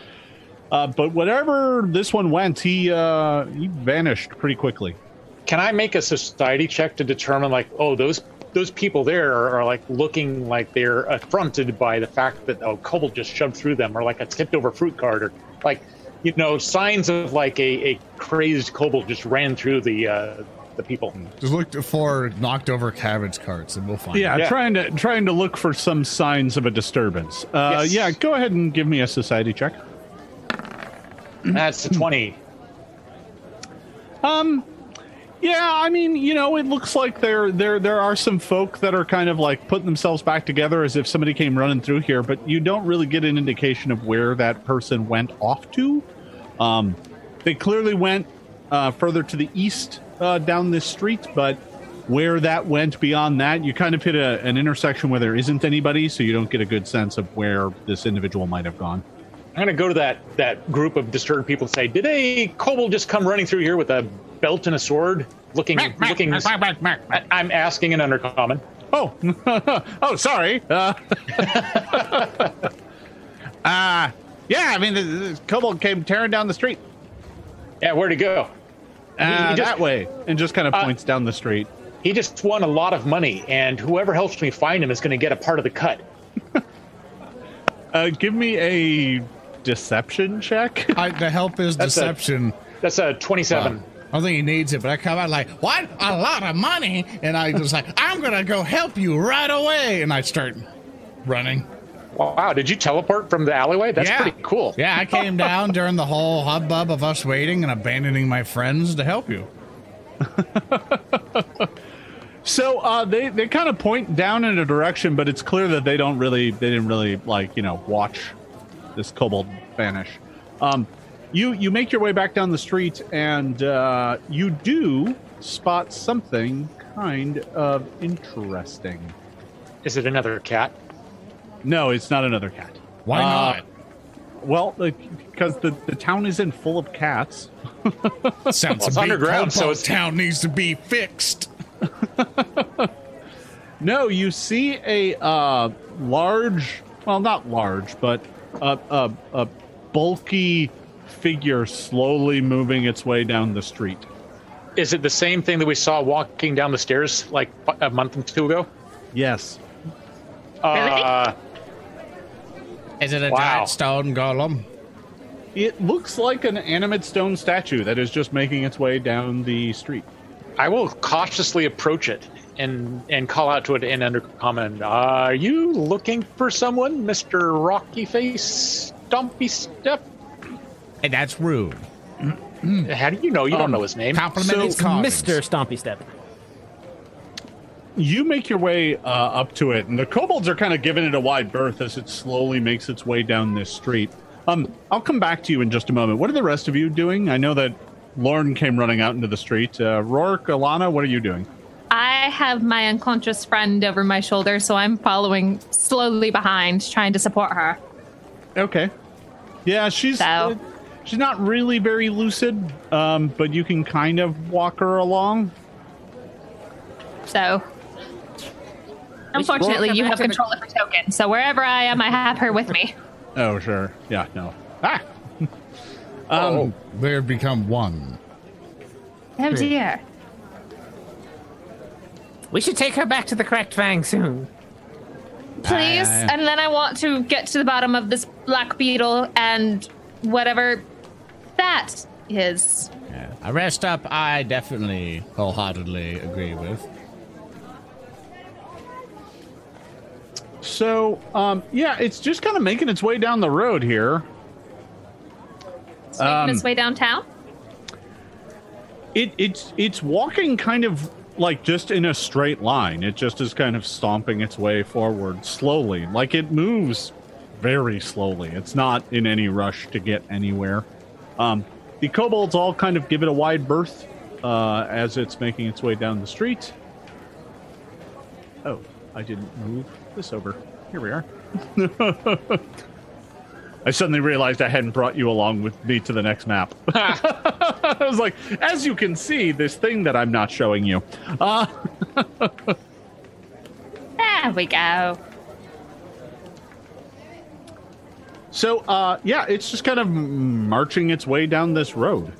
Uh, but whatever this one went, he uh, he vanished pretty quickly.
Can I make a society check to determine like, oh, those those people there are, are, like looking like they're affronted by the fact that oh, cobalt just shoved through them, or like a tipped over fruit cart, or like you know signs of like a, a crazed cobalt just ran through the uh, the people.
just look for knocked over cabbage carts and we'll find
Yeah,
it.
Yeah.
trying to trying to look for some signs of a disturbance. Uh,
Yes.
Yeah, go ahead and give me a society check.
That's a twenty.
Um yeah, I mean, you know, it looks like there there there are some folk that are kind of like putting themselves back together as if somebody came running through here, but you don't really get an indication of where that person went off to. Um they clearly went uh further to the east uh down this street, but where that went beyond that, you kind of hit a, an intersection where there isn't anybody, so you don't get a good sense of where this individual might have gone.
I'm gonna go to that that group of disturbed people and say, did a kobold just come running through here with a belt and a sword, looking looking? I- I'm asking an undercommon.
Oh, oh, sorry. Uh, uh, yeah, I mean, the, the kobold came tearing down the street
Yeah, where'd he go?
uh,
just-
that way, and just kind of
Uh,
points down the street.
He just won a lot of money, and whoever helps me find him is going to get a part of the cut.
Uh, give me a deception check?
I, the help is
That's a-
deception.
That's a 27.
I don't think he needs it, but I come out like, what? A lot of money? And I was like, I'm going to go help you right away. And I start running.
Wow, did you teleport from the alleyway? That's
Yeah.
pretty cool.
Yeah, I came down during the whole hubbub of us waiting and abandoning my friends to help you.
So uh, they they kind of point down in a direction, but it's clear that they don't really they didn't really like you know watch this kobold vanish. Um, you you make your way back down the street, and uh, you do spot something kind of interesting.
Is it another cat?
No, it's not another cat.
Why
Uh, Well, because the, the town is in full of cats.
not? Sounds
Well, it's
a big
underground, so
kobold
it's-
town needs to be fixed.
No, you see a uh, large, well, not large, but a, a, a bulky figure slowly moving its way down the street.
Is it the same thing that we saw walking down the stairs like f- a month and two ago?
Yes.
Uh,
Is it a
Wow.
giant stone golem?
It looks like an animate stone statue that is just making its way down the street.
I will cautiously approach it and and call out to it in under common. Are you looking for someone, Mister Rocky Face Stumpy Step?
Hey, that's rude.
How do you know? You don't know his name.
Compliment
So,
his carvings.
Mr. Stompy Step.
You make your way uh, up to it, and the kobolds are kind of giving it a wide berth as it slowly makes its way down this street. Um, I'll come back to you in just a moment. What are the rest of you doing? I know that Lauren came running out into the street. Uh, Rourke, Alana, what are you doing?
I have my unconscious friend over my shoulder, so I'm following slowly behind, trying to support her.
Okay. Yeah, she's
So-
uh, she's not really very lucid, um, but you can kind of walk her along.
So, unfortunately, you have control of her token. So wherever I am, I have her with me.
Oh, sure. Yeah, no. Ah. um,
Oh, they've become one.
Oh dear.
We should take her back to the correct fang soon.
Please.
Uh,
I-
And then I want to get to the bottom of this black beetle and whatever that is.
Yeah. A rest up, I definitely wholeheartedly agree with.
So, um, yeah, it's just kind of making its way down the road here.
It's making
Um,
its way downtown.
It it's it's walking kind of like just in a straight line. It just is kind of stomping its way forward slowly. Like it moves very slowly. It's not in any rush to get anywhere. Um, the kobolds all kind of give it a wide berth uh, as it's making its way down the street. Oh, I didn't move this over. Here we are. I suddenly realized I hadn't brought you along with me to the next map. I was like, as you can see, this thing that I'm not showing you. Uh,
There we go.
so, uh, yeah, it's just kind of marching its way down this road.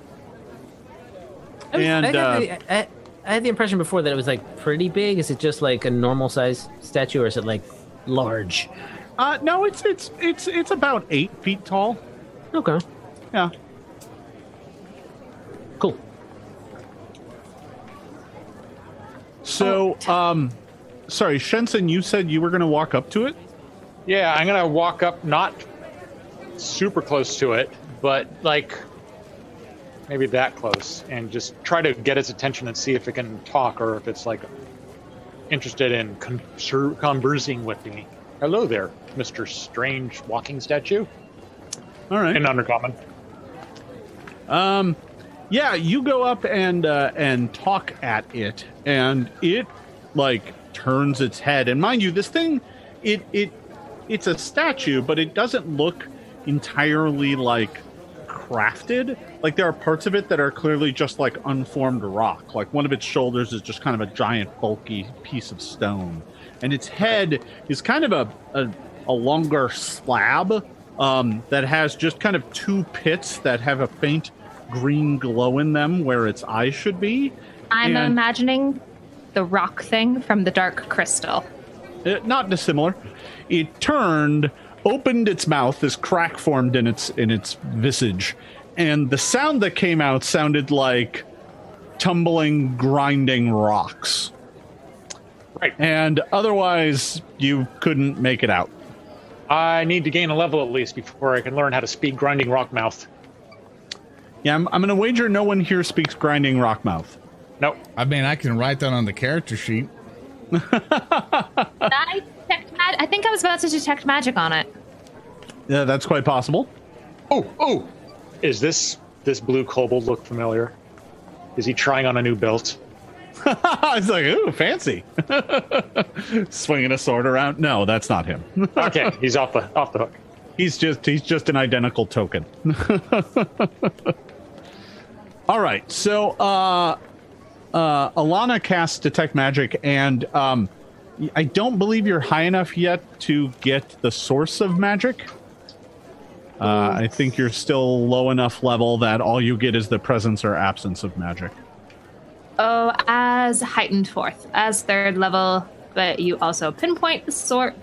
I was-
And,
I, got
uh,
the, I, I had the impression before that it was like pretty big. Is it just like a normal size statue, or is it like large?
Uh, no, it's it's it's it's about eight feet tall.
Okay,
Yeah.
cool. Oh,
So, um, sorry, Shenson, you said you were going to walk up to it.
Yeah, I'm gonna walk up, not super close to it, but like maybe that close, and just try to get its attention and see if it can talk or if it's like interested in conser- conversing with me. Hello there, Mister Strange Walking Statue
All right.
in Undercommon.
Um, yeah, you go up and uh, and talk at it, and it like turns its head. And mind you, this thing, it it it's a statue, but it doesn't look entirely like crafted. Like there are parts of it that are clearly just like unformed rock. Like one of its shoulders is just kind of a giant bulky piece of stone, and its head is kind of a a, a longer slab um, that has just kind of two pits that have a faint green glow in them where its eyes should be.
I'm
and-
imagining the rock thing from the dark crystal.
Uh, not dissimilar. It turned opened its mouth, this crack formed in its in its visage, and the sound that came out sounded like tumbling, grinding rocks.
Right.
And otherwise, you couldn't make it out.
I need to gain a level at least before I can learn how to speak grinding rock mouth.
Yeah, I'm, I'm going to wager no one here speaks grinding rock mouth.
Nope.
I mean, I can write that on the character sheet.
I detect mag- I think I was about to detect magic on it.
Yeah, that's quite possible.
Oh, oh. Is this this blue kobold look familiar? Is he trying on a new belt?
it's like, ooh, fancy. Swinging a sword around. No, that's not him.
Okay, he's off the off the hook.
He's just he's just an identical token. All right, so uh, uh, Alana casts detect magic, and um, I don't believe you're high enough yet to get the source of magic. Uh, I think you're still low enough level that all you get is the presence or absence of magic.
Oh, as heightened fourth, as third level, but you also pinpoint the sort.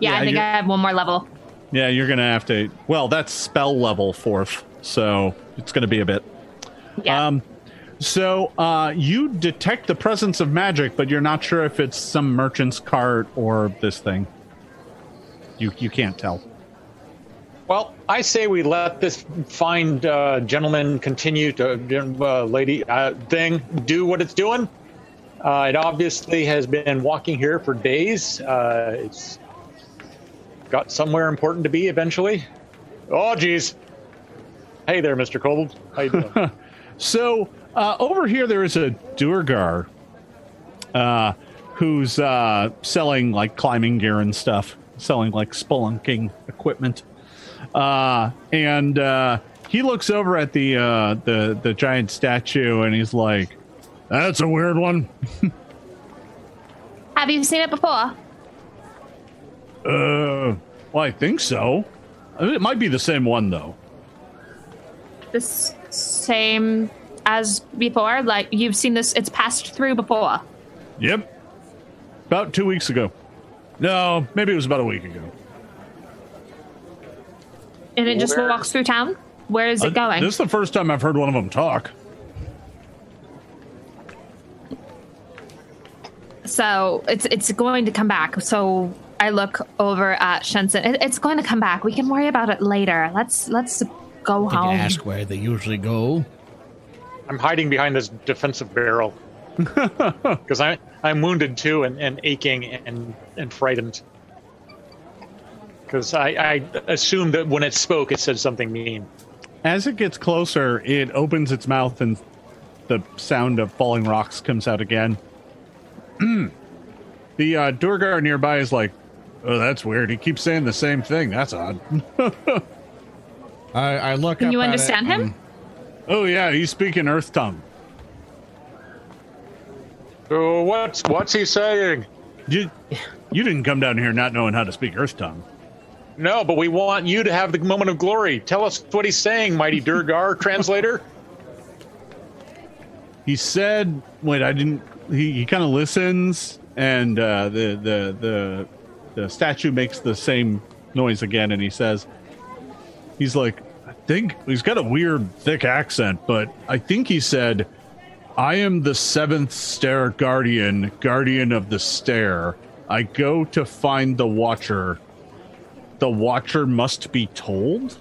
Yeah,
Yeah,
I think
you're-
I have one more level.
Yeah, you're gonna have to. Well, that's spell level fourth, so it's gonna be a bit.
Yeah.
Um, so uh, you detect the presence of magic, but you're not sure if it's some merchant's cart or this thing. You you can't tell.
Well, I say we let this fine uh, gentleman continue to uh, lady uh, thing do what it's doing. Uh, it obviously has been walking here for days. Uh, it's got somewhere important to be eventually. Oh, geez. Hey there, Mr. Kobold. How you doing?
So uh, over here, there is a Durgar, uh, who's uh, selling like climbing gear and stuff, selling like spelunking equipment, uh, and uh, he looks over at the uh, the the giant statue and he's like, "That's a weird one."
have you seen it before?
Uh, well, I think so. I mean, It might be the same one though.
The s- same as before? Like, you've seen this, it's passed through before.
Yep, about two weeks ago. No, maybe it was about a week ago.
And it just
Where-
walks through town? Where is it
Uh,
going?
This is the first time I've heard one of them talk.
So it's it's going to come back. So I look over at Shenson. It, it's going to come back. We can worry about it later. Let's let's go
You can
home.
ask where they usually go.
I'm hiding behind this defensive barrel because I'm I'm wounded too and, and aching and and frightened because I, I assumed that when it spoke it said something mean.
As it gets closer, it opens its mouth and the sound of falling rocks comes out again. Mm. the uh, Durgar nearby is like, oh, that's weird. He keeps saying the same thing. That's odd.
I, I look.
Can
up
you
at it
understand him?
and-
oh, yeah, he's speaking Earth Tongue.
So what's what's he saying?
You, you didn't come down here not knowing how to speak Earth Tongue.
No, but we want you to have the moment of glory. Tell us what he's saying, mighty Durgar translator.
he said wait i didn't he, he kind of listens and uh, the, the the the statue makes the same noise again and he says he's like i think he's got a weird thick accent but i think he said i am the seventh stair guardian guardian of the stair i go to find the watcher the watcher must be told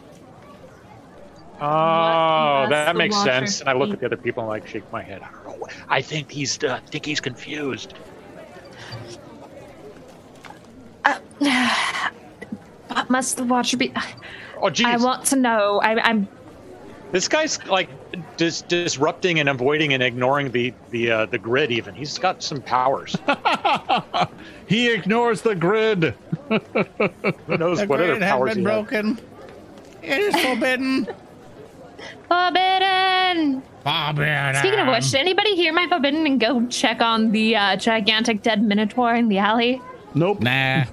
Oh,
must
that
the
makes
watcher
sense. And I look
be?
at the other people and like shake my head. I don't know. I think he's uh, think he's confused.
What must the watcher be?
Oh, geez.
I want to know. I, I'm
This guy's like dis- disrupting and avoiding and ignoring the the uh, the grid. Even he's got some powers.
he ignores the grid
Who knows
The
what other
grid has
powers
been
he has.
broken. It is forbidden.
forbidden.
forbidden.
Speaking of which, did anybody hear my forbidden and go check on the uh, gigantic dead minotaur in the alley?
nope
nah.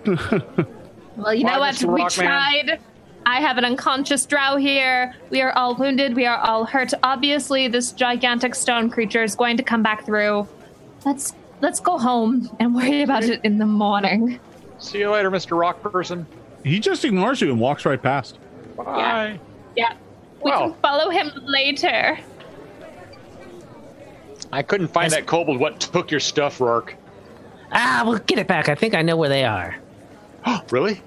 Well, you
Why,
know what?
Mr.
We
Rockman?
tried. I have an unconscious drow here. We are all wounded. We are all hurt. Obviously, this gigantic stone creature is going to come back through. Let's let's go home and worry about it in the morning.
See you later, Mister Rock Person.
he just ignores you and walks right past.
Bye.
We
Well.
can follow him later.
I couldn't find that kobold. What took your stuff, Rourke?
Ah, we'll get it back. I think I know where they are.
Really?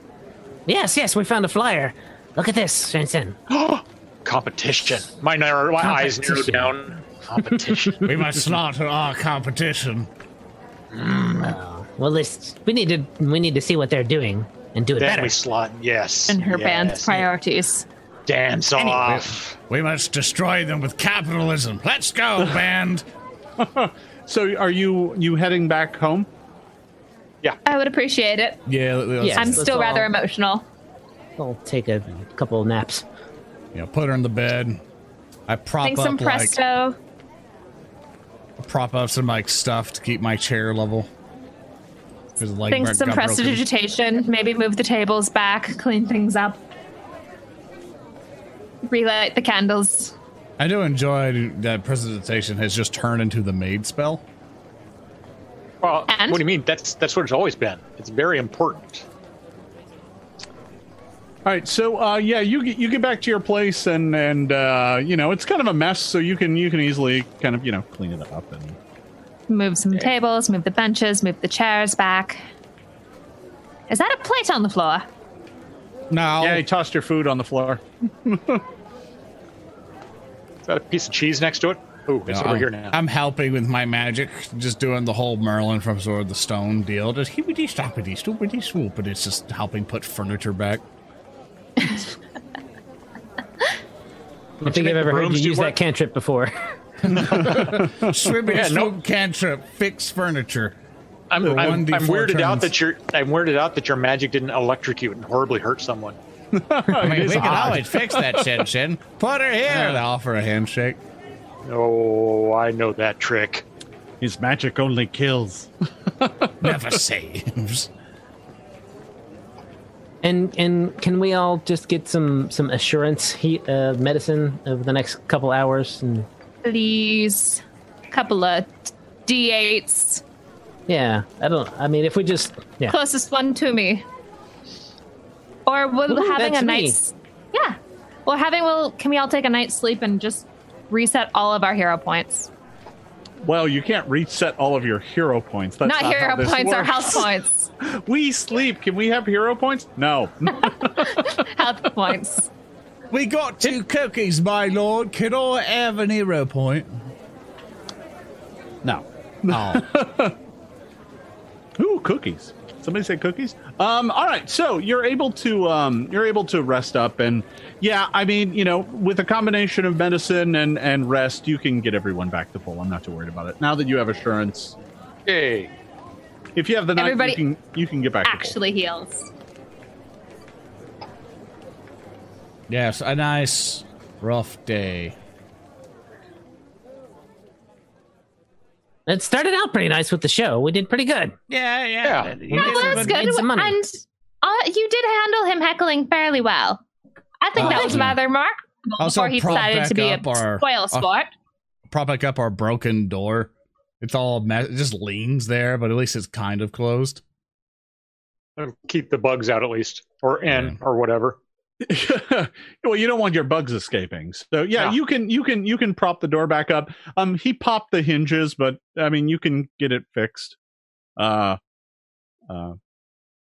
Yes, yes, we found a flyer. Look at this, Shensen.
Competition. My, narrow, my eyes narrowed
Competition.
down. Competition.
We must slaughter our competition.
Well, this we need to we need to see what they're doing and do it
then
better.
we slot. Yes.
And her band's
yes.
priorities.
Dance off.
We must destroy them with capitalism. Let's go, band.
So are you you heading back home?
I would appreciate it.
Yeah, let- let's-
Yeah.
I'm
That's
still
all.
rather emotional.
I'll take a couple naps.
yeah, put her in the bed. I prop
Think
up
some presto.
like prop up some like stuff to keep my chair level. 'Cause the leg
Think
got
some
broken.
prestidigitation, maybe move the tables back, clean things up, relight the candles.
I do enjoy that presentation has just turned into the maid spell.
Well,
And?
what do you mean? That's that's what it's always been. It's very important.
All right, so uh, yeah, you get you get back to your place, and and uh, you know it's kind of a mess, so you can you can easily kind of you know clean it up, and
Move some tables, move the benches, move the chairs back. Is that a plate on the floor?
No,
yeah, you tossed your food on the floor.
Is that a piece of cheese next to it? Oh,
No,
it's over
I'm,
here now.
I'm helping with my magic, just doing the whole Merlin from Sword of the Stone deal. Just hippity stoppity stoopity swoop, but it's just helping put furniture back.
I don't think I've ever heard
rooms
you
do
use
work?
that cantrip before.
Swimming
Yeah, no-
swoop cantrip, fix furniture.
I'm,
Or
I'm,
1d4
I'm weirded out
turns.
that your I'm weirded out that your magic didn't electrocute and horribly hurt someone.
I mean,
is
we can
odd.
always fix that, Shin Shin. Put her
And I
here.
offer a handshake.
Oh, I know that trick.
His magic only kills.
Never saves.
and and can we all just get some some assurance heat uh, medicine over the next couple hours? And
Please. Couple of D8s.
yeah, I don't. I mean, if we just yeah,
Closest one to me. Or will
Ooh,
having
that's
a
me.
night's Yeah. Or having well can we all take a night's sleep and just reset all of our hero points?
Well, you can't reset all of your hero points. That's
not,
not,
hero
how this
points or
works.
health points.
We sleep. Can we have hero points? No.
health points.
We got two cookies, my lord. Could I have an hero point?
no.
Oh,
Ooh, cookies. Somebody say cookies. Um, all right, so you're able to um, you're able to rest up, and yeah, I mean, you know, with a combination of medicine and and rest, you can get everyone back to full. I'm not too worried about it. Now that you have assurance,
Hey,
if you have the night,
Everybody
you can you can get back. to full.
Actually heals.
yes, a nice rough day.
it started out pretty nice with the show. We did pretty good.
Yeah,
yeah.
yeah.
That was good.
made some money.
And uh, you did handle him heckling fairly well. I think
Oh,
that
thank
was
you.
rather remarkable
Also,
before he
prop
decided
back
to be a
up our- uh,
spoil
our-
sport.
Prop back up our broken door. It's all mess. It just leans there, but at least it's kind of closed.
I'll keep the bugs out at least, or in, or whatever.
well, you don't want your bugs escaping. So yeah,
No.
you can you can you can prop the door back up. Um he popped the hinges, but I mean you can get it fixed. Uh uh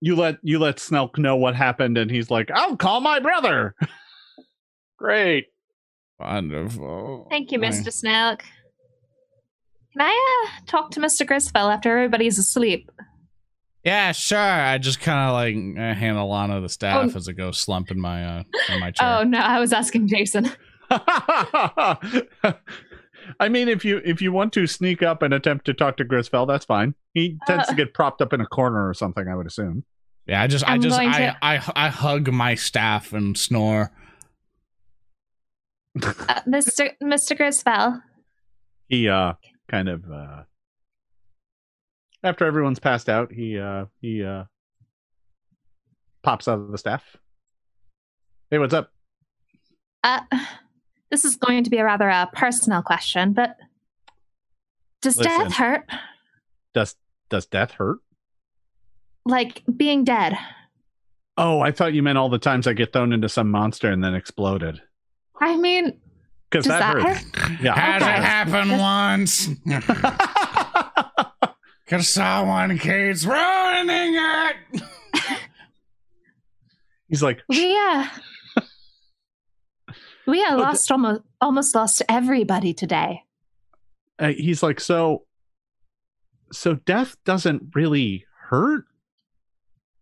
you let you let Snelk know what happened and he's like, I'll call my brother.
Great.
Wonderful.
Thank you,
Aye.
Mr. Snelk. Can I uh, talk to Mr. Grisfell after everybody's asleep?
Yeah, sure. I just kind of like uh, hand Alana the staff as it goes slump in my uh, in my chair.
Oh no, I was asking Jason.
I mean if you if you want to sneak up and attempt to talk to Grisfell, that's fine. He tends to get propped up in a corner or something, I would assume.
yeah, I just i
I'm
just
going
I,
to-
I I hug my staff and snore.
Uh, Mr. Mr. Grisfell,
He uh kind of uh after everyone's passed out, he uh he uh pops out of the staff. Hey, what's up?
uh, this is going to be a rather uh, personal question, but does
Listen.
death hurt?
Does does death hurt?
Like being dead?
Oh, I thought you meant all the times I get thrown into some monster and then exploded.
I mean,
Because
does
that,
that,
hurt.
hurt?
Yeah.
Has it happened once? Cause someone keeps ruining it.
He's like,
We uh, we uh,
the-
lost almost almost lost everybody today.
uh, he's like, so, so death doesn't really hurt.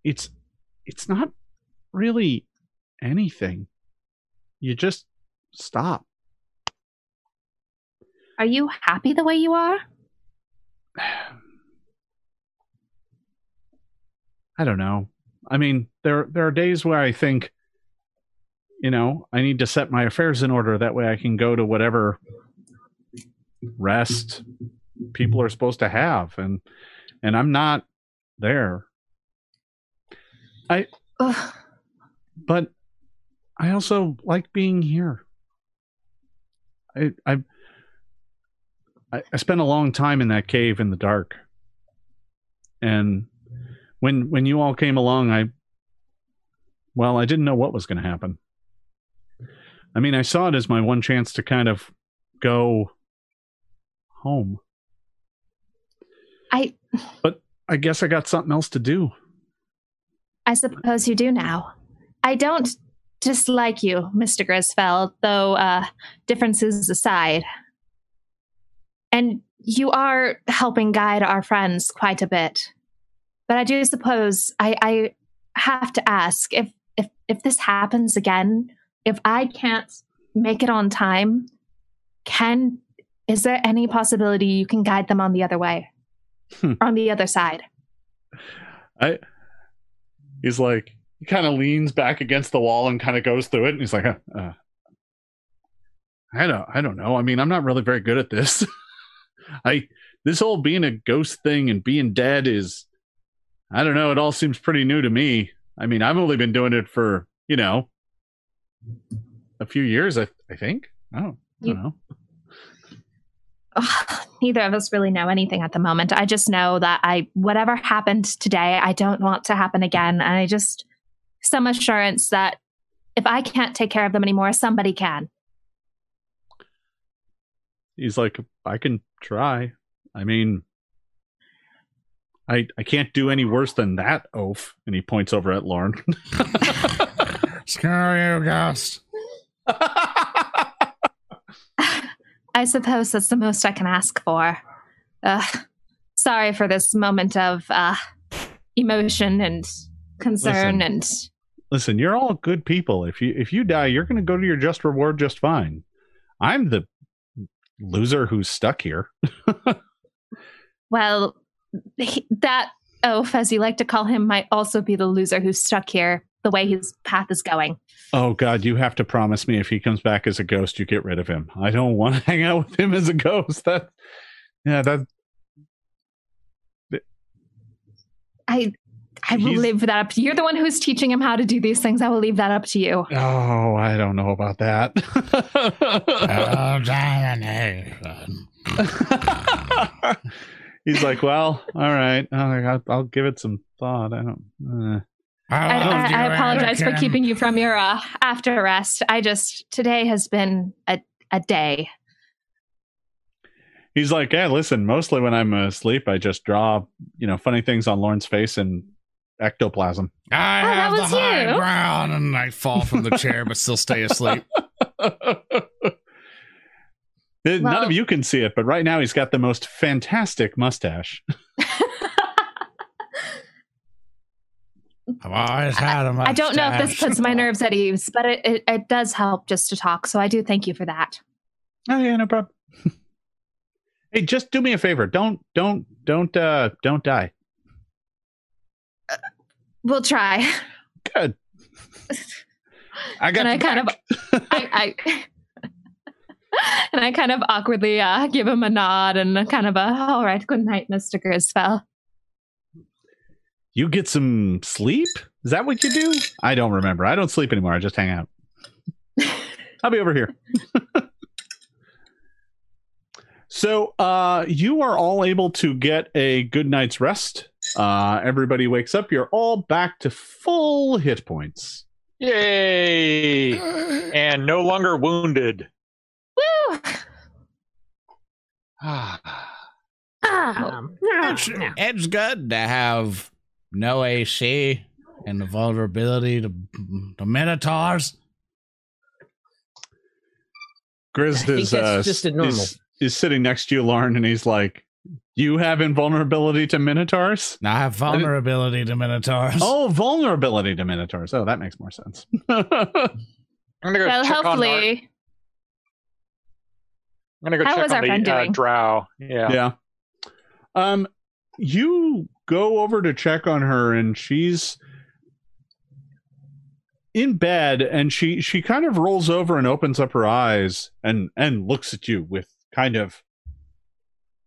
It's, it's not really anything. You just stop.
Are you happy the way you are?
I don't know. I mean, there there are days where I think, you know, I need to set my affairs in order. That way, I can go to whatever rest people are supposed to have, and and I'm not there.
Ugh.
But I also like being here. I I I I spent a long time in that cave in the dark, and when when you all came along i well i didn't know what was going to happen i mean i saw it as my one chance to kind of go home
I
i guess i got something else to do
I suppose you do now. I don't dislike you, Mr. Grisfeld, though uh, differences aside. And you are helping guide our friends quite a bit. But I do suppose I, I have to ask if, if if this happens again, if I can't make it on time, can is there any possibility you can guide them on the other way?
Hmm.
On the other side.
he's like he kind of leans back against the wall and kind of goes through it and he's like uh, uh, i don't i don't know i mean i'm not really very good at this i this whole being a ghost thing and being dead is i don't know it all seems pretty new to me i mean i've only been doing it for you know a few years i, I think i don't, I
You-
don't know
Ugh, neither of us really know anything at the moment. I just know that I whatever happened today, I don't want to happen again. And I just some assurance that if I can't take care of them anymore, somebody can.
he's like i can try i mean i i can't do any worse than that oaf and he points over at lauren
Screw you, ghost.
I suppose that's the most I can ask for. Ugh, sorry for this moment of uh, emotion and concern
Listen.
and
listen, you're all good people. If you if you die, you're going to go to your just reward just fine. I'm the loser who's stuck here.
Well, he, that oaf, as you like to call him, might also be the loser who's stuck here the way his path is going.
Oh God, you have to promise me if he comes back as a ghost, you get rid of him. I don't want to hang out with him as a ghost. That yeah, that
I I will
He's-
leave that up to you. You're the one who's teaching him how to do these things. I will leave that up to you.
oh, I don't know about that.
Oh, damn
He's like, well, all right, I'll, I'll, I'll give it some thought. I don't. Uh.
Oh,
I, I, I apologize for keeping you from your uh, after rest. I just today has been a a day.
He's like, yeah, listen, mostly when I'm asleep, I just draw, you know, funny things on Lauren's face and ectoplasm.
I
Oh, that
have the
was
high
you.
ground, and I fall from the chair, but still stay asleep.
None
Well-
of you can see it, but right now he's got the most fantastic mustache.
I've always had a mustache.
I don't know if this puts my nerves at ease, but it, it, it does help just to talk. So I do thank you for that.
Oh yeah, no problem. hey, just do me a favor. Don't don't don't uh don't die.
We'll try.
Good. I got
and I
your
kind of, I, I, and I kind of awkwardly uh, give him a nod and a kind of a, all right, good night, Mister Grisfell.
You get some sleep? Is that what you do? I don't remember. I don't sleep anymore. I just hang out. I'll be over here. so uh you are all able to get a good night's rest Uh, everybody wakes up. You're all back to full hit points.
Yay! And no longer wounded.
Woo! Ah,
Um,
It's, it's good to have no AC and the vulnerability to, to minotaurs.
I
Grizz
think
is,
that's
uh,
just a normal-
is is sitting next to you, Lauren, and he's like, "You have invulnerability to minotaurs."
I have vulnerability to minotaurs.
Oh, vulnerability to minotaurs. Oh, that makes more sense.
I'm gonna go
well,
check on Nar-
hopefully.
I'm gonna go
How
check
was our
on
friend
the uh,
doing?
drow. Yeah.
yeah. Um, you go over to check on her, and she's in bed, and she she kind of rolls over and opens up her eyes, and and looks at you with kind of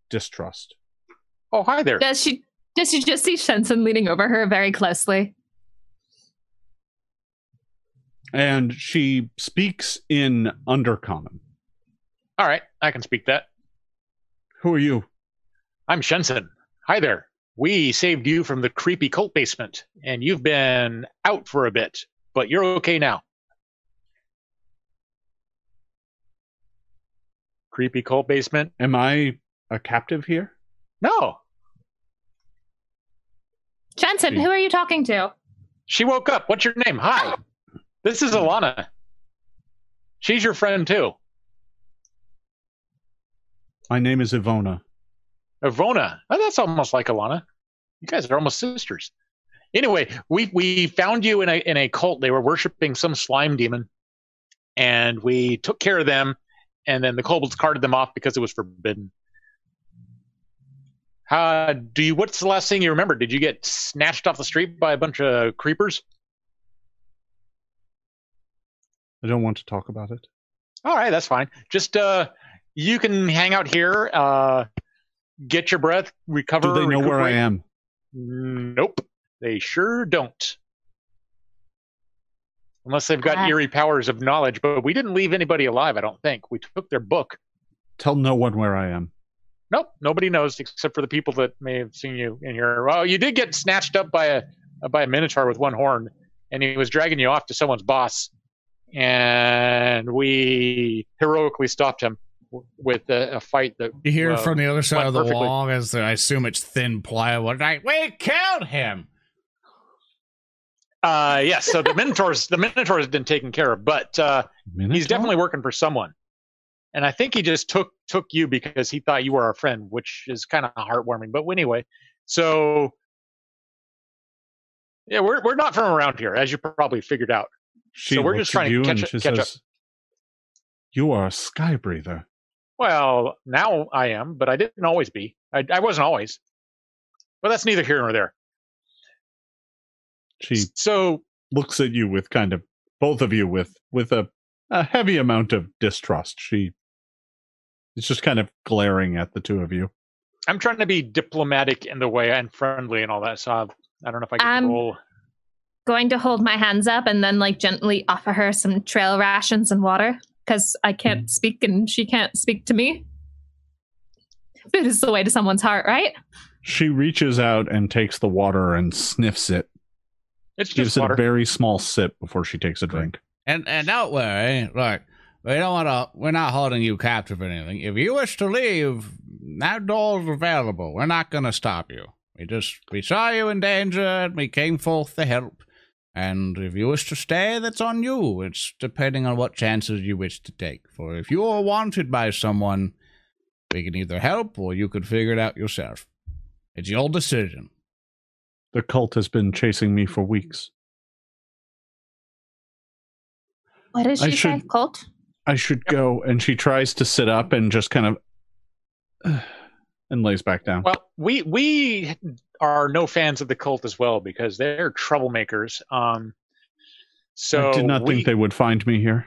distrust.
Oh, hi there.
Does she does she just see Shenson leaning over her very closely?
And she speaks in undercommon.
All right, I can speak that.
Who are you?
I'm Shenson. Hi there. We saved you from the creepy cult basement, and you've been out for a bit, but you're okay now. Creepy cult basement?
Am I a captive here?
No.
Shenson,
She-
who are you talking to?
She woke up. What's your name? Hi. This is Alana. She's your friend too.
My name is Ivona.
Ivona. Oh, that's almost like Alana. You guys are almost sisters. Anyway, we we found you in a in a cult. They were worshiping some slime demon, and we took care of them. And then the kobolds carted them off because it was forbidden. Uh, do you? What's the last thing you remember? Did you get snatched off the street by a bunch of creepers?
I don't want to talk about it.
All right, that's fine. Just uh, you can hang out here. Uh, get your breath,
Do
recover.
they know where I
recuperate.
am?
Nope. They sure don't. Unless they've got
Ah.
eerie powers of knowledge, but we didn't leave anybody alive, I don't think. We took their book.
Tell no one where I am.
Nope, nobody knows except for the people that may have seen you in here. Well, you did get snatched up by a uh, by a minotaur with one horn, and he was dragging you off to someone's boss, and we heroically stopped him w- with a, a fight that
You hear
Well,
from the other side
went
of the
perfectly.
wall as I assume it's thin plywood. Like, we killed him.
uh yes so the minotaurs the minotaur has been taken care of but uh he's
Minotaur?
definitely working for someone and i think he just took took you because he thought you were our friend which is kind of heartwarming but anyway so yeah we're, we're not from around here as you probably figured out
She
So we're
looks
just trying
at
to
you
catch
and
up-
she
catch up.
says, "You are a sky breather."
well now i am but i didn't always be i, I wasn't always well that's neither here nor there
She
so
looks at you with kind of both of you with with a a heavy amount of distrust. She is just kind of glaring at the two of you.
i'm trying to be diplomatic in the way and friendly and all that so i, I don't know if i can
Um,
roll
Going to hold my hands up and then like gently offer her some trail rations and water because I can't speak and she can't speak to me. Food is the way to someone's heart, right?
She reaches out and takes the water and sniffs it.
it's
Gives
just
it a
water
very small sip before she takes a drink.
And and don't worry, look, we don't want to. We're not holding you captive or anything. If you wish to leave, that door's available. We're not going to stop you. We just we saw you in danger and we came forth to help. And if you wish to stay, that's on you. It's depending on what chances you wish to take. For if you are wanted by someone, we can either help or you could figure it out yourself. It's your decision.
The cult has been chasing me for weeks.
What did
I
she say,
should-
Colt?
I should go. And she tries to sit up and just kind of and lays back down.
Well, we we are no fans of the cult as well because they're troublemakers. Um, so
I did not
we-
think they would find me here.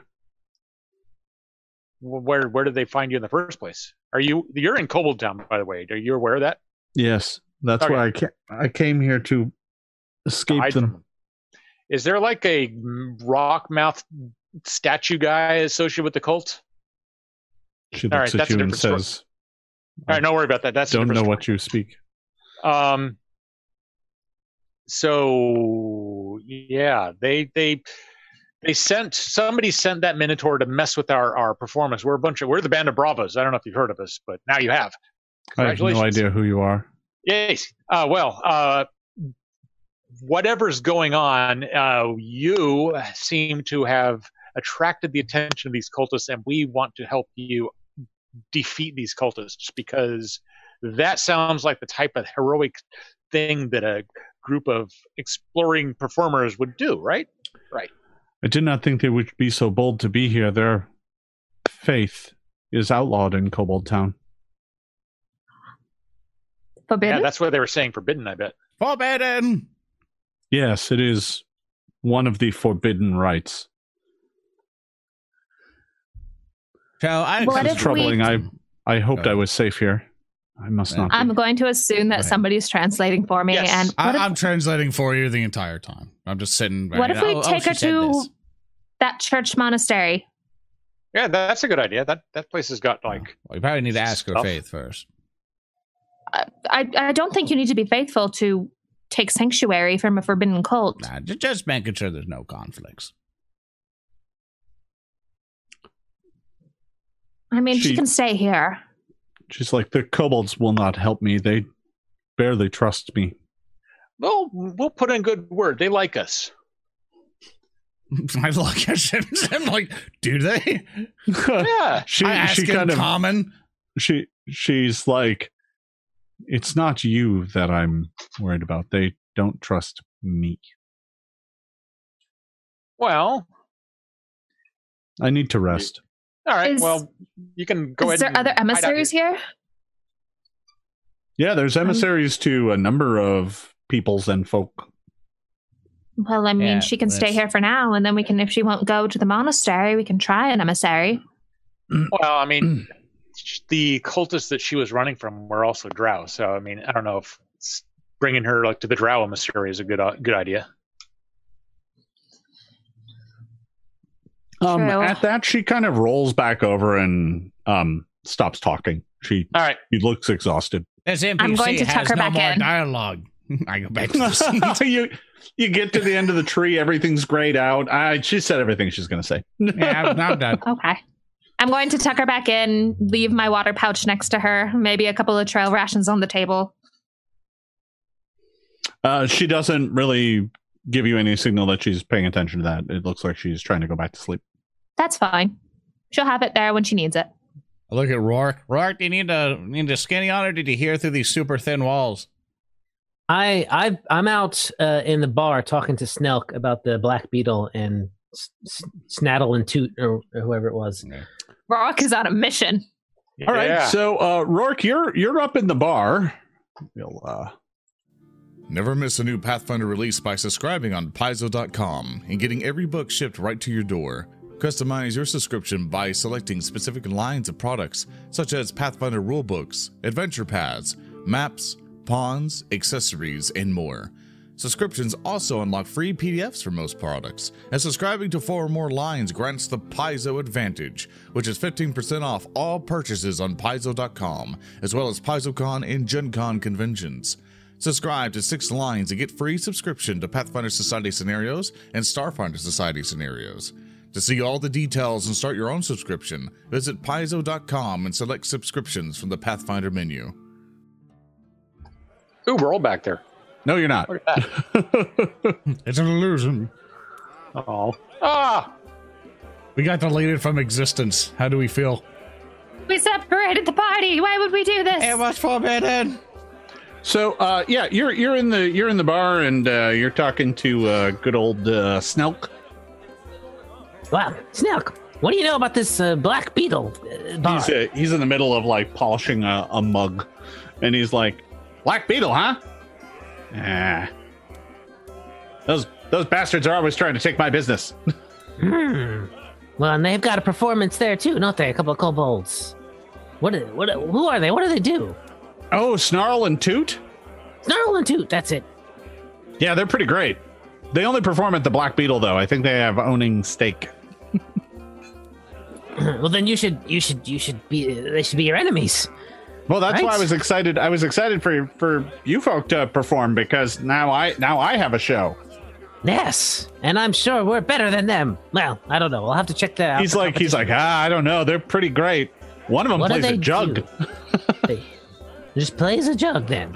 Where where did they find you in the first place? Are you you're in Kobold Town, by the way? Are you aware of that?
Yes, that's
Okay.
why I came. I came here to escape
Hide
them.
from them. Is there like a rock mouth statue guy associated with the cult?
She
All
looks
right,
at
that's a
you and
different story.
says,
All right, don't worry about that. That's a
"Don't know
different
what you speak."
story. Um, so yeah, they they they sent somebody sent that Minotaur to mess with our our performance. We're a bunch of we're the band of bravos. I don't know if you've heard of us, but now you have.
I have no
Congratulations.
idea who you are.
Yes. Uh, well, uh, whatever's going on, uh, you seem to have attracted the attention of these cultists, and we want to help you defeat these cultists because that sounds like the type of heroic thing that a group of exploring performers would do, right?
I did not think they would be so bold to be here. Their faith is outlawed in Kobold Town.
Yeah,
Forbidden?
that's what they were saying forbidden, I bet.
Forbidden.
Yes, it is one of the forbidden rites.
Shall I?
What
It's
if we-
troubling. I I hoped I was safe here. I must not.
I'm
Be.
going to assume that
Right.
somebody's translating for me.
Yes.
And
I,
what if
I'm translating for you the entire time. I'm just sitting.
What if we
oh, oh,
take
she
her
said
to-
this.
that church monastery?
Yeah, that's a good idea. That that place has got like
Well, Oh, you probably need to ask her
Stuff.
faith first.
I, I don't think you need to be faithful to take sanctuary from a forbidden cult.
Nah, ju- just making sure there's no conflicts.
I mean, she
She-
can stay here.
She's like the kobolds will not help me. They barely trust me.
well, we'll put in good word. They like us.
I look at Shims and I'm like, do they?
Yeah.
she
I ask
she
in
kind of
common.
she she's like it's not you that i'm worried about they don't trust me
Well,
i need to rest
all right.
Is-
well, you can go
Is
ahead.
there
and
other
hide out
emissaries
here.
here?
yeah
Um,
there's emissaries to a number of peoples and folk
Well, I mean,
Yeah,
she can stay
that's-
here for now, and then we can, if she won't go to the monastery, we can try an emissary.
Well, I mean, the cultists that she was running from were also Drow. So, I mean, I don't know if s- bringing her like to the Drow emissary is a good uh, good idea.
um
True.
at that she kind of rolls back over and um stops talking she
All right.
she looks exhausted
This NPC
I'm going to tuck
has
her
no
back
more
in.
dialogue. I go back to the seat.
you you get to the end of the tree everything's grayed out I, she said everything she's gonna say
yeah, I'm, I'm done.
Okay. I'm going to tuck her back in, leave my water pouch next to her, maybe a couple of trail rations on the table.
Uh, she doesn't really give you any signal that she's paying attention to that. It looks like she's trying to go back to sleep.
That's fine. She'll have it there when she needs it.
I look at Rourke.
Rourke, do you need a need a skinny on, or did you hear through these super thin walls?
I I I'm out uh, in the bar talking to Snelk about the black beetle and S- S- Snaddle and Toot or, or whoever it was.
Rock is on a mission.
All right,
Yeah.
so uh, Rourke, you're you're up in the bar. We'll, uh,
Never miss a new Pathfinder release by subscribing on Paizo.com and getting every book shipped right to your door. Customize your subscription by selecting specific lines of products such as Pathfinder rulebooks, adventure paths, maps, pawns, accessories, and more. Subscriptions also unlock free PDFs for most products, and subscribing to four or more lines grants the Paizo Advantage, which is 15% off all purchases on Paizo.com, as well as PaizoCon and Gen Con conventions. Subscribe to Six Lines and get free subscription to Pathfinder Society scenarios and Starfinder Society scenarios. To see all the details and start your own subscription, visit paizo.com and select subscriptions from the Pathfinder menu.
Ooh, we're all back there.
no, you're not.
Look at that.
It's an illusion.
Oh. Ah.
We got deleted from existence. How do we feel?
We separated the party. Why would we do this?
was forbidden.
So uh, yeah, you're you're in the you're in the bar and uh, you're talking to uh, good old uh, Snelk.
Wow, Snelk, what do you know about this uh, black beetle uh, bar?
He's uh, he's in the middle of like polishing a, a mug, and he's like, "Black Beetle, huh? Ah. Those those bastards are always trying to take my business."
Hmm. Well, and they've got a performance there too, don't they? A couple of kobolds. What? are- What? Who are they? What do they do?
Oh, snarl and toot.
Snarl and Toot. That's it.
Yeah, they're pretty great. They only perform at the Black Beetle, though. I think they have owning stake.
well, then you should. You should. You should be. They should be your enemies.
Well, that's why I
Right.
was excited. I was excited for for you folk to perform because now I now I have a show.
Yes, and I'm sure we're better than them. Well, I don't know. I'll have to check that out.
He's like he's like ah, I don't know. They're pretty great. One of them
What do
plays a
they
jug.
do? They- Just plays a jug then.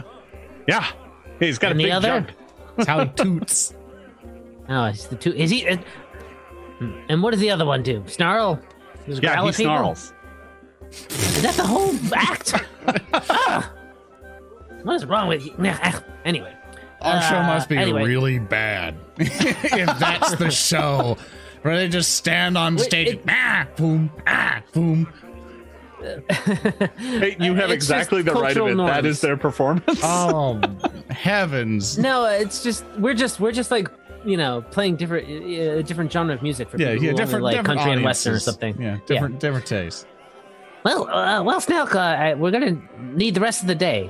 Yeah, he's got
And
a
the
big
other?
jug.
That's how he toots.
Oh, it's the two. Is he? Uh, hmm. and what does the other one do? Snarl? Does it
Yeah,
growl
he
at people?
snarls.
Is that the whole act? Ah! what is wrong with you? Nah, ah. Anyway,
Our show
Uh,
must be
anyway.
really bad. if that's the show. Where they just stand on stage.
it-
ah, boom, ah, boom.
Hey, you have
Uh, It's just
exactly the right of it.
cultural
That
norms.
is their performance.
Oh, heavens.
no, it's just we're just we're just like you know playing different uh, different genre of music for
Yeah,
people
yeah,
who only
different,
like
different
country and western or
audiences.
something.
Yeah, different, different tastes.
Well, uh, well, Snelk, uh, I- we're gonna need the rest of the day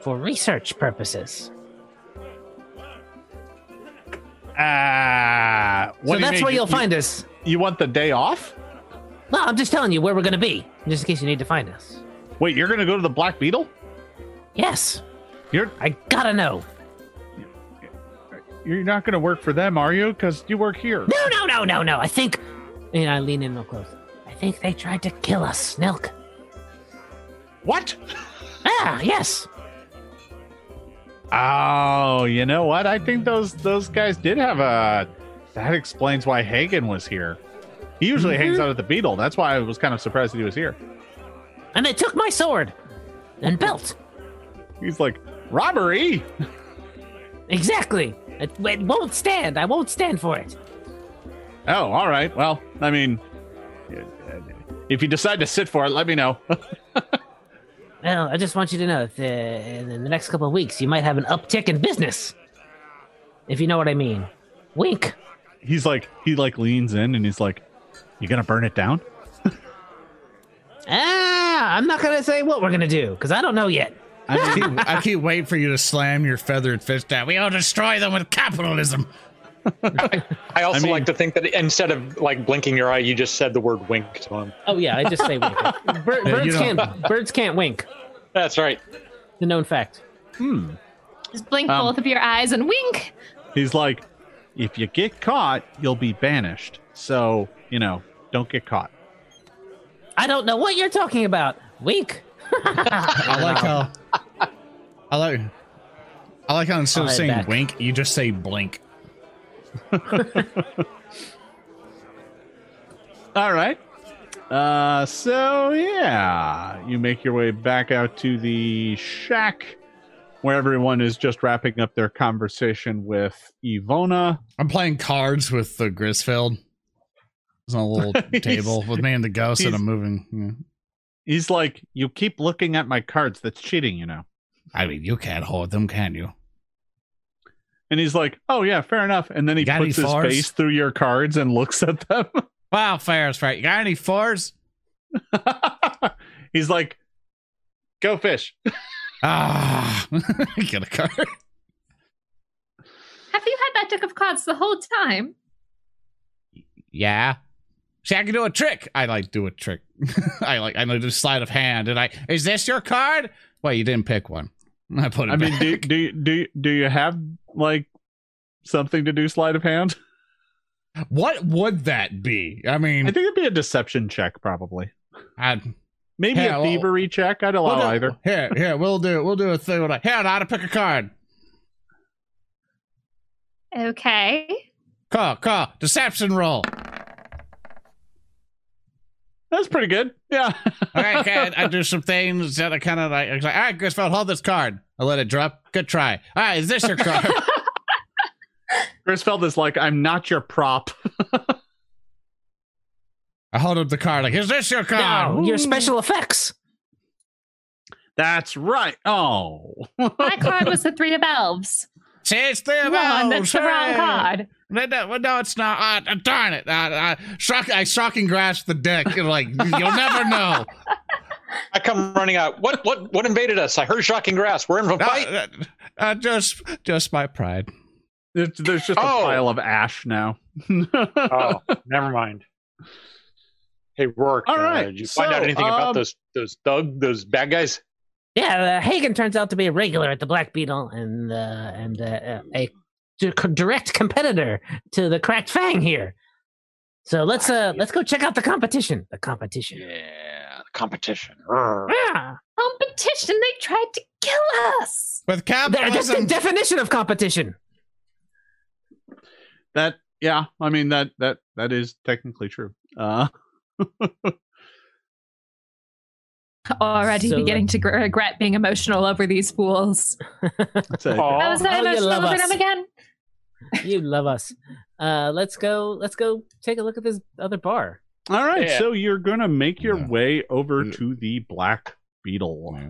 for research purposes.
Ah, what do
so
you
that's
mean?
where
You-
you'll find us.
You, you want the day off?
Well, I'm just telling you where we're gonna be, just in case you need to find us.
Wait, you're gonna go to the Black Beetle?
Yes,
You're
I gotta know.
you're not gonna work for them, are you? Because you work here.
No, no, no, no, no. I think. And I lean in real close. I think they tried to kill us, Snelk.
What?
Ah, yes.
Oh, you know what? I think those those guys did have a. That explains why Hagen was here. He usually hangs out at the Beetle. That's why I was kind of surprised that he was here.
And they took my sword and belt.
He's like robbery.
Exactly. It, it won't stand. I won't stand for it.
Oh, all right. Well, I mean, if you decide to sit for it, let me know.
Well, I just want you to know that uh, in the next couple of weeks, you might have an uptick in business. If you know what I mean. Wink.
he's like he like leans in and he's like, "You gonna burn it down?"
Ah, I'm not going to say what we're going to do because I don't know yet.
I just keep, I keep waiting for you to slam your feathered fist down. We all destroy them with capitalism.
I also
mean-
like to think that instead of like blinking your eye, you just said the word wink to him.
Oh, yeah, I just say wink. Bir-
Yeah, you
birds,
don't-
can't, birds can't wink.
That's right.
The known fact.
Just blink
Um,
both of your eyes and wink.
He's like, "If you get caught, you'll be banished. So you know, don't get caught."
I don't know what you're talking about. Wink.
I like how. I like. I like how instead
I'll
of
head
saying
back.
wink, you just say blink.
All right. Uh, so yeah, you make your way back out to the shack where everyone is just wrapping up their conversation with Ivona.
I'm playing cards with the Grisfeld. It's on a little table with me and the ghost, and
he's-
I'm moving. yeah.
He's like, "You keep looking at my cards. That's cheating, you know."
I mean, you can't hold them, can you?
And he's like, "Oh yeah, fair enough." And then he
You got
puts
any
his
fours?
face through your cards and looks at them.
Wow, fair's right. You got any fours?
he's like, "Go fish."
Ah, get a card.
Have you had that deck of cards the whole time?
Yeah. See, I can do a trick. I like do a trick. I like I know do sleight of hand, and I is this your card? Wait, you didn't pick one. I put it.
I mean,
back.
do do do do you have like something to do sleight of hand?
what would that be? I
I
mean,
think it'd be a deception check, probably.
I,
Maybe
Yeah,
a
well-
thievery check. I'd allow
we'll do,
either.
Here, here, we'll do we'll do a thing. We're like, here, now to pick a card.
Okay.
Call, call, deception roll.
That's pretty good. Yeah.
All right, okay, I, I do some things that I kind of like. I was like, All right, Grisfeld, hold this card. I let it drop. Good try. All right, is this your card?
Grisfeld is like, "I'm not your prop."
I hold up the card. Like, is this your card?
No, your special effects.
That's right. Oh.
My card was the Three of Elves.
See, it's three of
Wrong.
us.
That's the wrong
Hey.
card.
No, no, well, no, it's not. Uh, uh, darn it! Uh, uh, shock, I shocking grasp the deck and like you'll never know.
I come running out. What what what invaded us? I heard shocking grass. We're in a
Uh,
fight.
uh, uh, just, just my pride.
There's there's just
Oh.
a pile of ash now.
oh, never mind. Hey, Rourke.
All
uh,
right,
did you find
so,
out anything
um,
about those those thug those bad guys?
Yeah, uh, Hagen turns out to be a regular at the Black Beetle and uh, and uh, uh, a d- co- direct competitor to the Cracked Fang here. So let's uh let's go check out the competition. The competition.
Yeah, competition. Rrr.
Yeah.
Competition. They tried to kill us.
With
Th- That's the
capitalism,
definition of competition.
That yeah, I mean that that that is technically true. Uh
Already
So,
beginning to gr- regret being emotional over these fools.
that's it.
Aw.
I was
Oh,
that
you
emotional
love
over
us.
them again.
you love us. Uh, let's go. Let's go take a look at this other bar.
All right,
Yeah.
so you're gonna make your
Yeah.
way over
Yeah.
to the Black Beetle.
Yeah.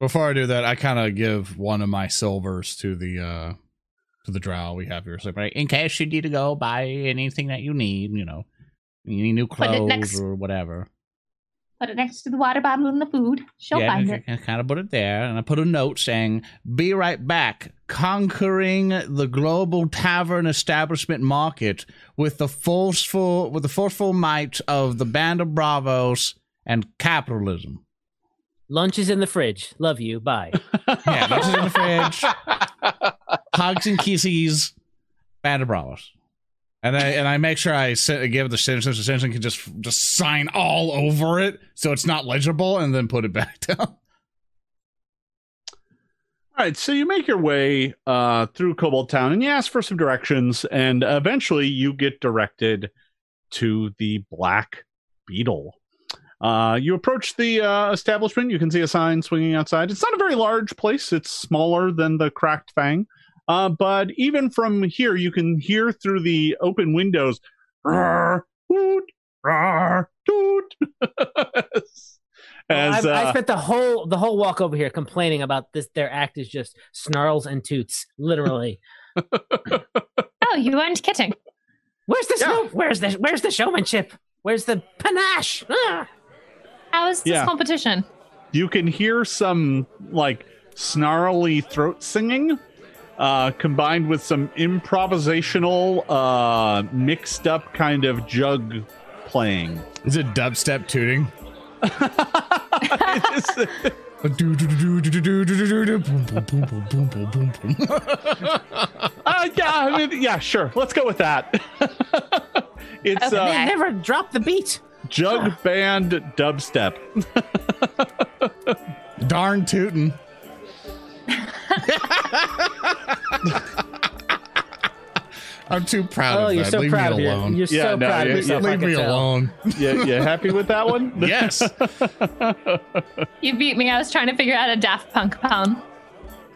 Before I do that, I kind of give one of my silvers to the uh to the drow we have here. So, like, in case you need to go buy anything that you need, you know, any new
Put it next-
clothes or whatever.
Put it next to the water bottle and the food. She'll
yeah,
find
I,
it.
kind of put it there, and I put a note saying, "Be right back." Conquering the global tavern establishment market with the forceful with the forceful might of the band of bravos and capitalism.
Lunch is in the fridge. Love you. Bye.
Yeah, this is in the fridge. hugs and kisses, band of bravos. And I and I make sure I se- give the citizens. The citizen can just just sign all over it, so it's not legible, and then put it back down.
All right, so you make your way uh, through Cobalt Town and you ask for some directions, and eventually you get directed to the Black Beetle. Uh, you approach the uh, establishment. You can see a sign swinging outside. It's not a very large place, it's smaller than the Cracked Fang. Uh, but even from here, you can hear through the open windows, "Rar, hoot, rar, toot." As,
I, I
uh,
spent the whole the whole walk over here complaining about this. Their act is just snarls and toots, literally.
Oh, you weren't kidding.
Where's the
Yeah.
snow? Where's the Where's the showmanship? Where's the panache? Ah!
How is this
Yeah.
competition?
you can hear some like snarly throat singing uh, combined with some improvisational uh, mixed up kind of jug playing
Is it dubstep tooting?
It's- uh, yeah, I mean, yeah sure let's go with that it's
They
uh,
never drop the beat.
jug band dubstep
Darn tootin'. I'm too proud
Oh,
of that.
you're so
Leave
proud of
me
you.
alone.
You're
Yeah,
so
no,
proud
you- you-
of yourself. I
Leave
can
me
tell.
alone.
you, you happy with that one
Yes.
You beat me. I was trying to figure out a Daft Punk pun.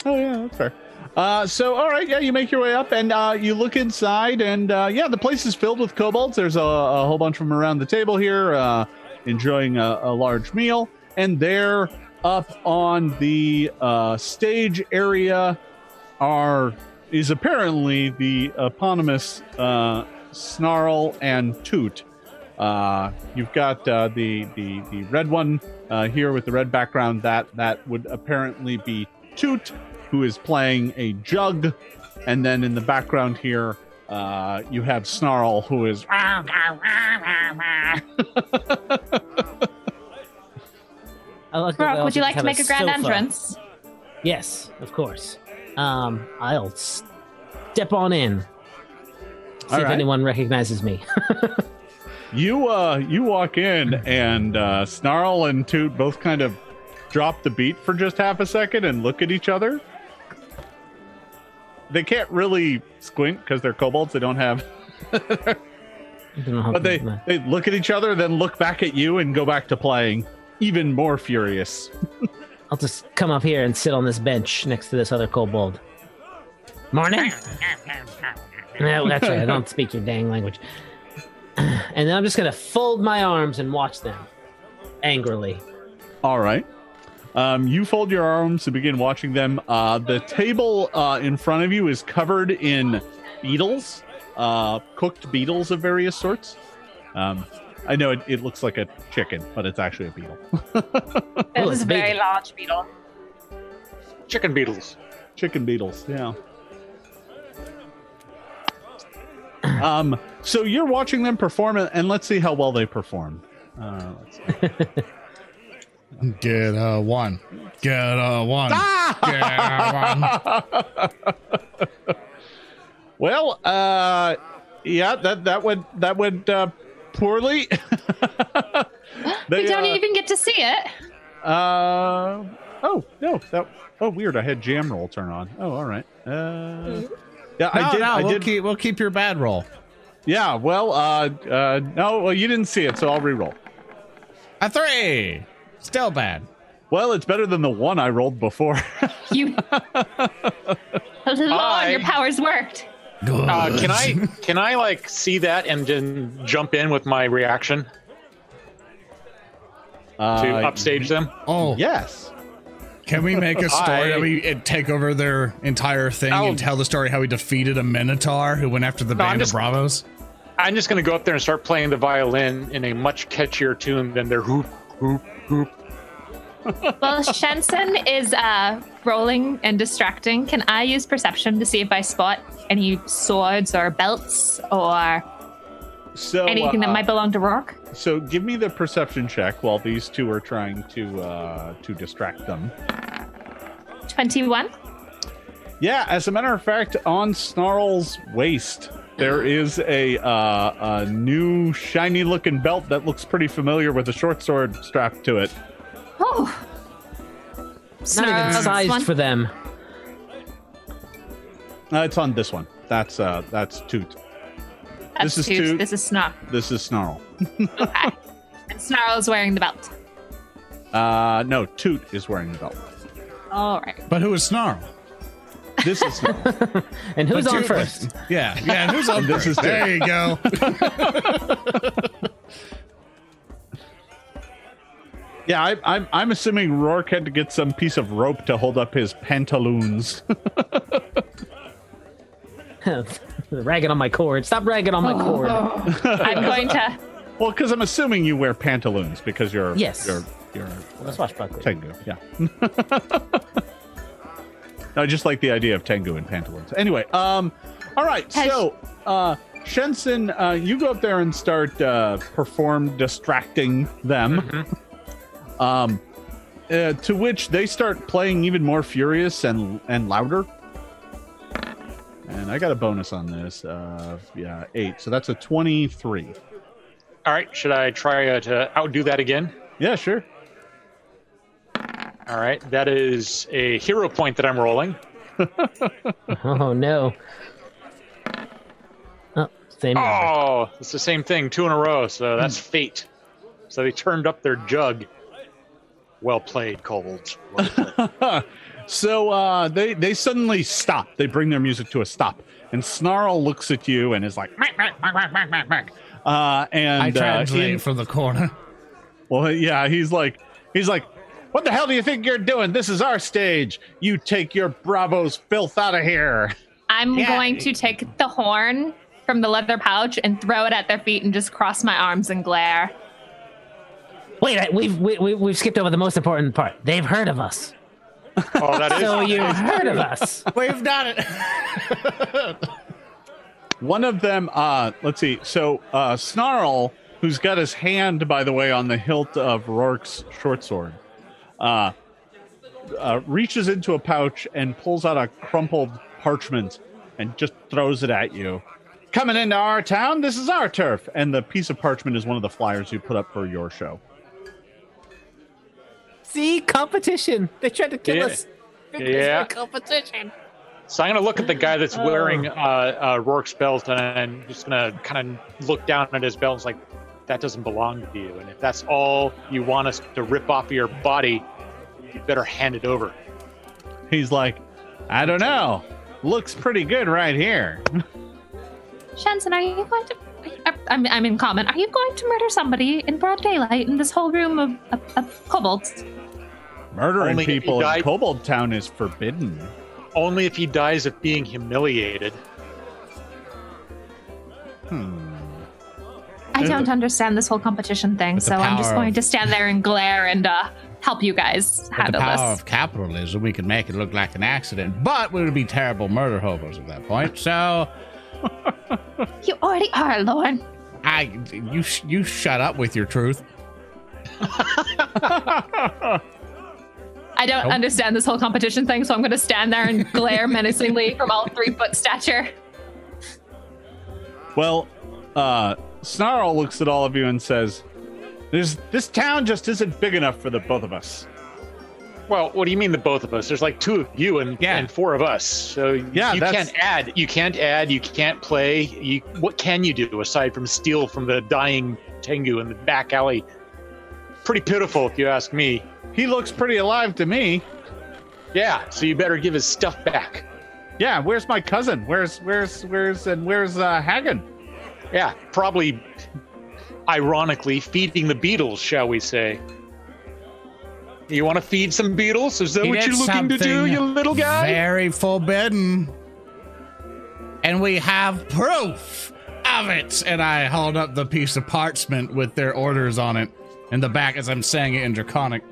Oh yeah, that's fair. Uh, so all right, yeah, you make your way up and uh, you look inside, and uh, yeah, the place is filled with kobolds. There's a, a whole bunch of them around the table here, uh, enjoying a, a large meal, and there, up on the uh, stage area, are is apparently the eponymous uh, snarl and toot. Uh, you've got uh, the, the the red one uh, here with the red background. That that would apparently be Toot, who is playing a jug, and then in the background here, uh, you have Snarl, who is.
I like that they
Rock, would
also
you
just
like to
have
make a grand
sofa.
entrance?
Yes, of course. Um, I'll step on in. See
All
if
right.
anyone recognizes me.
You uh, you walk in, and uh, Snarl and Toot both kind of drop the beat for just half a second and look at each other. They can't really squint because they're kobolds. They don't have, but they they look at each other, then look back at you, and go back to playing, even more furious.
I'll just come up here and sit on this bench next to this other kobold. Morning. no, that's right. I don't speak your dang language. And then I'm just gonna fold my arms and watch them angrily.
All right. Um, you fold your arms to begin watching them. Uh, the table uh, in front of you is covered in beetles, uh, cooked beetles of various sorts. Um, I know it, it looks like a chicken, but it's actually a beetle.
It
Ooh,
was
it's
a
big.
very large beetle.
Chicken beetles.
chicken beetles. Yeah. Um. So you're watching them perform, and- and let's see how well they perform. Uh, let's see.
Get a one. Get a one. Get a one.
Well, uh, yeah, that that went that went uh, poorly. They,
We don't
uh,
even get to see it.
Uh, oh no, that oh weird. I had jam roll turn on. Oh, all right.
Mm-hmm.
Uh, yeah,
No,
I did.
no,
I
we'll
did.
keep we'll keep your bad roll.
Yeah, well, uh, uh, no, well, you didn't see it, so I'll re-roll.
A three, still bad.
Well, it's better than the one I rolled before.
You. Lord,
Hi.
your powers worked.
Uh, can I can I like see that and then jump in with my reaction
Uh,
to upstage them?
Oh,
Yes.
can we make a story
I-
that we uh, take over their entire thing
I'll-
and tell the story how we defeated a Minotaur who went after the
No, I'm
band
just-
of Bravos?
I'm just gonna go up there and start playing the violin in a much catchier tune than their hoop hoop hoop.
Well, Shenson is uh, rolling and distracting. Can I use perception to see if I spot any swords or belts or
So
anything that
uh,
might belong to Rourke?
So give me the perception check while these two are trying to uh, to distract them.
21.
Yeah, as a matter of fact, on Snarl's waist there is a uh, a new shiny looking belt that looks pretty familiar with a short sword strapped to it.
Oh.
Not even sized for them.
Uh, it's on this one. That's uh that's Toot. this is two-
This is Snarl.
This is Snarl.
Okay. and Snarl is wearing the belt.
Uh no, Toot is wearing the belt.
All right.
But who is Snarl?
This is Snarl.
And who's
But
on
you-
first?
Yeah, yeah. Who's on
This
first?
is Dick.
there you go.
yeah, I, I'm I'm assuming Rourke had to get some piece of rope to hold up his pantaloons.
ragging on my cord. Stop ragging on my cord.
Oh. I'm going to.
well, because I'm assuming you wear pantaloons because you're
Yes.
you're you're
The swashbuckler.
Tengu, yeah. No, I just like the idea of Tengu and pantaloons. Anyway, um, all right.
Has-
So, uh, Shenson, uh, you go up there and start uh, perform distracting them. Um, uh, to which they start playing even more furious and and louder. And I got a bonus on this. Uh, yeah, eight. So that's a twenty-three.
All right, should I try uh, to outdo that again?
Yeah, sure.
All right, that is a hero point that I'm rolling.
Oh no. Oh, same. number.
Oh, it's the same thing, two in a row. So that's
Hmm.
fate. So they turned up their jug. Well played, Cold. Well played.
So uh, they they suddenly stop. They bring their music to a stop, and Snarl looks at you and is like, "Meow, meow, meow, meow, meow, meow, meow." Uh, and
I translate
Uh, in-
from the corner.
well, yeah, he's like, he's like, what the hell do you think you're doing? This is our stage. You take your Bravo's filth out of here.
I'm
Yeah.
going to take the horn from the leather pouch and throw it at their feet and just cross my arms and glare.
Wait, I, we've we, we, we've skipped over the most important part. They've heard of us.
Oh, that is.
So you heard of us?
We've done it.
One of them, uh, let's see. So uh, Snarl, who's got his hand, by the way, on the hilt of Rourke's short sword, uh, uh, reaches into a pouch and pulls out a crumpled parchment and just throws it at you. Coming into our town, this is our turf. And the piece of parchment is one of the flyers you put up for your show.
See, competition. They tried to kill
Yeah.
us.
yeah. So I'm gonna look at the guy
Oh.
that's wearing uh, uh, Rourke's belt, and I'm just gonna kind of look down at his belt. and It's like that doesn't belong to you, and if that's all you want us to rip off of your body, you better hand it over.
He's like, I don't know. Looks pretty good right here.
Shenson, are you going to? I'm, I'm in comment. Are you going to murder somebody in broad daylight in this whole room of, of, of kobolds?
Murdering
Only if you
people
die-
in Kobold Town is forbidden.
Only if he dies of being humiliated.
I don't understand this whole competition thing,
With the
so I'm just
power
going
of-
to stand there and glare and uh, help you guys
With the
handle
power
this.
of capitalism, we can make it look like an accident, but we would be terrible murder hobos at that point. So
You already are, Lauren.
I, you, sh- you shut up with your truth.
I don't
Nope.
understand this whole competition thing, so I'm going to stand there and glare menacingly from all three foot stature.
Well, uh, Snarl looks at all of you and says, "There's this town just isn't big enough for the both of us."
Well, what do you mean the both of us? There's like two of you and
Yeah.
and four of us. So
Yeah,
you
that's-
can't add. You can't add. You can't play. You what can you do aside from steal from the dying Tengu in the back alley? Pretty pitiful, if you ask me.
He looks pretty alive to me.
Yeah. So you better give his stuff back.
Yeah, where's my cousin? Where's where's where's and where's uh, Hagen?
Yeah. Probably, ironically, feeding the beetles, shall we say? You want to feed some beetles? Is that
He
what
did
you're looking to do,
something
you little guy?
Very forbidden. And we have proof of it. And I hauled up the piece of parchment with their orders on it in the back as I'm saying it in Draconic.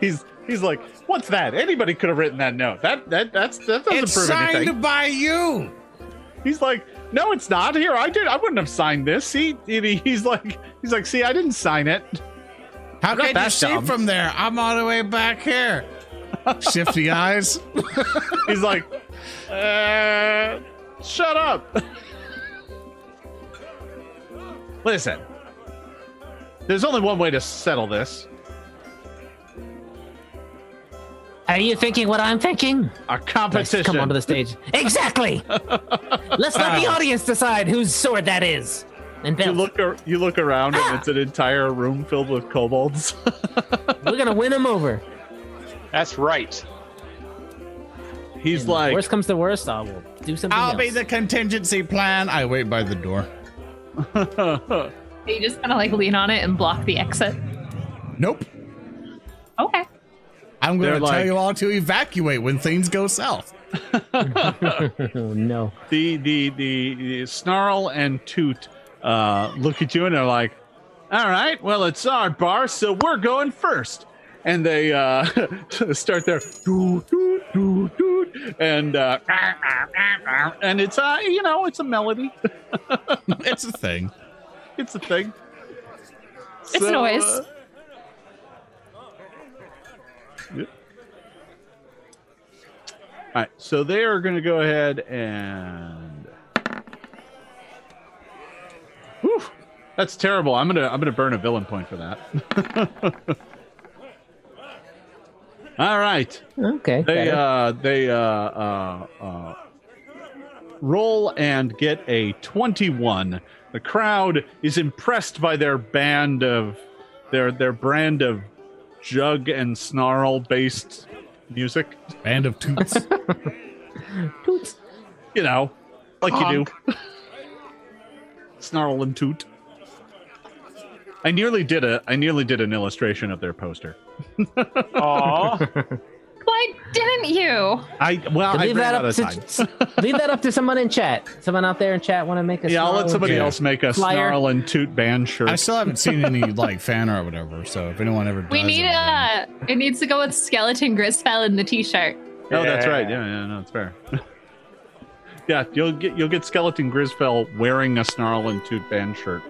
He's he's like, what's that? Anybody could have written that note. That that that's that doesn't
It's
prove
signed
anything.
by you.
He's like, no, it's not. Here, I did. I wouldn't have signed this. He, and he- he's like, he's like, see, I didn't sign it.
How
Not
can you
that
see
dumb.
from there? I'm all the way back here. Shifty eyes.
He's like, uh, shut up. Listen, there's only one way to settle this.
Are you thinking what I'm thinking?
A
Let's
competition.
come onto the stage. Exactly. Let's let the audience decide whose sword that is. And
you
belt.
look, ar- you look around, and it's an entire room filled with kobolds.
we're gonna win them over.
That's right.
He's
And
like,
worst comes to worst, I will do something
I'll
else.
be the contingency plan. I wait by the door.
You just kind of like lean on it and block the exit.
Nope.
Okay.
I'm going
They're
to
like-
tell you all to evacuate when things go south.
oh no.
the the the, the snarl and toot uh, look at you and they're like, "All right, well it's our bar, so we're going first. And they uh, start their doo doo doo doo, and uh, "Ah, ah, ah, ah," and it's uh you know it's a melody,
it's a thing.
it's a thing. uh,
It's noise.
yeah. all right, so they are going to go ahead and. Whew, that's terrible. I'm gonna I'm gonna burn a villain point for that. all right,
Okay.
they
better.
uh, they uh, uh, uh, roll and get a twenty-one. The crowd is impressed by their band of their their brand of jug and snarl based music.
Band of toots.
Toots.
You know, like you do. snarl and toot. I nearly did a I nearly did an illustration of their poster.
Aw.
Why didn't you?
I well I ran
leave that
out
up
of
to
time.
leave that up to someone in chat. Someone out there in chat want to make a.
Yeah, I'll
snarl
let somebody
joke.
else make a
Flyer.
snarl and toot band shirt.
I still haven't seen any like fan art or whatever. So if anyone ever does,
We need
anything-
a. It needs to go with skeleton Grisfell in the t-shirt.
Oh, that's right.
Yeah.
Yeah, yeah, no, it's fair. yeah, you'll get you'll get skeleton Grisfell wearing a snarl and toot band shirt.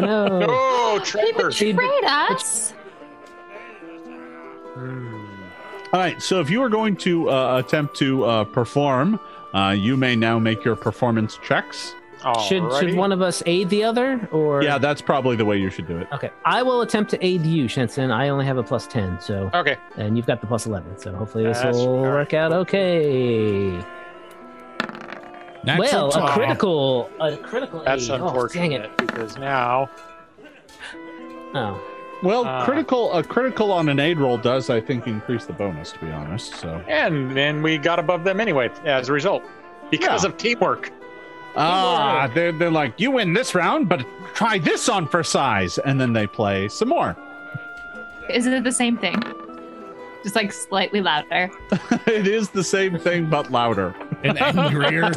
no.
oh, Trevor.
She'd be-
Trade us.
All right. So if you are going to uh, attempt to uh, perform, uh, you may now make your performance checks.
Should
Alrighty.
should one of us aid the other or?
Yeah, that's probably the way you should do it.
Okay, I will attempt to aid you, Shenson. I only have a plus ten, so
Okay.
and you've got the plus eleven, so hopefully this
That's
will
fair.
work out okay.
Natural
well, a
12.
critical, a critical.
That's
aid.
unfortunate
Oh, dang it!
because now
Oh,
Well,
Ah.
critical a critical on an aid roll does, I think, increase the bonus. To be honest, so
and then we got above them anyway as a result because
Yeah.
of teamwork.
ah, they're they're like you win this round, but try this on for size, and then they play some more.
Is it the same thing? Just like slightly louder.
it is the same thing but louder.
an angrier.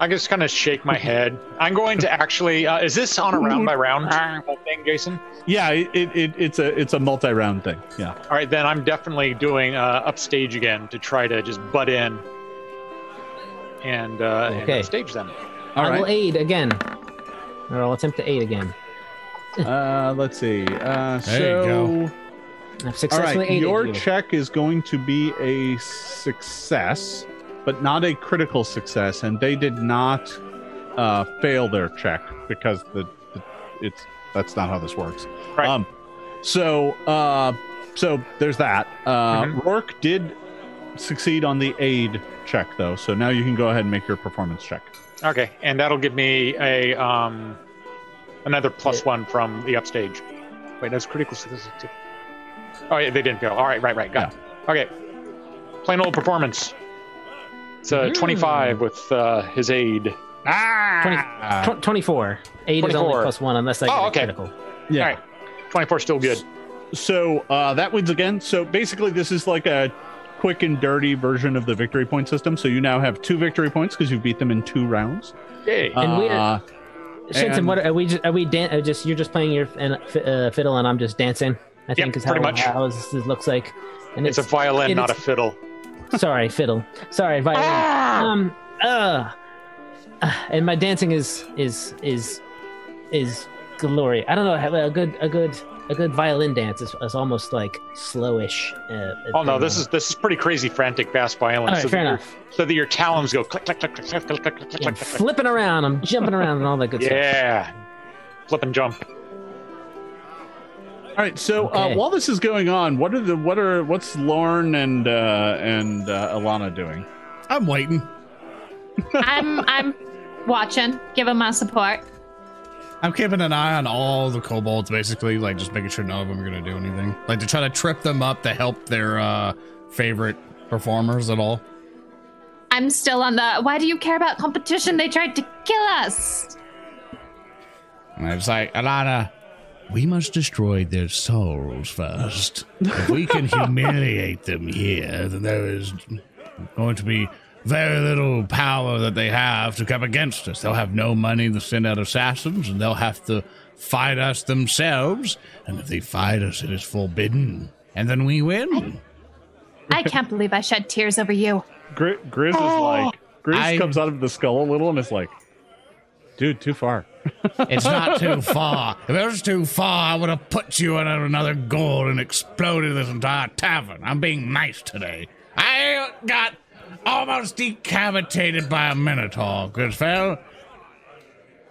I just kind of shake my head. I'm going to actually. Uh, is this on a round by round whole thing, Jason?
Yeah, it, it, it it's a it's a multi-round thing. Yeah.
All right, then I'm definitely doing uh, upstage again to try to just butt in and, uh, and
Okay.
upstage them.
All
I will
right.
aid again, or I'll attempt to aid again.
Uh, let's see. Uh,
There
so,
you go.
I've
all
successfully
right,
aided
your
you.
check is going to be a success, but not a critical success, and they did not uh, fail their check because the, the it's that's not how this works.
Right.
Um, so, uh, so there's that. Uh,
Mm-hmm.
Mhm.
Rourke did succeed on the aid check though, so now you can go ahead and make your performance check.
Okay, and that'll give me a um, another plus one from the upstage. Wait, that's critical. success. Oh yeah, they didn't fail. All right, right, right, got it. Okay, plain old performance. It's a twenty-five with uh, his aid. Ah,
Tw- 24. Aid is only
24.
plus one unless I
Oh,
get a
okay.
critical.
Yeah.
All right. twenty-four, still good.
So uh, that wins again. So basically, this is like a quick and dirty version of the victory point system. So you now have two victory points because you beat them in two rounds.
Yay!
And we-
Uh,
Shinson, what are we? Just, are we dan- uh, just you're just playing your f- and, f- uh, fiddle and I'm just dancing. I think is how,
pretty much.
how this this looks like. And
it's a violin,
and
not a
it's-
fiddle.
sorry fiddle. Sorry violin.
Ah!
Um. Uh, uh, and my dancing is is is is glory. I don't know. have A good a good a good violin dance is, is almost like slowish. Uh,
Oh no,
thing.
this is this is pretty crazy, frantic, fast violence.
All right,
so,
fair
that your,
enough.
so that your talons go click, click, click, click, click, click, click, click,
Yeah, I'm
click, click.
flipping around. I'm jumping around and all that good stuff.
Yeah, flip and jump.
all right. So
Okay.
uh, while this is going on, what are the what are what's Lorne and uh, and uh, Alana doing?
I'm waiting.
I'm I'm watching, giving my support.
I'm keeping an eye on all the kobolds, basically, like just making sure none of them are gonna do anything. Like to try to trip them up to help their uh favorite performers at all.
I'm still on the. Why do you care about competition? They tried to kill us.
And I was like, Alana, we must destroy their souls first. If we can humiliate them here, then there is going to be very little power that they have to come against us. They'll have no money to send out assassins, and they'll have to fight us themselves. And if they fight us, it is forbidden. And then we win.
I can't believe I shed tears over you.
Gri- Grizz is like Grizz
I-
comes out of the skull a little and is like, dude, too far.
It's not too far. If it was too far, I would have put you in another gourd and exploded this entire tavern. I'm being nice today. I got almost decapitated by a minotaur, good fellow.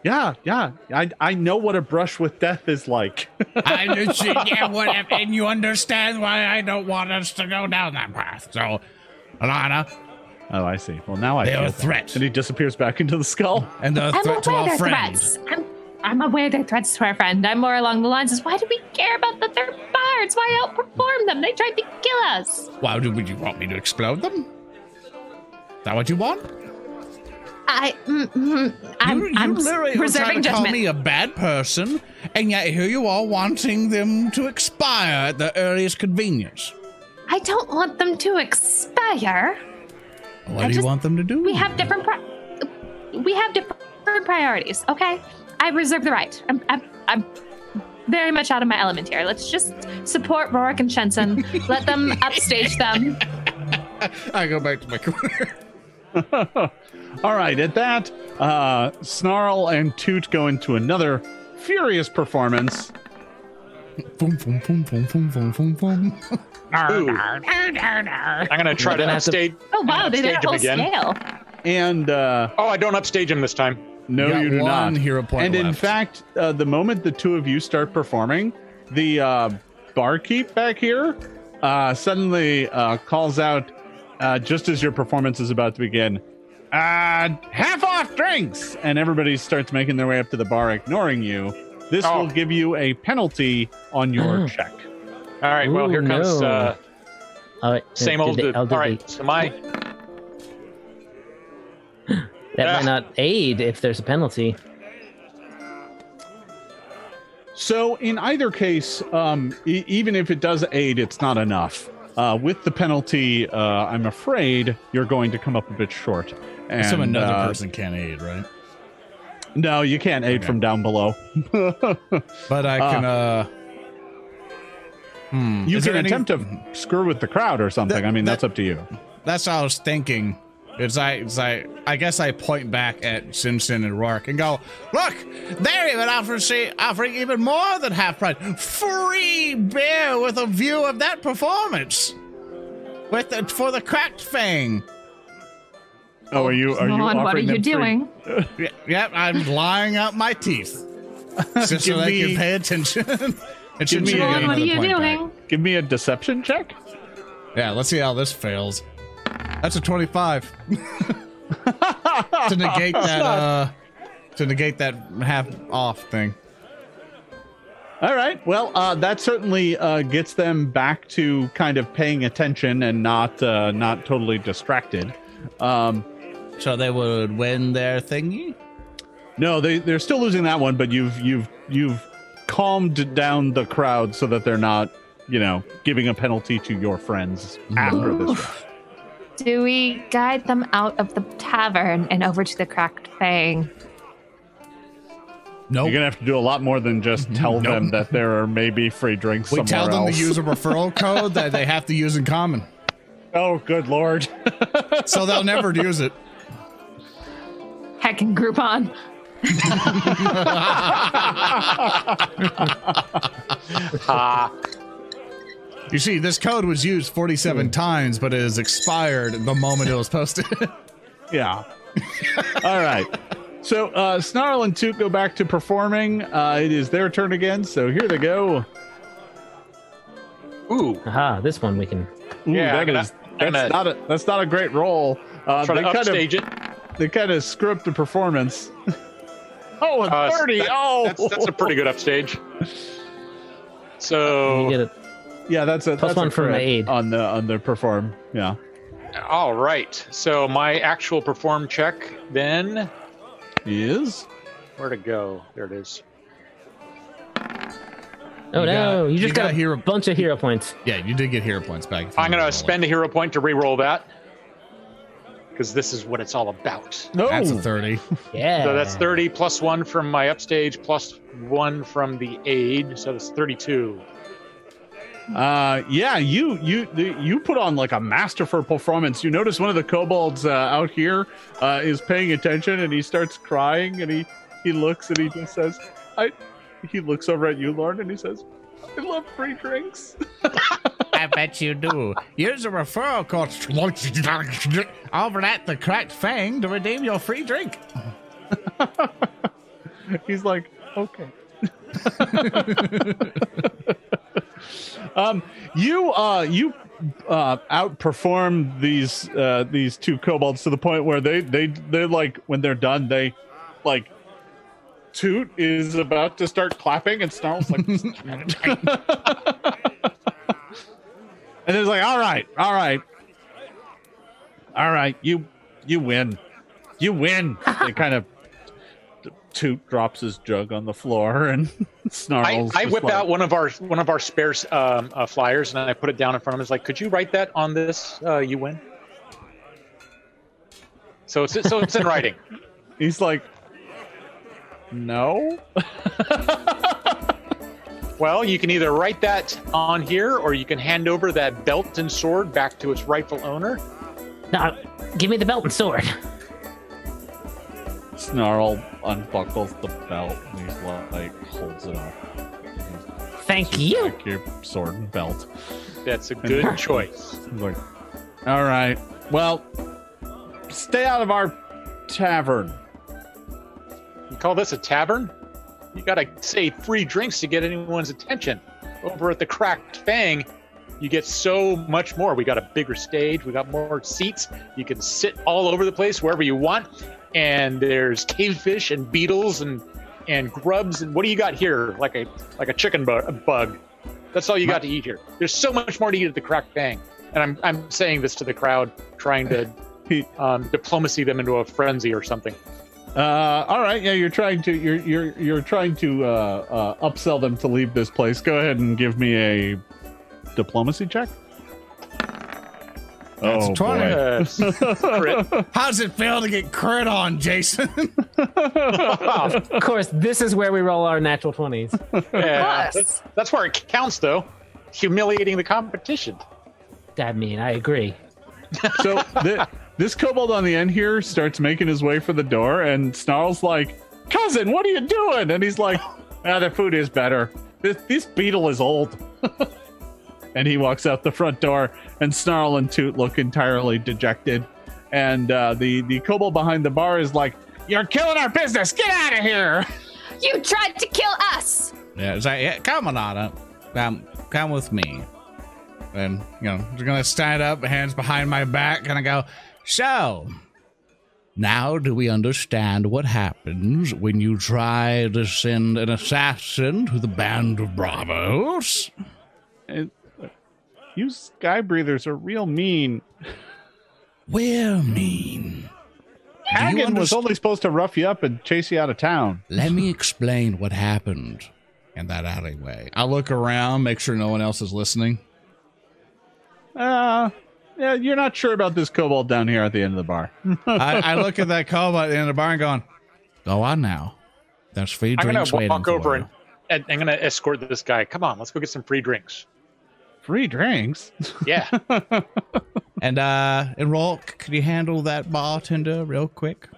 Yeah, yeah. I I know what a brush with death is like.
I yeah, whatever. And you understand why I don't want us to go down that path. So, Alana,
oh, I see. Well, now I
They are
feel
a
bad.
threat.
And he disappears back into the skull.
and the
I'm
threat to
aware
our
they're
friend.
threats. I'm, I'm aware they're threats to our friend. I'm more along the lines of why do we care about that they're bards? Why outperform them? They tried to kill us.
Why do, would you want me to explode them? Is that what you want?
I, mm, mm, I'm,
you, you
I'm s-
literally were trying
reserving
to call
judgment.
me a bad person, and yet here you are wanting them to expire at the earliest convenience.
I don't want them to expire.
What
I
do you
just-
want them to do?
We have different pri- we have different priorities. Okay, I reserve the right. I'm, I'm, I'm very much out of my element here. Let's just support Rorik and Shenson. Let them upstage them.
I go back to my career.
All right, at that, uh, Snarl and Toot go into another furious performance.
Boom, boom, boom, boom, boom, boom, boom, boom.
Ooh. I'm gonna try
gonna have
to
to-
upstage.
Oh wow,
I'm
they did a
upstage him
whole
again.
scale.
And uh,
Oh, I don't upstage him this time.
no,
got
you do
one
not.
hero point
and in
left.
fact, uh, the moment the two of you start performing, the uh, barkeep back here uh, suddenly uh, calls out uh, just as your performance is about to begin. Uh, half off drinks, and everybody starts making their way up to the bar, ignoring you. This
Oh.
will give you a penalty on your
Oh.
check.
All right, well
Ooh,
here comes
no.
uh,
All right, uh,
same
did
old.
they-
dude.
I'll
All
do
right,
the-
so my
That
Ah.
might not aid if there's a penalty.
So in either case, um, e- even if it does aid, it's not enough. Uh, with the penalty, uh, I'm afraid you're going to come up a bit short. And,
so another
uh,
person can't aid, right?
No, you can't aid
Okay. Hmm.
from down below.
But I can. Uh, hmm.
you
Is
can
there any-
attempt to screw with the crowd or something.
That-
I mean,
that-
that's up to you.
That's what I was thinking.
It's I, it's I, I guess I point back at Simpson and Rourke and go, look, they're even offering, offering even more than half price. Free beer with a view of that performance. With the, for the cracked fang.
Oh, are you? Are you?
Vaughn, what are
offering
you
them free-
doing?
Y- Yep, I'm lying out my teeth. Just
Give
so they
me-
can pay attention. And
Give me a-
Simpson will get
Vaughn,
What are
another
you
point back.
doing?
Give me a deception check.
Yeah, let's see how this fails. That's a 25. to negate that uh to negate that half off thing.
All right. Well, uh, that certainly uh, gets them back to kind of paying attention and not uh, not totally distracted. Um,
So they would win their thingy?
no, they they're still losing that one, but you've you've you've calmed down the crowd so that they're not you know giving a penalty to your friends after this. round.
Do we guide them out of the tavern and over to the cracked fang?
Nope.
You're gonna have to do a lot more than just tell them that there are maybe free drinks
Mm-hmm. we
somewhere
tell them
else.
to use a referral code that they have to use in common.
oh, good lord!
So they'll never use it.
Heck, and Groupon.
Ha.
You see, this code was used
Hmm.
47 times, but it has expired the moment it was posted.
Yeah. All right. So uh, Snarl and Toot go back to performing. Uh, it is their turn again. So here they go.
Ooh.
Aha, this one we can.
Ooh,
Yeah,
that
I'm gonna-
is
I'm
that's
gonna-
not a that's not a great roll. Uh,
Try
they
to
kind of
upstage it.
they kind of script the performance. oh, a
Uh,
thirty.
that-
oh,
That's, that's a pretty good upstage.
You
So,
get it.
yeah. That's a
Plus
that's a
one for my
crit
aid.
on the on the perform. Yeah.
all right. So my actual perform check then.
Is
Where to go? There it is.
Oh no,
You got-
you just
you
got,
got
a
hero-
bunch of hero points.
yeah, you did get hero points back. if you
I'm going
roll
Oh.
to
it.
spend a hero point to re-roll that because this is what it's all about.
no.
That's a 30.
Yeah.
So that's 30 plus one from my upstage, plus one from the aid. So that's 32.
Uh, yeah, you you you put on like a masterful performance. You notice one of the kobolds uh, out here uh, is paying attention, and he starts crying, and he he looks and he just says, "I." He looks over at you, Lorne, and he says, "I love free drinks."
I bet you do. Use a referral code over at the cracked fang to redeem your free drink.
He's like, "Okay." um, you uh you uh outperform these uh these two kobolds to the point where they they they like when they're done they like Toot is about to start clapping and Snarl's like And it's like, all right, all right. All right, you you win. You win. they kind of Toot drops his jug on the floor and
I,
snarls.
I
just
whip
like-
out one of our one of our spare um, uh, flyers and I put it down in front of him. It's like, could you write that on this? Uh, you win. So it's so it's in writing.
He's like, no.
Well, you can either write that on here, or you can hand over that belt and sword back to its rightful owner.
No, give me the belt and sword.
Snarl unbuckles the belt and he's lo- like holds it up.
Thank
Puts
you.
back Your sword and belt.
That's a good choice.
He's like, all right. Well, stay out of our tavern.
You call this a tavern? You gotta say free drinks to get anyone's attention. Over at the Cracked Fang, you get so much more. We got a bigger stage, we got more seats. You can sit all over the place wherever you want. And there's cavefish and beetles and and grubs and what do you got here? Like a like a chicken bu- bug. That's all you got to eat here. There's so much more to eat at the Cracked Fang. And I'm I'm saying this to the crowd, trying to
He-
um, diplomacy them into a frenzy or something.
Uh, all right. Yeah, you're trying to you're you're you're trying to uh, uh, upsell them to leave this place. Go ahead and give me a diplomacy check. Oh,
That's a 20.
boy.
Yes. Uh, Crit.
How's it feel to get crit on, Jason?
Oh,
Of course, this is where we roll our natural twenties.
Yeah,
Plus.
that's, that's where it counts, though. Humiliating the competition.
I mean, I agree.
so th- This kobold on the end here starts making his way for the door, and Snarl's like, "Cousin, what are you doing?" And he's like, "Ah, the food is better. This this beetle is old." and he walks out the front door, and Snarl and Toot look entirely dejected. And uh, the the kobold behind the bar is like, "You're killing our business. Get out of here."
You tried to kill us.
Yeah, it's like, yeah, come on, Anna. Um, come with me. And, you know, I'm going to stand up, hands behind my back, and I go, So, now do we understand what happens when you try to send an assassin to the band of bravos?
And, you sky breathers are real mean.
We're mean. Do you
Hagen was
underst-
only supposed to rough you up and chase you out of town.
Let me explain what happened in that alleyway. I look around, make sure no one else is listening.
Uh, yeah, you're not sure about this kobold down here at the end of the bar. Hmm.
I, I look at that cobalt in the barn going, Go on now. There's free
I'm gonna
drinks waiting
walk
for
over
you."
and, and I'm gonna escort this guy. Come on, let's go get some free drinks.
Free drinks.
Yeah,
And uh and Rolk, could you handle that bartender real quick?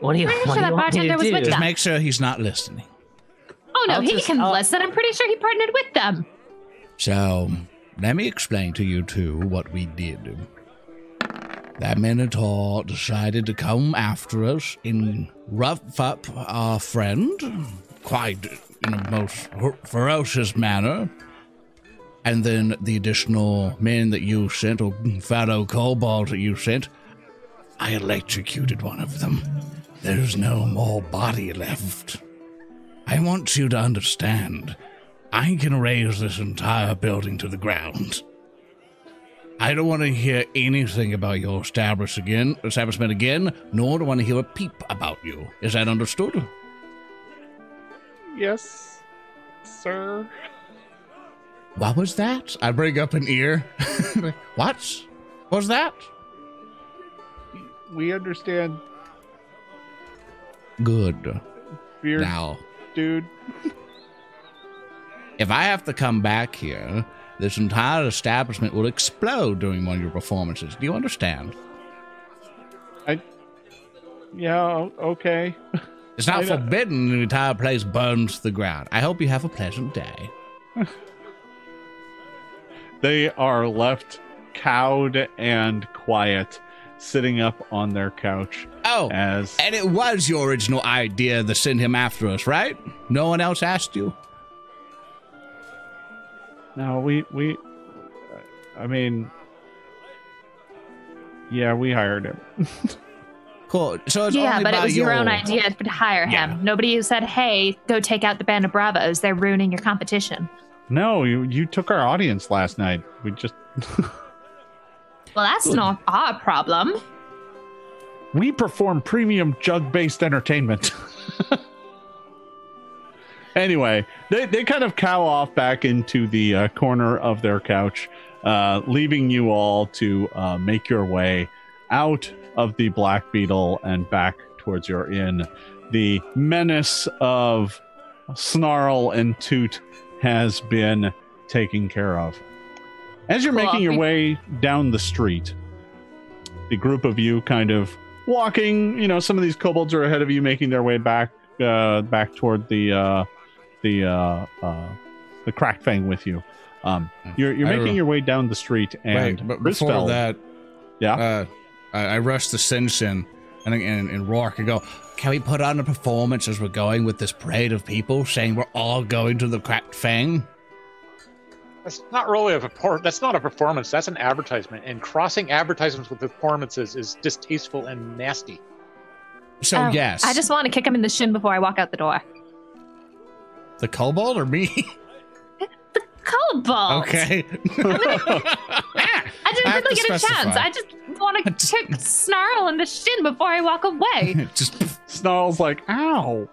What do you,
Pretty sure
what
that
do you want me to
bartender was with
do?
Just
Yeah.
make sure he's not listening.
Oh no,
I'll
he
just-
can
I'll-
listen. I'm pretty sure he partnered with them.
So let me explain to you two what we did. That Minotaur decided to come after us and rough up our friend quite in a most fer- ferocious manner. And then the additional men that you sent, or fellow kobolds that you sent, I electrocuted one of them. There's no more body left. I want you to understand. I can raise this entire building to the ground. I don't want to hear anything about your establish again, establishment again, nor do I want to hear a peep about you. Is that understood?
yes, sir.
What was that? I bring up an ear. what? Was that?
We understand,
Good.
beard
Now,
dude.
if I have to come back here, this entire establishment will explode during one of your performances. Do you understand?
Yeah, o- okay.
It's not
I know.
forbidden. The entire place burns to the ground. I hope you have a pleasant day.
They are left cowed and quiet, sitting up on their couch
Oh,
as
And it was your original idea to send him after us, right? No one else asked you?
No, we we. I mean, yeah, we hired him.
Cool. So it's
yeah,
only
but
by
it was your own
your-
idea to hire him.
Yeah.
Nobody said, "Hey, go take out the band of bravos. They're ruining your competition."
No, you you took our audience last night. We just
Well, that's not our problem.
we perform premium jug based entertainment. anyway, they, they kind of cow off back into the uh, corner of their couch, uh, leaving you all to uh, make your way out of the Black Beetle and back towards your inn. The menace of Snarl and Toot has been taken care of. As you're
Cool.
making your way down the street, the group of you kind of walking. You know, some of these kobolds are ahead of you, making their way back uh, back toward the uh, the uh, uh, the crack fang with you. Um, you're you're
I
making
re-
your way down the street, and
Wait, but before
Grisfeld-
that,
Yeah?
uh, I, I rushed the Senshin and, and, and Rourke and go, Can we put on a performance as we're going with this parade of people saying we're all going to the cracked fang?
that's not really a perform. That's not a performance. That's an advertisement. And crossing advertisements with performances is distasteful and nasty.
So,
Oh,
yes.
I just want to kick him in the shin before I walk out the door.
The kobold or me?
Kobold.
okay.
I didn't
I have
really
to
get a chance.
specify.
I just want to kick Snarl in the shin before I walk away.
just
Snarl's like, "Ow!"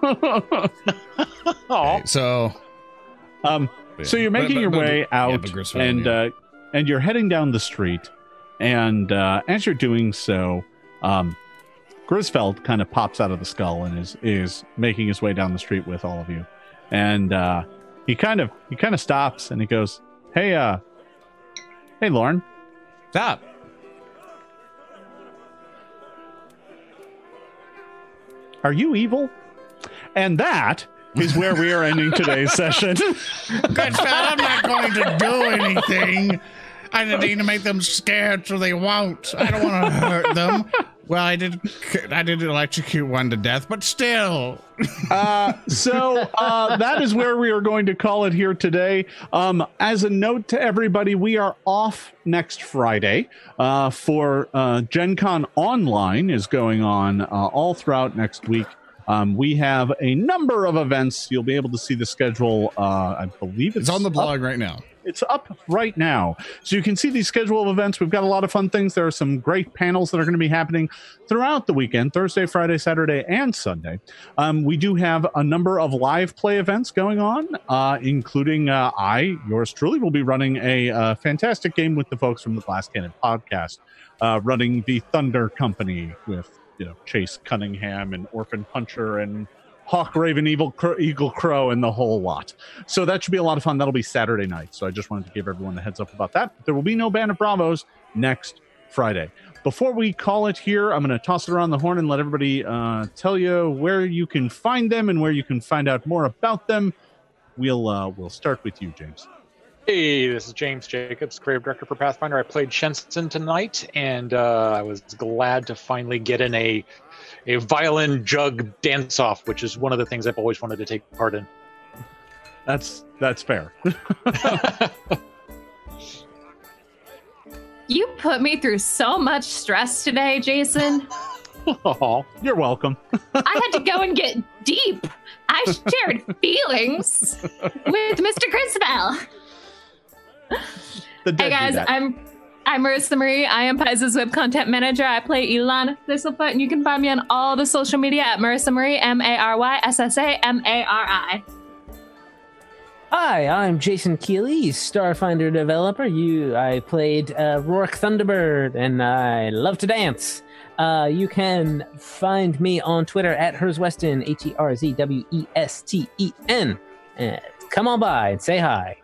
Oh,
so.
um, So you're making your way
yeah,
out,
but Griswold,
and
yeah.
uh, and you're heading down the street, and uh, as you're doing so, um, Grisfeld kind of pops out of the skull and is is making his way down the street with all of you, and uh, he kind of he kind of stops and he goes, "Hey, uh, hey, Lauren,
fucked up.
Are you evil? And that is where we are ending today's session.
Good fella, I'm not going to do anything. I just need to make them scared so they won't. I don't want to hurt them. Well, I did. I did electrocute one to death, but still,
so uh, that is where we are going to call it here today. Um, as a note to everybody, we are off next Friday uh, for uh, Gen Con Online is going on uh, all throughout next week. Um, we have a number of events. You'll be able to see the schedule. Uh, I believe it's,
It's on the
up
blog right now.
it's up right now. So you can see the schedule of events. We've got a lot of fun things. There are some great panels that are going to be happening throughout the weekend Thursday, Friday, Saturday, and Sunday. Um, we do have a number of live play events going on, uh, including uh, I, yours truly, will be running a uh, fantastic game with the folks from the Glass Cannon podcast, uh, running the Thunder Company with you know Chase Cunningham and Orphan Puncher and Hawk Raven Evil Cro- Eagle Crow and the whole lot. So that should be a lot of fun. That'll be Saturday night. So I just wanted to give everyone a heads up about that. There will be no Band of Bravos next Friday. Before we call it here, I'm going to toss it around the horn and let everybody uh, tell you where you can find them and where you can find out more about them. We'll uh, we'll start with you, James.
Hey, this is James Jacobs, creative director for Pathfinder. I played Shenson tonight, and uh, I was glad to finally get in a a violin jug dance off, which is one of the things I've always wanted to take part in.
That's that's fair.
You put me through so much stress today, Jason.
Aw.
You're welcome.
I had to go and get deep. I shared feelings with Mr. Criswell.
The dead
Hey
do
guys,
that.
I'm I'm Marissa Marie. I am Paiza's web content manager. I play Elon Thistlefoot, and you can find me on all the social media at Marissa Marie M A R Y S S A M A R I.
Hi, I'm Jason Keeley, Starfinder developer. You, I played uh, Rourke Thunderbird, and I love to dance. Uh, you can find me on Twitter at herzweston, H E R Z W E S T E N. And Come on by and say hi.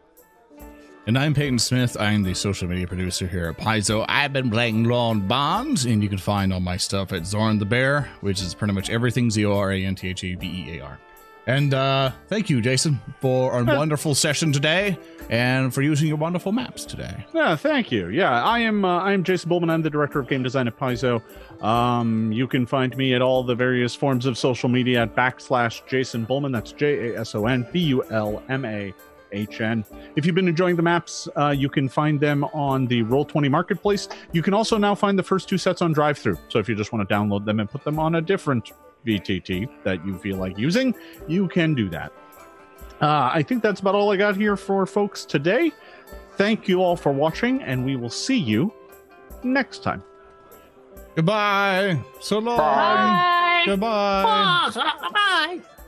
And I'm Peyton Smith. I'm the social media producer here at Paizo. I've been playing Lawn Bonds, and you can find all my stuff at Zorn the Bear, which is pretty much everything Z O R A N T H A B E A R. And uh, thank you, Jason, for a wonderful session today and for using your wonderful maps today.
Yeah, thank you. Yeah, I am. Uh, I am Jason Bullman. I'm the director of game design at Paizo. Um, you can find me at all the various forms of social media at backslash Jason Bullman. That's J A S O N B U L M A H N. If you've been enjoying the maps, uh, you can find them on the Roll20 Marketplace. You can also now find the first two sets on DriveThru. So if you just want to download them and put them on a different VTT that you feel like using, you can do that. Uh, I think that's about all I got here for folks today. Thank you all for watching, and we will see you next time.
Goodbye. So long.
Bye.
Goodbye.
Bye.